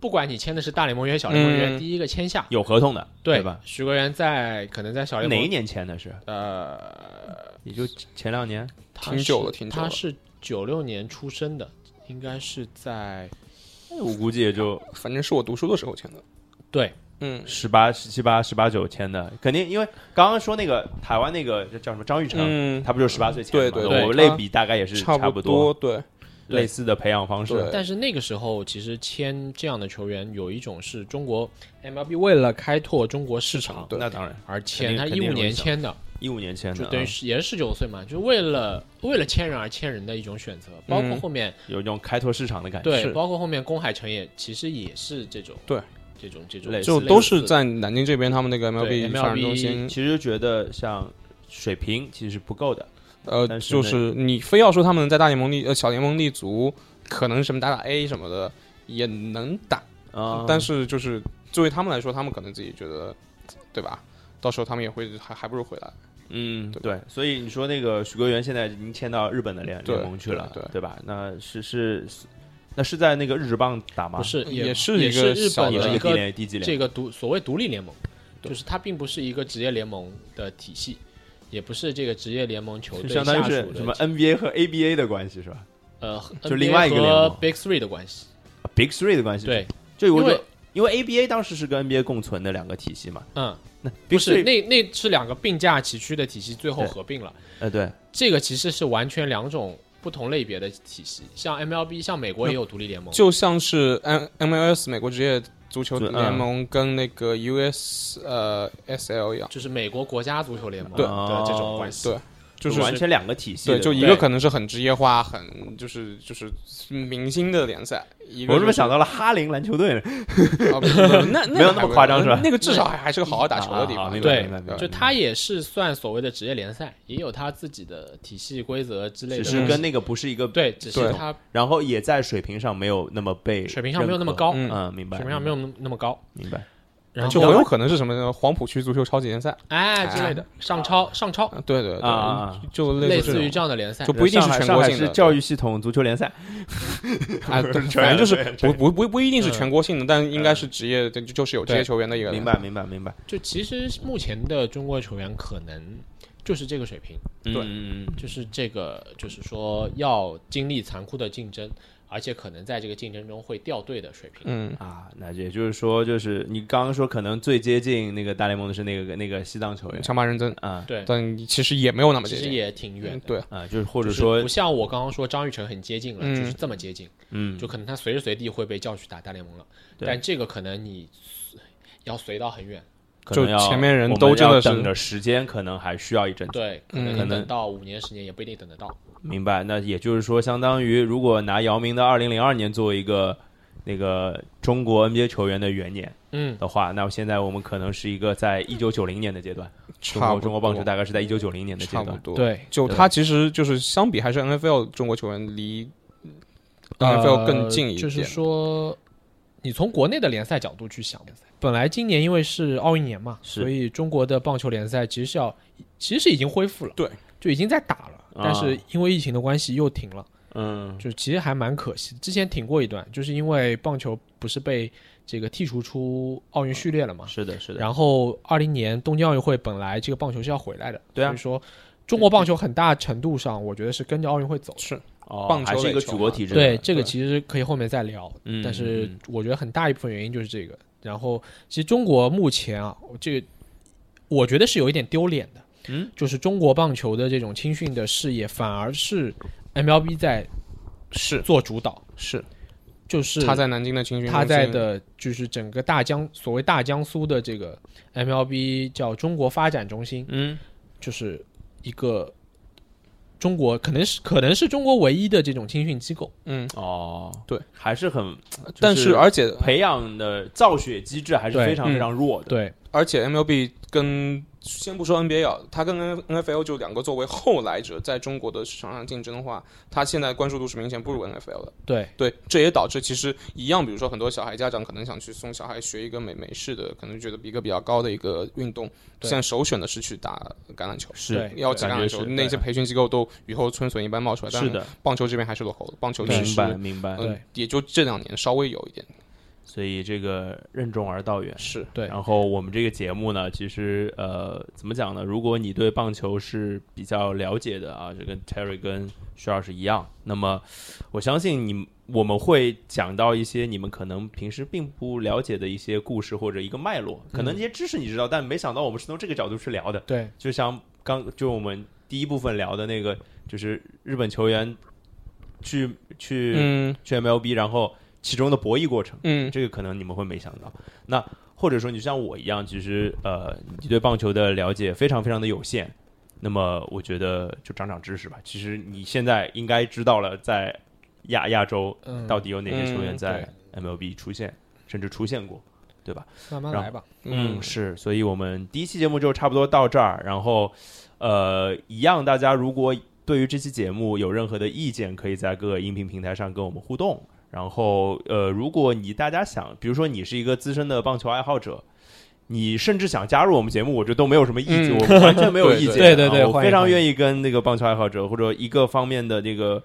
S3: 不管你签的是大联盟约、小联盟约，
S2: 嗯
S3: 第一个签下，
S1: 有合同的，对
S3: 对
S1: 吧？？
S3: 许国元在可能在小联
S1: 哪一
S3: 盟，
S1: 年签的是？
S3: 呃，
S1: 也就前两年
S3: 他
S2: 挺
S3: 是
S2: 久了挺久
S3: 他
S2: 了
S3: 是九六年出生的，应该是在
S1: 哎我估计也就
S2: 反正是我读书的时候签的。
S3: 对
S2: 嗯，
S1: 十八、十七八、十八九签的，肯定因为刚刚说那个台湾那个叫什么张玉成，
S2: 嗯，
S1: 他不就十八岁签的嘛
S2: 对
S3: 对
S1: 我
S2: 对
S1: 类比大概也是
S2: 差
S1: 啊不
S2: 多，对，
S1: 类似的培养方式
S2: 对
S3: 但是那个时候，其实签这样的球员有一种是中国 MLB 为了开拓中国市场
S2: 对
S1: 那当然，
S3: 而
S1: 肯
S3: 签，
S1: 定
S3: 他
S1: 肯
S3: 一
S1: 定有
S3: 五年
S1: 影响
S3: 签的，
S1: 一五年签的
S3: 就
S1: 啊，
S3: 等于是也是十九岁嘛，就为了为了签人而签人的一种选择。包括
S2: 嗯
S3: 后面
S1: 有一种开拓市场的感觉，
S3: 对，
S1: 是
S3: 包括后面龚海城也其实也是这种
S2: 对
S3: 这种这种
S1: 类似
S2: 就
S3: 类
S2: 都
S3: 似
S2: 是在南京这边，他们那个 MLB
S3: 对 MLB
S2: 发展中心，
S1: 其实觉得像水平其实不够的，
S2: 呃，
S1: 但是
S2: 就
S1: 那
S2: 是你非要说他们在大联盟立呃小联盟立足，可能什么打打 A 什么的也能打，
S3: 嗯
S1: 啊，
S2: 但是就是作为他们来说，他们可能自己觉得，对吧？到时候他们也会还还不如回来，
S1: 嗯，
S2: 对
S1: 对，所以你说那个许国元现在已经签到日本的联
S2: 对
S1: 联盟去了，
S2: 对对
S1: 吧？那是是那是在那个日职棒打吗？
S3: 不，是
S2: 也
S3: 是
S2: 是
S3: 也
S2: 一个
S3: 日
S2: 小
S3: 本
S1: 也是
S3: 的
S1: 一
S3: 一
S1: 个低
S3: 个
S1: 联低级联
S3: 这个独所谓独立联盟，就是它并不是一个职业联盟的体系，也不是这个职业联盟球
S1: 盟，就
S3: 队
S1: 相当于
S3: 下属
S1: 是
S3: 的
S1: 什么 NBA 和 ABA 的关系是吧
S3: 呃
S1: 就另外一个
S3: NBA
S1: 联
S3: 和
S1: 盟
S3: Big Three 的关系。
S1: ？Big Three 的关系，
S3: 对，，
S1: 就我
S3: 因
S1: 觉
S3: 为
S1: 得因为 ABA 当时是跟 NBA 共存的两个体系嘛，
S3: 嗯，
S1: 那 Big
S3: 不是
S1: Three
S3: 那那是两个并驾齐驱的体系，最后
S1: 对
S3: 合并了。
S1: 呃对
S3: 这个其实是完全两种不同类别的体系，像 MLB，像美国也有独立联盟，
S2: 就像是 M MLS 美国职业足球
S1: 对嗯
S2: 联盟跟那个 US 呃 SL 一样，
S3: 就是美国国家足球联盟
S2: 对
S3: 的这种关系。
S2: 对，就是
S1: 完全两个体系的。
S2: 对，就一个可能是很职业化、很就是就是明星的联赛，一个
S1: 我怎么
S2: 就是
S1: 想到了哈林篮球队呢？
S2: 啊不不不那那个
S1: 没有那么
S2: 还不
S1: 夸张是吧
S2: 那个至少还还是个好好打球的地
S1: 啊啊啊
S2: 方。
S1: 明
S2: 对
S1: 白
S3: 对
S1: 明白明白，
S3: 就它也是算所谓的职业联赛，也有它自己的体系规则之类的
S1: 只
S3: 东西。
S1: 是跟那个不是一个，
S3: 对，只
S2: 对
S3: 是它
S1: 然后也在水平上没有那么被
S3: 水平上没有那么
S1: 认可。
S3: 高，
S2: 嗯
S1: 嗯，明白。
S3: 水平上没有那么那么高。
S1: 明白。
S3: 然
S2: 就
S3: 后
S2: 很有可能是什么呢？黄浦区足球超级联赛，
S3: 哎之类的上超上超，
S2: 啊对对
S1: 啊啊啊
S2: 对，就
S3: 类
S2: 似这
S3: 似
S2: 种
S3: 于这样的联赛
S2: 就。不一定是
S1: 上海
S2: 全国性
S1: 上海
S2: 的
S1: 是教育系统足球联赛，
S2: 啊，对
S1: 全
S2: 反正就是
S1: 对嗯
S2: 不不不不一定是
S3: 嗯
S2: 全国性的，但应该是职业，就就是有职业
S3: 对
S2: 球员的一个
S1: 明
S2: 联赛。
S1: 白明白明白。
S3: 就其实目前的中国球员可能就是这个水平，
S1: 对
S2: 对
S1: 嗯嗯嗯
S3: 就是这个就是说要经历残酷的竞争，而且可能在这个竞争中会掉队的水平。
S2: 嗯，
S1: 啊，那也就是说，就是你刚刚说可能最接近那个大联盟的是那个那个西藏球员
S2: 长马认真，
S1: 啊
S3: 对，
S2: 但其实也没有那么
S3: 其
S2: 接
S3: 实
S2: 近。
S3: 也挺远
S2: 嗯
S3: 的。
S2: 对，
S1: 啊，就是或
S3: 就
S1: 者
S3: 是
S1: 说
S3: 不像我刚刚说张玉成很接近了，
S2: 嗯
S3: 就是这么接近，
S1: 嗯，
S3: 就可能他随时随地会被叫去打大联盟了。
S1: 对
S3: 但这个可能你要随到很远，
S1: 可能
S2: 就
S1: 要
S2: 前面人
S1: 我们
S2: 都真的
S1: 要
S2: 是
S1: 等着时间，可能还需要一阵子。
S3: 对，可
S2: 嗯
S3: 能
S1: 可
S3: 你
S1: 能
S3: 等到五年十年也不一定等得到。
S1: 明白，那也就是说，相当于如果拿姚明的二零零二年作为一个那个中国 NBA 球员的元年
S3: 嗯，
S1: 的话，那现在我们可能是一个在一九九零年的阶段，中
S2: 差
S1: 国
S2: 不
S1: 中国棒球
S2: 多
S1: 大概是在一九九零年的阶
S2: 差不
S1: 段。
S2: 多。，
S4: 对，
S2: 就
S1: 对
S2: 他其实就是相比还是 NFL 中国球员离 NFL
S4: 呃
S2: 更近一点。
S4: 就是说，你从国内的联赛角度去想，本来今年因为是奥运年嘛，
S1: 是
S4: 所以中国的棒球联赛其实是要，其实是已经恢复了，
S2: 对，
S4: 就已经在打了，但是因为疫情的关系又停了，
S1: 嗯，
S4: 就其实还蛮可惜的。之前停过一段，就是因为棒球不是被这个剔除出奥运序列了嘛，
S1: 是的，是的。
S4: 然后二零年东京奥运会本来这个棒球是要回来的，
S1: 对啊
S4: 所以说中国棒球很大程度上，我觉得是跟着奥运会走的。
S2: 是
S1: 哦，
S2: 棒球
S1: 还是一个
S2: 垒球
S1: 举国
S2: 嘛
S1: 体制的。
S4: 对，这个
S2: 对
S4: 其实可以后面再聊，
S1: 嗯
S4: 但是
S1: 嗯
S4: 我觉得很大一部分原因就是这个。然后，其实中国目前啊，这个我觉得是有一点丢脸的，
S1: 嗯，
S4: 就是中国棒球的这种青训的事业，反而是 MLB 在
S2: 是
S4: 做主导，
S2: 是，
S4: 就是
S2: 他在南京的青训中心，
S4: 他在的就是整个大江所谓大江苏的这个 MLB 叫中国发展中心，
S1: 嗯，
S4: 就是一个中国可能是可能是中国唯一的这种青训机构，
S2: 嗯，
S1: 哦，
S2: 对，
S1: 还是很，
S2: 但
S1: 是
S2: 是而且
S1: 培养的造血机制还是
S4: 对
S1: 非常
S2: 嗯
S1: 非常弱的。
S4: 对
S2: 而且 MLB 跟先不说 NBA 啊，它跟 N- NFL 就两个作为后来者，在中国的市场上竞争的话，它现在关注度是明显不如 NFL 的。
S4: 对
S2: 对，这也导致其实一样，比如说很多小孩家长可能想去送小孩学一个美美式的，可能觉得一个比较高的一个运动，
S4: 对
S2: 现在首选的是去打橄榄球。
S1: 是
S4: 对
S2: 要打橄榄
S1: 感觉
S2: 球，
S1: 是
S2: 那
S1: 对
S2: 些培训机构都雨后春笋一般冒出来，但
S1: 是的，
S2: 棒球这边还是落后的。棒球其
S1: 明
S2: 实
S1: 白明白。
S2: 嗯
S4: 对，
S2: 也就这两年稍微有一点
S1: 所以这个任重而道远。
S2: 是
S4: 对
S1: 然后我们这个节目呢，其实呃，怎么讲呢？如果你对棒球是比较了解的啊，就跟 Terry 跟徐老师一样，那么我相信你我们会讲到一些你们可能平时并不了解的一些故事或者一个脉络，可能这些知识你知道，但没想到我们是从这个角度去聊的。
S4: 对
S1: 就像刚就我们第一部分聊的那个，就是日本球员去去、
S2: 嗯
S1: 去 MLB，然后其中的博弈过程。
S2: 嗯
S1: 这个可能你们会没想到。那或者说你像我一样，其实呃，你对棒球的了解非常非常的有限。那么我觉得就长长知识吧。其实你现在应该知道了，在亚亚洲
S4: 嗯
S1: 到底有哪些球员
S2: 嗯
S1: 在 MLB 出现，甚至出现过。
S4: 慢慢
S1: 然
S4: 来吧，
S1: 嗯，是，所以我们第一期节目就差不多到这儿。然后，呃，一样，大家如果对于这期节目有任何的意见，可以在各个音频平台上跟我们互动。然后，呃，如果你大家想，比如说你是一个资深的棒球爱好者，你甚至想加入我们节目，我觉得都没有什么意见，
S2: 嗯
S1: 我们完全没有意见。
S4: 对对对
S1: 啊我
S4: 欢迎
S1: 非常
S4: 欢迎
S1: 愿意跟那个棒球爱好者或者一个方面的这个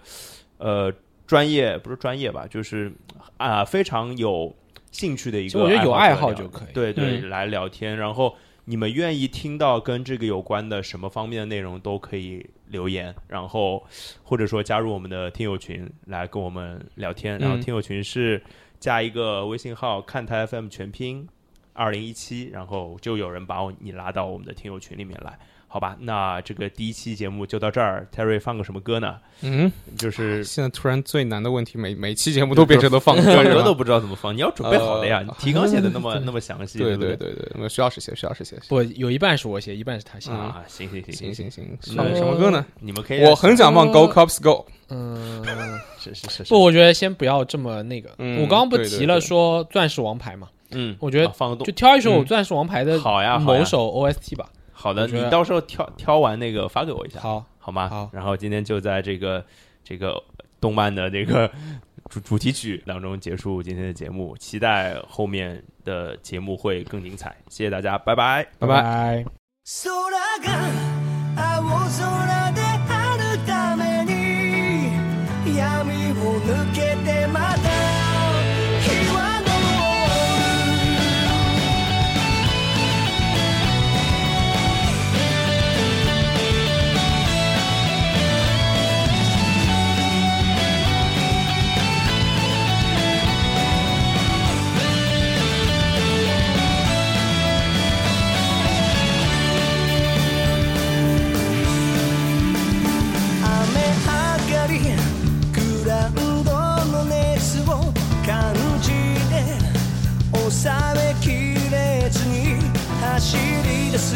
S1: 呃专业，不是专业吧，就是啊、非常有兴趣的一
S4: 其实
S1: 个聊，
S4: 我觉得有爱好就
S1: 就
S4: 可以。
S1: 对对，来聊天。然后你们愿意听到跟这个有关的什么方面的内容，都可以留言，然后或者说加入我们的听友群来跟我们聊天。然后
S2: 嗯
S1: 听友群是加一个微信号“看台 FM 全拼二零一七”，然后就有人把我你拉到我们的听友群里面来。好吧，那这个第一期节目就到这儿。Terry 放个什么歌呢？
S2: 嗯，
S1: 就是
S2: 现在突然最难的问题，每每期节目都变成了放歌
S1: 歌
S2: 了
S1: 都。不知道怎么放，你要准备好了呀。
S2: 呃
S1: 你提纲写的那 么那么详细，
S2: 对
S1: 不
S2: 对对对，我们徐老师写，徐老师写。
S4: 不，有一半是我写，一半是他写。
S2: 嗯
S1: 啊，行行行
S2: 行
S1: 行，
S2: 行行，
S1: 那
S2: 放什么歌呢？
S1: 你们可以
S2: 我很想放《Go
S4: 呃
S2: Cops Go》，
S4: 嗯，
S1: 是是是是
S4: 不，我觉得先不要这么那个。
S2: 嗯
S4: 我刚刚不
S2: 对对
S4: 提了
S2: 对
S4: 说《钻石王牌》嘛，
S1: 嗯，
S4: 我觉得
S1: 啊放个动
S4: 就挑一首《
S2: 嗯
S4: 钻石王牌》的
S1: 好呀好呀
S4: 某首 OST 吧。
S1: 好的，
S4: 我觉得
S1: 你到时候挑挑完那个发给我一下，
S4: 好，
S1: 好吗？
S4: 好
S1: 然后今天就在这个这个动漫的这个主主题曲当中结束今天的节目，期待后面的节目会更精彩。谢谢大家，拜拜。
S4: 拜拜。
S6: 空が青空であるために闇を抜けてまた日は昇雨上がりグラウンドの熱を感じて収めきれずに走り出す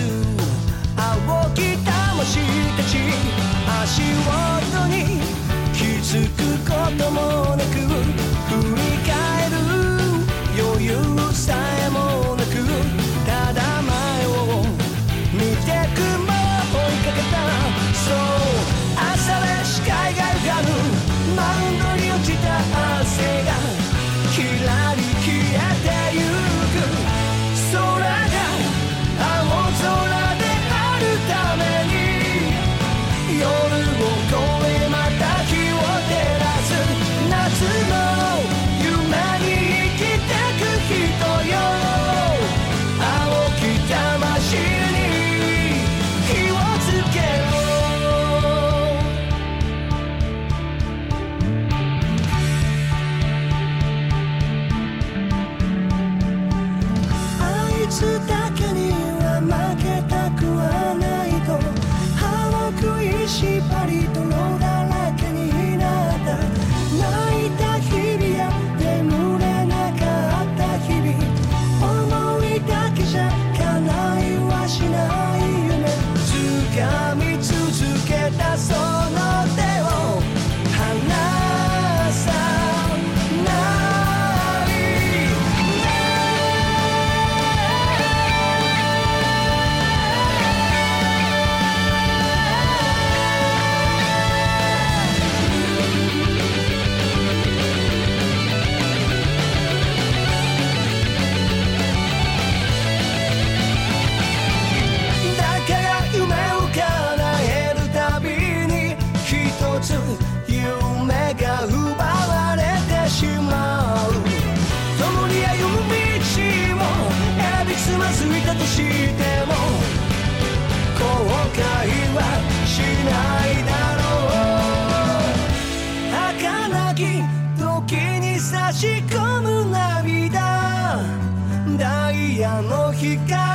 S6: 青き魂たち足音に気づくこともなく振り返る余裕さえもなくただ前を見てくま追いかけたそう朝で視界が浮かぶマウンドに落ちた汗がきらり消えてゆく空が青空であるために夜を越えまた日を照らす夏の夢に生きてく人よ青き魂に火をつけろあいつだけには負けたくはないと歯を食いしばり泥だらけになった泣いた日々や眠れなかった日々思いだけじゃ叶いはしない夢掴み続けたその手を離さないだから夢を叶えるたびに一つ夢が奪われてしまう共に歩む道をえびつまずいたとしても後悔はしないだろう儚き時に差し込む涙ダイヤの光